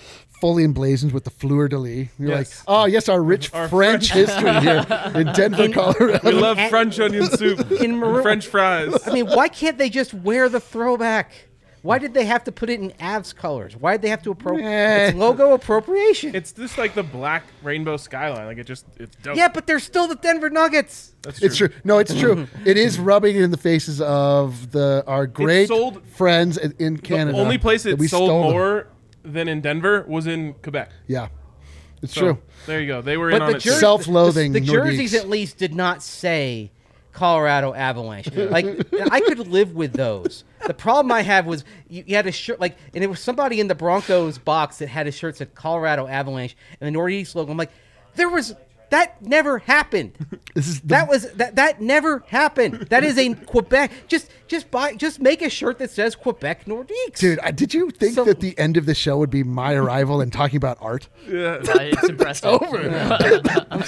Speaker 4: fully emblazoned with the fleur de lis. You're
Speaker 3: Yes.
Speaker 4: like, oh yes, our rich
Speaker 3: Our
Speaker 4: French, history here in Denver, Colorado.
Speaker 3: We love
Speaker 5: and-
Speaker 3: French onion soup,
Speaker 5: In maroon-
Speaker 3: and French fries.
Speaker 5: I mean, why can't they just wear the throwback? Why did they have to put it in Avs colors? Why did they have to appropriate?
Speaker 4: Eh.
Speaker 5: It's logo appropriation.
Speaker 3: It's just like the black rainbow skyline. Like it just it's dope.
Speaker 5: yeah, but they're still the Denver Nuggets.
Speaker 3: that's true.
Speaker 4: It's true. No, it's true. it is rubbing it in the faces of the our great
Speaker 3: sold-
Speaker 4: friends in- in
Speaker 3: The
Speaker 4: Canada.
Speaker 3: only place
Speaker 4: that
Speaker 3: it
Speaker 4: we
Speaker 3: sold
Speaker 4: stole them.
Speaker 3: more than in Denver was in Quebec.
Speaker 4: Yeah, it's
Speaker 3: So,
Speaker 4: true.
Speaker 3: There you go. They were in
Speaker 5: But
Speaker 3: on
Speaker 5: the
Speaker 3: it.
Speaker 5: jer-
Speaker 3: too.
Speaker 4: Self-loathing
Speaker 5: The, the jerseys
Speaker 4: Nordiques.
Speaker 5: at least did not say Colorado Avalanche. Like I could live with those. The problem I have was you, you had a shirt like, and it was somebody in the Broncos box that had a shirt that said Colorado Avalanche and the Northeast logo. I'm like, there was that never happened.
Speaker 4: This is the,
Speaker 5: That was that that never happened. That is a Quebec. Just just buy just make a shirt that says Quebec Nordiques.
Speaker 4: dude. I, did you think
Speaker 5: So-
Speaker 4: that the end of the show would be my arrival and talking about art?
Speaker 3: Yeah.
Speaker 1: Uh, it's impressive.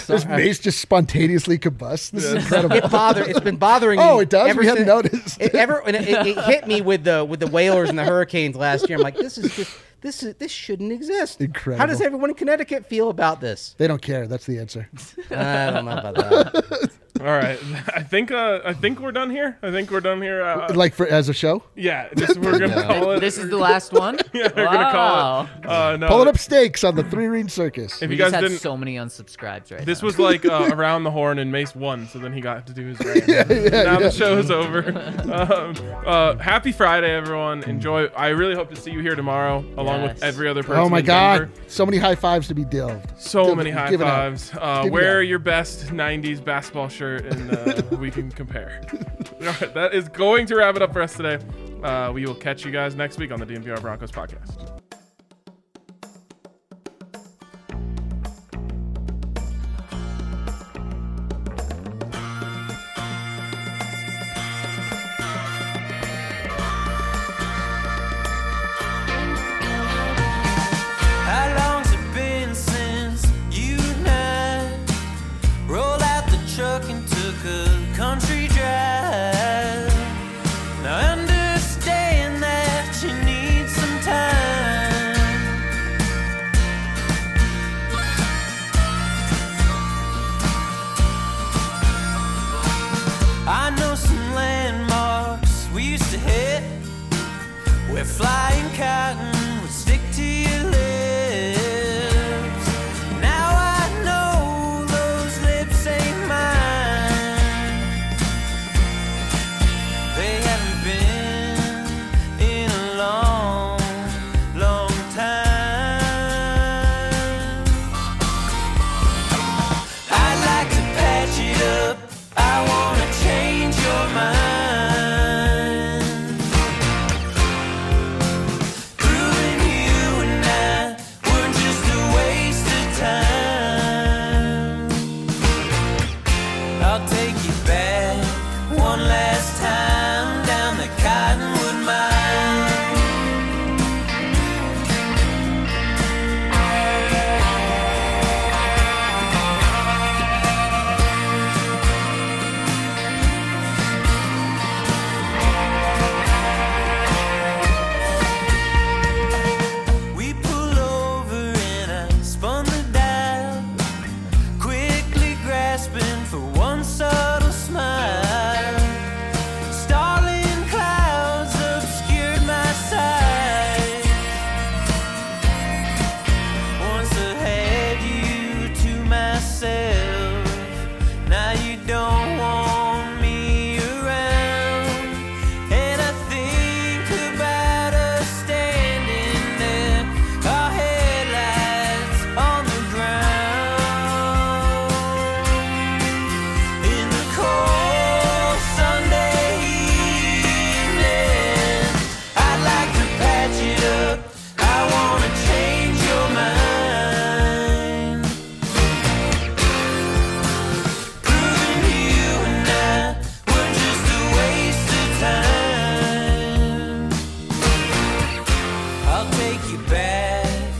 Speaker 4: This mace just spontaneously combusts. This is incredible.
Speaker 5: It bother. It's been bothering me.
Speaker 4: Oh, it does?
Speaker 5: ever
Speaker 4: We hadn't
Speaker 5: since-
Speaker 4: noticed.
Speaker 5: It ever and it, it hit me with the with the whalers and the hurricanes last year. I'm like, this is just this is this shouldn't exist. How does
Speaker 4: Incredible.
Speaker 5: everyone in Connecticut feel about this?
Speaker 4: They don't care. That's the answer.
Speaker 5: I don't know about that.
Speaker 3: All right. I think uh, I think we're done here. I think we're done here. Uh,
Speaker 4: Like for as a show,
Speaker 3: yeah. Just, we're gonna call it.
Speaker 1: this is the last one.
Speaker 3: yeah, we're gonna call
Speaker 1: Wow.
Speaker 3: it. Uh, no,
Speaker 4: pulling up stakes on the three ring circus.
Speaker 3: If
Speaker 1: We
Speaker 3: you guys
Speaker 1: just had
Speaker 3: didn't,
Speaker 1: so many unsubscribes right
Speaker 3: this
Speaker 1: now.
Speaker 3: was like uh, around the horn and Mace won, so then he got to do his rant. now the show is over. Um, uh, happy Friday, everyone. Enjoy. I really hope to see you here tomorrow, along
Speaker 1: Yes.
Speaker 3: with every other person.
Speaker 4: Oh my
Speaker 3: in
Speaker 4: god,
Speaker 3: Denver.
Speaker 4: so many high fives to be delved.
Speaker 3: So
Speaker 4: Dil-
Speaker 3: many high
Speaker 4: given out.
Speaker 3: fives. Uh,
Speaker 4: Give it
Speaker 3: wear
Speaker 4: up.
Speaker 3: your best 90s basketball shirt and uh, we can compare. All right, that is going to wrap it up for us today. Uh, we will catch you guys next week on the DNVR Broncos podcast.
Speaker 2: How long's it been since you and I rolled out the truck and took a country drive? Now understand that you need some time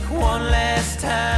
Speaker 2: time.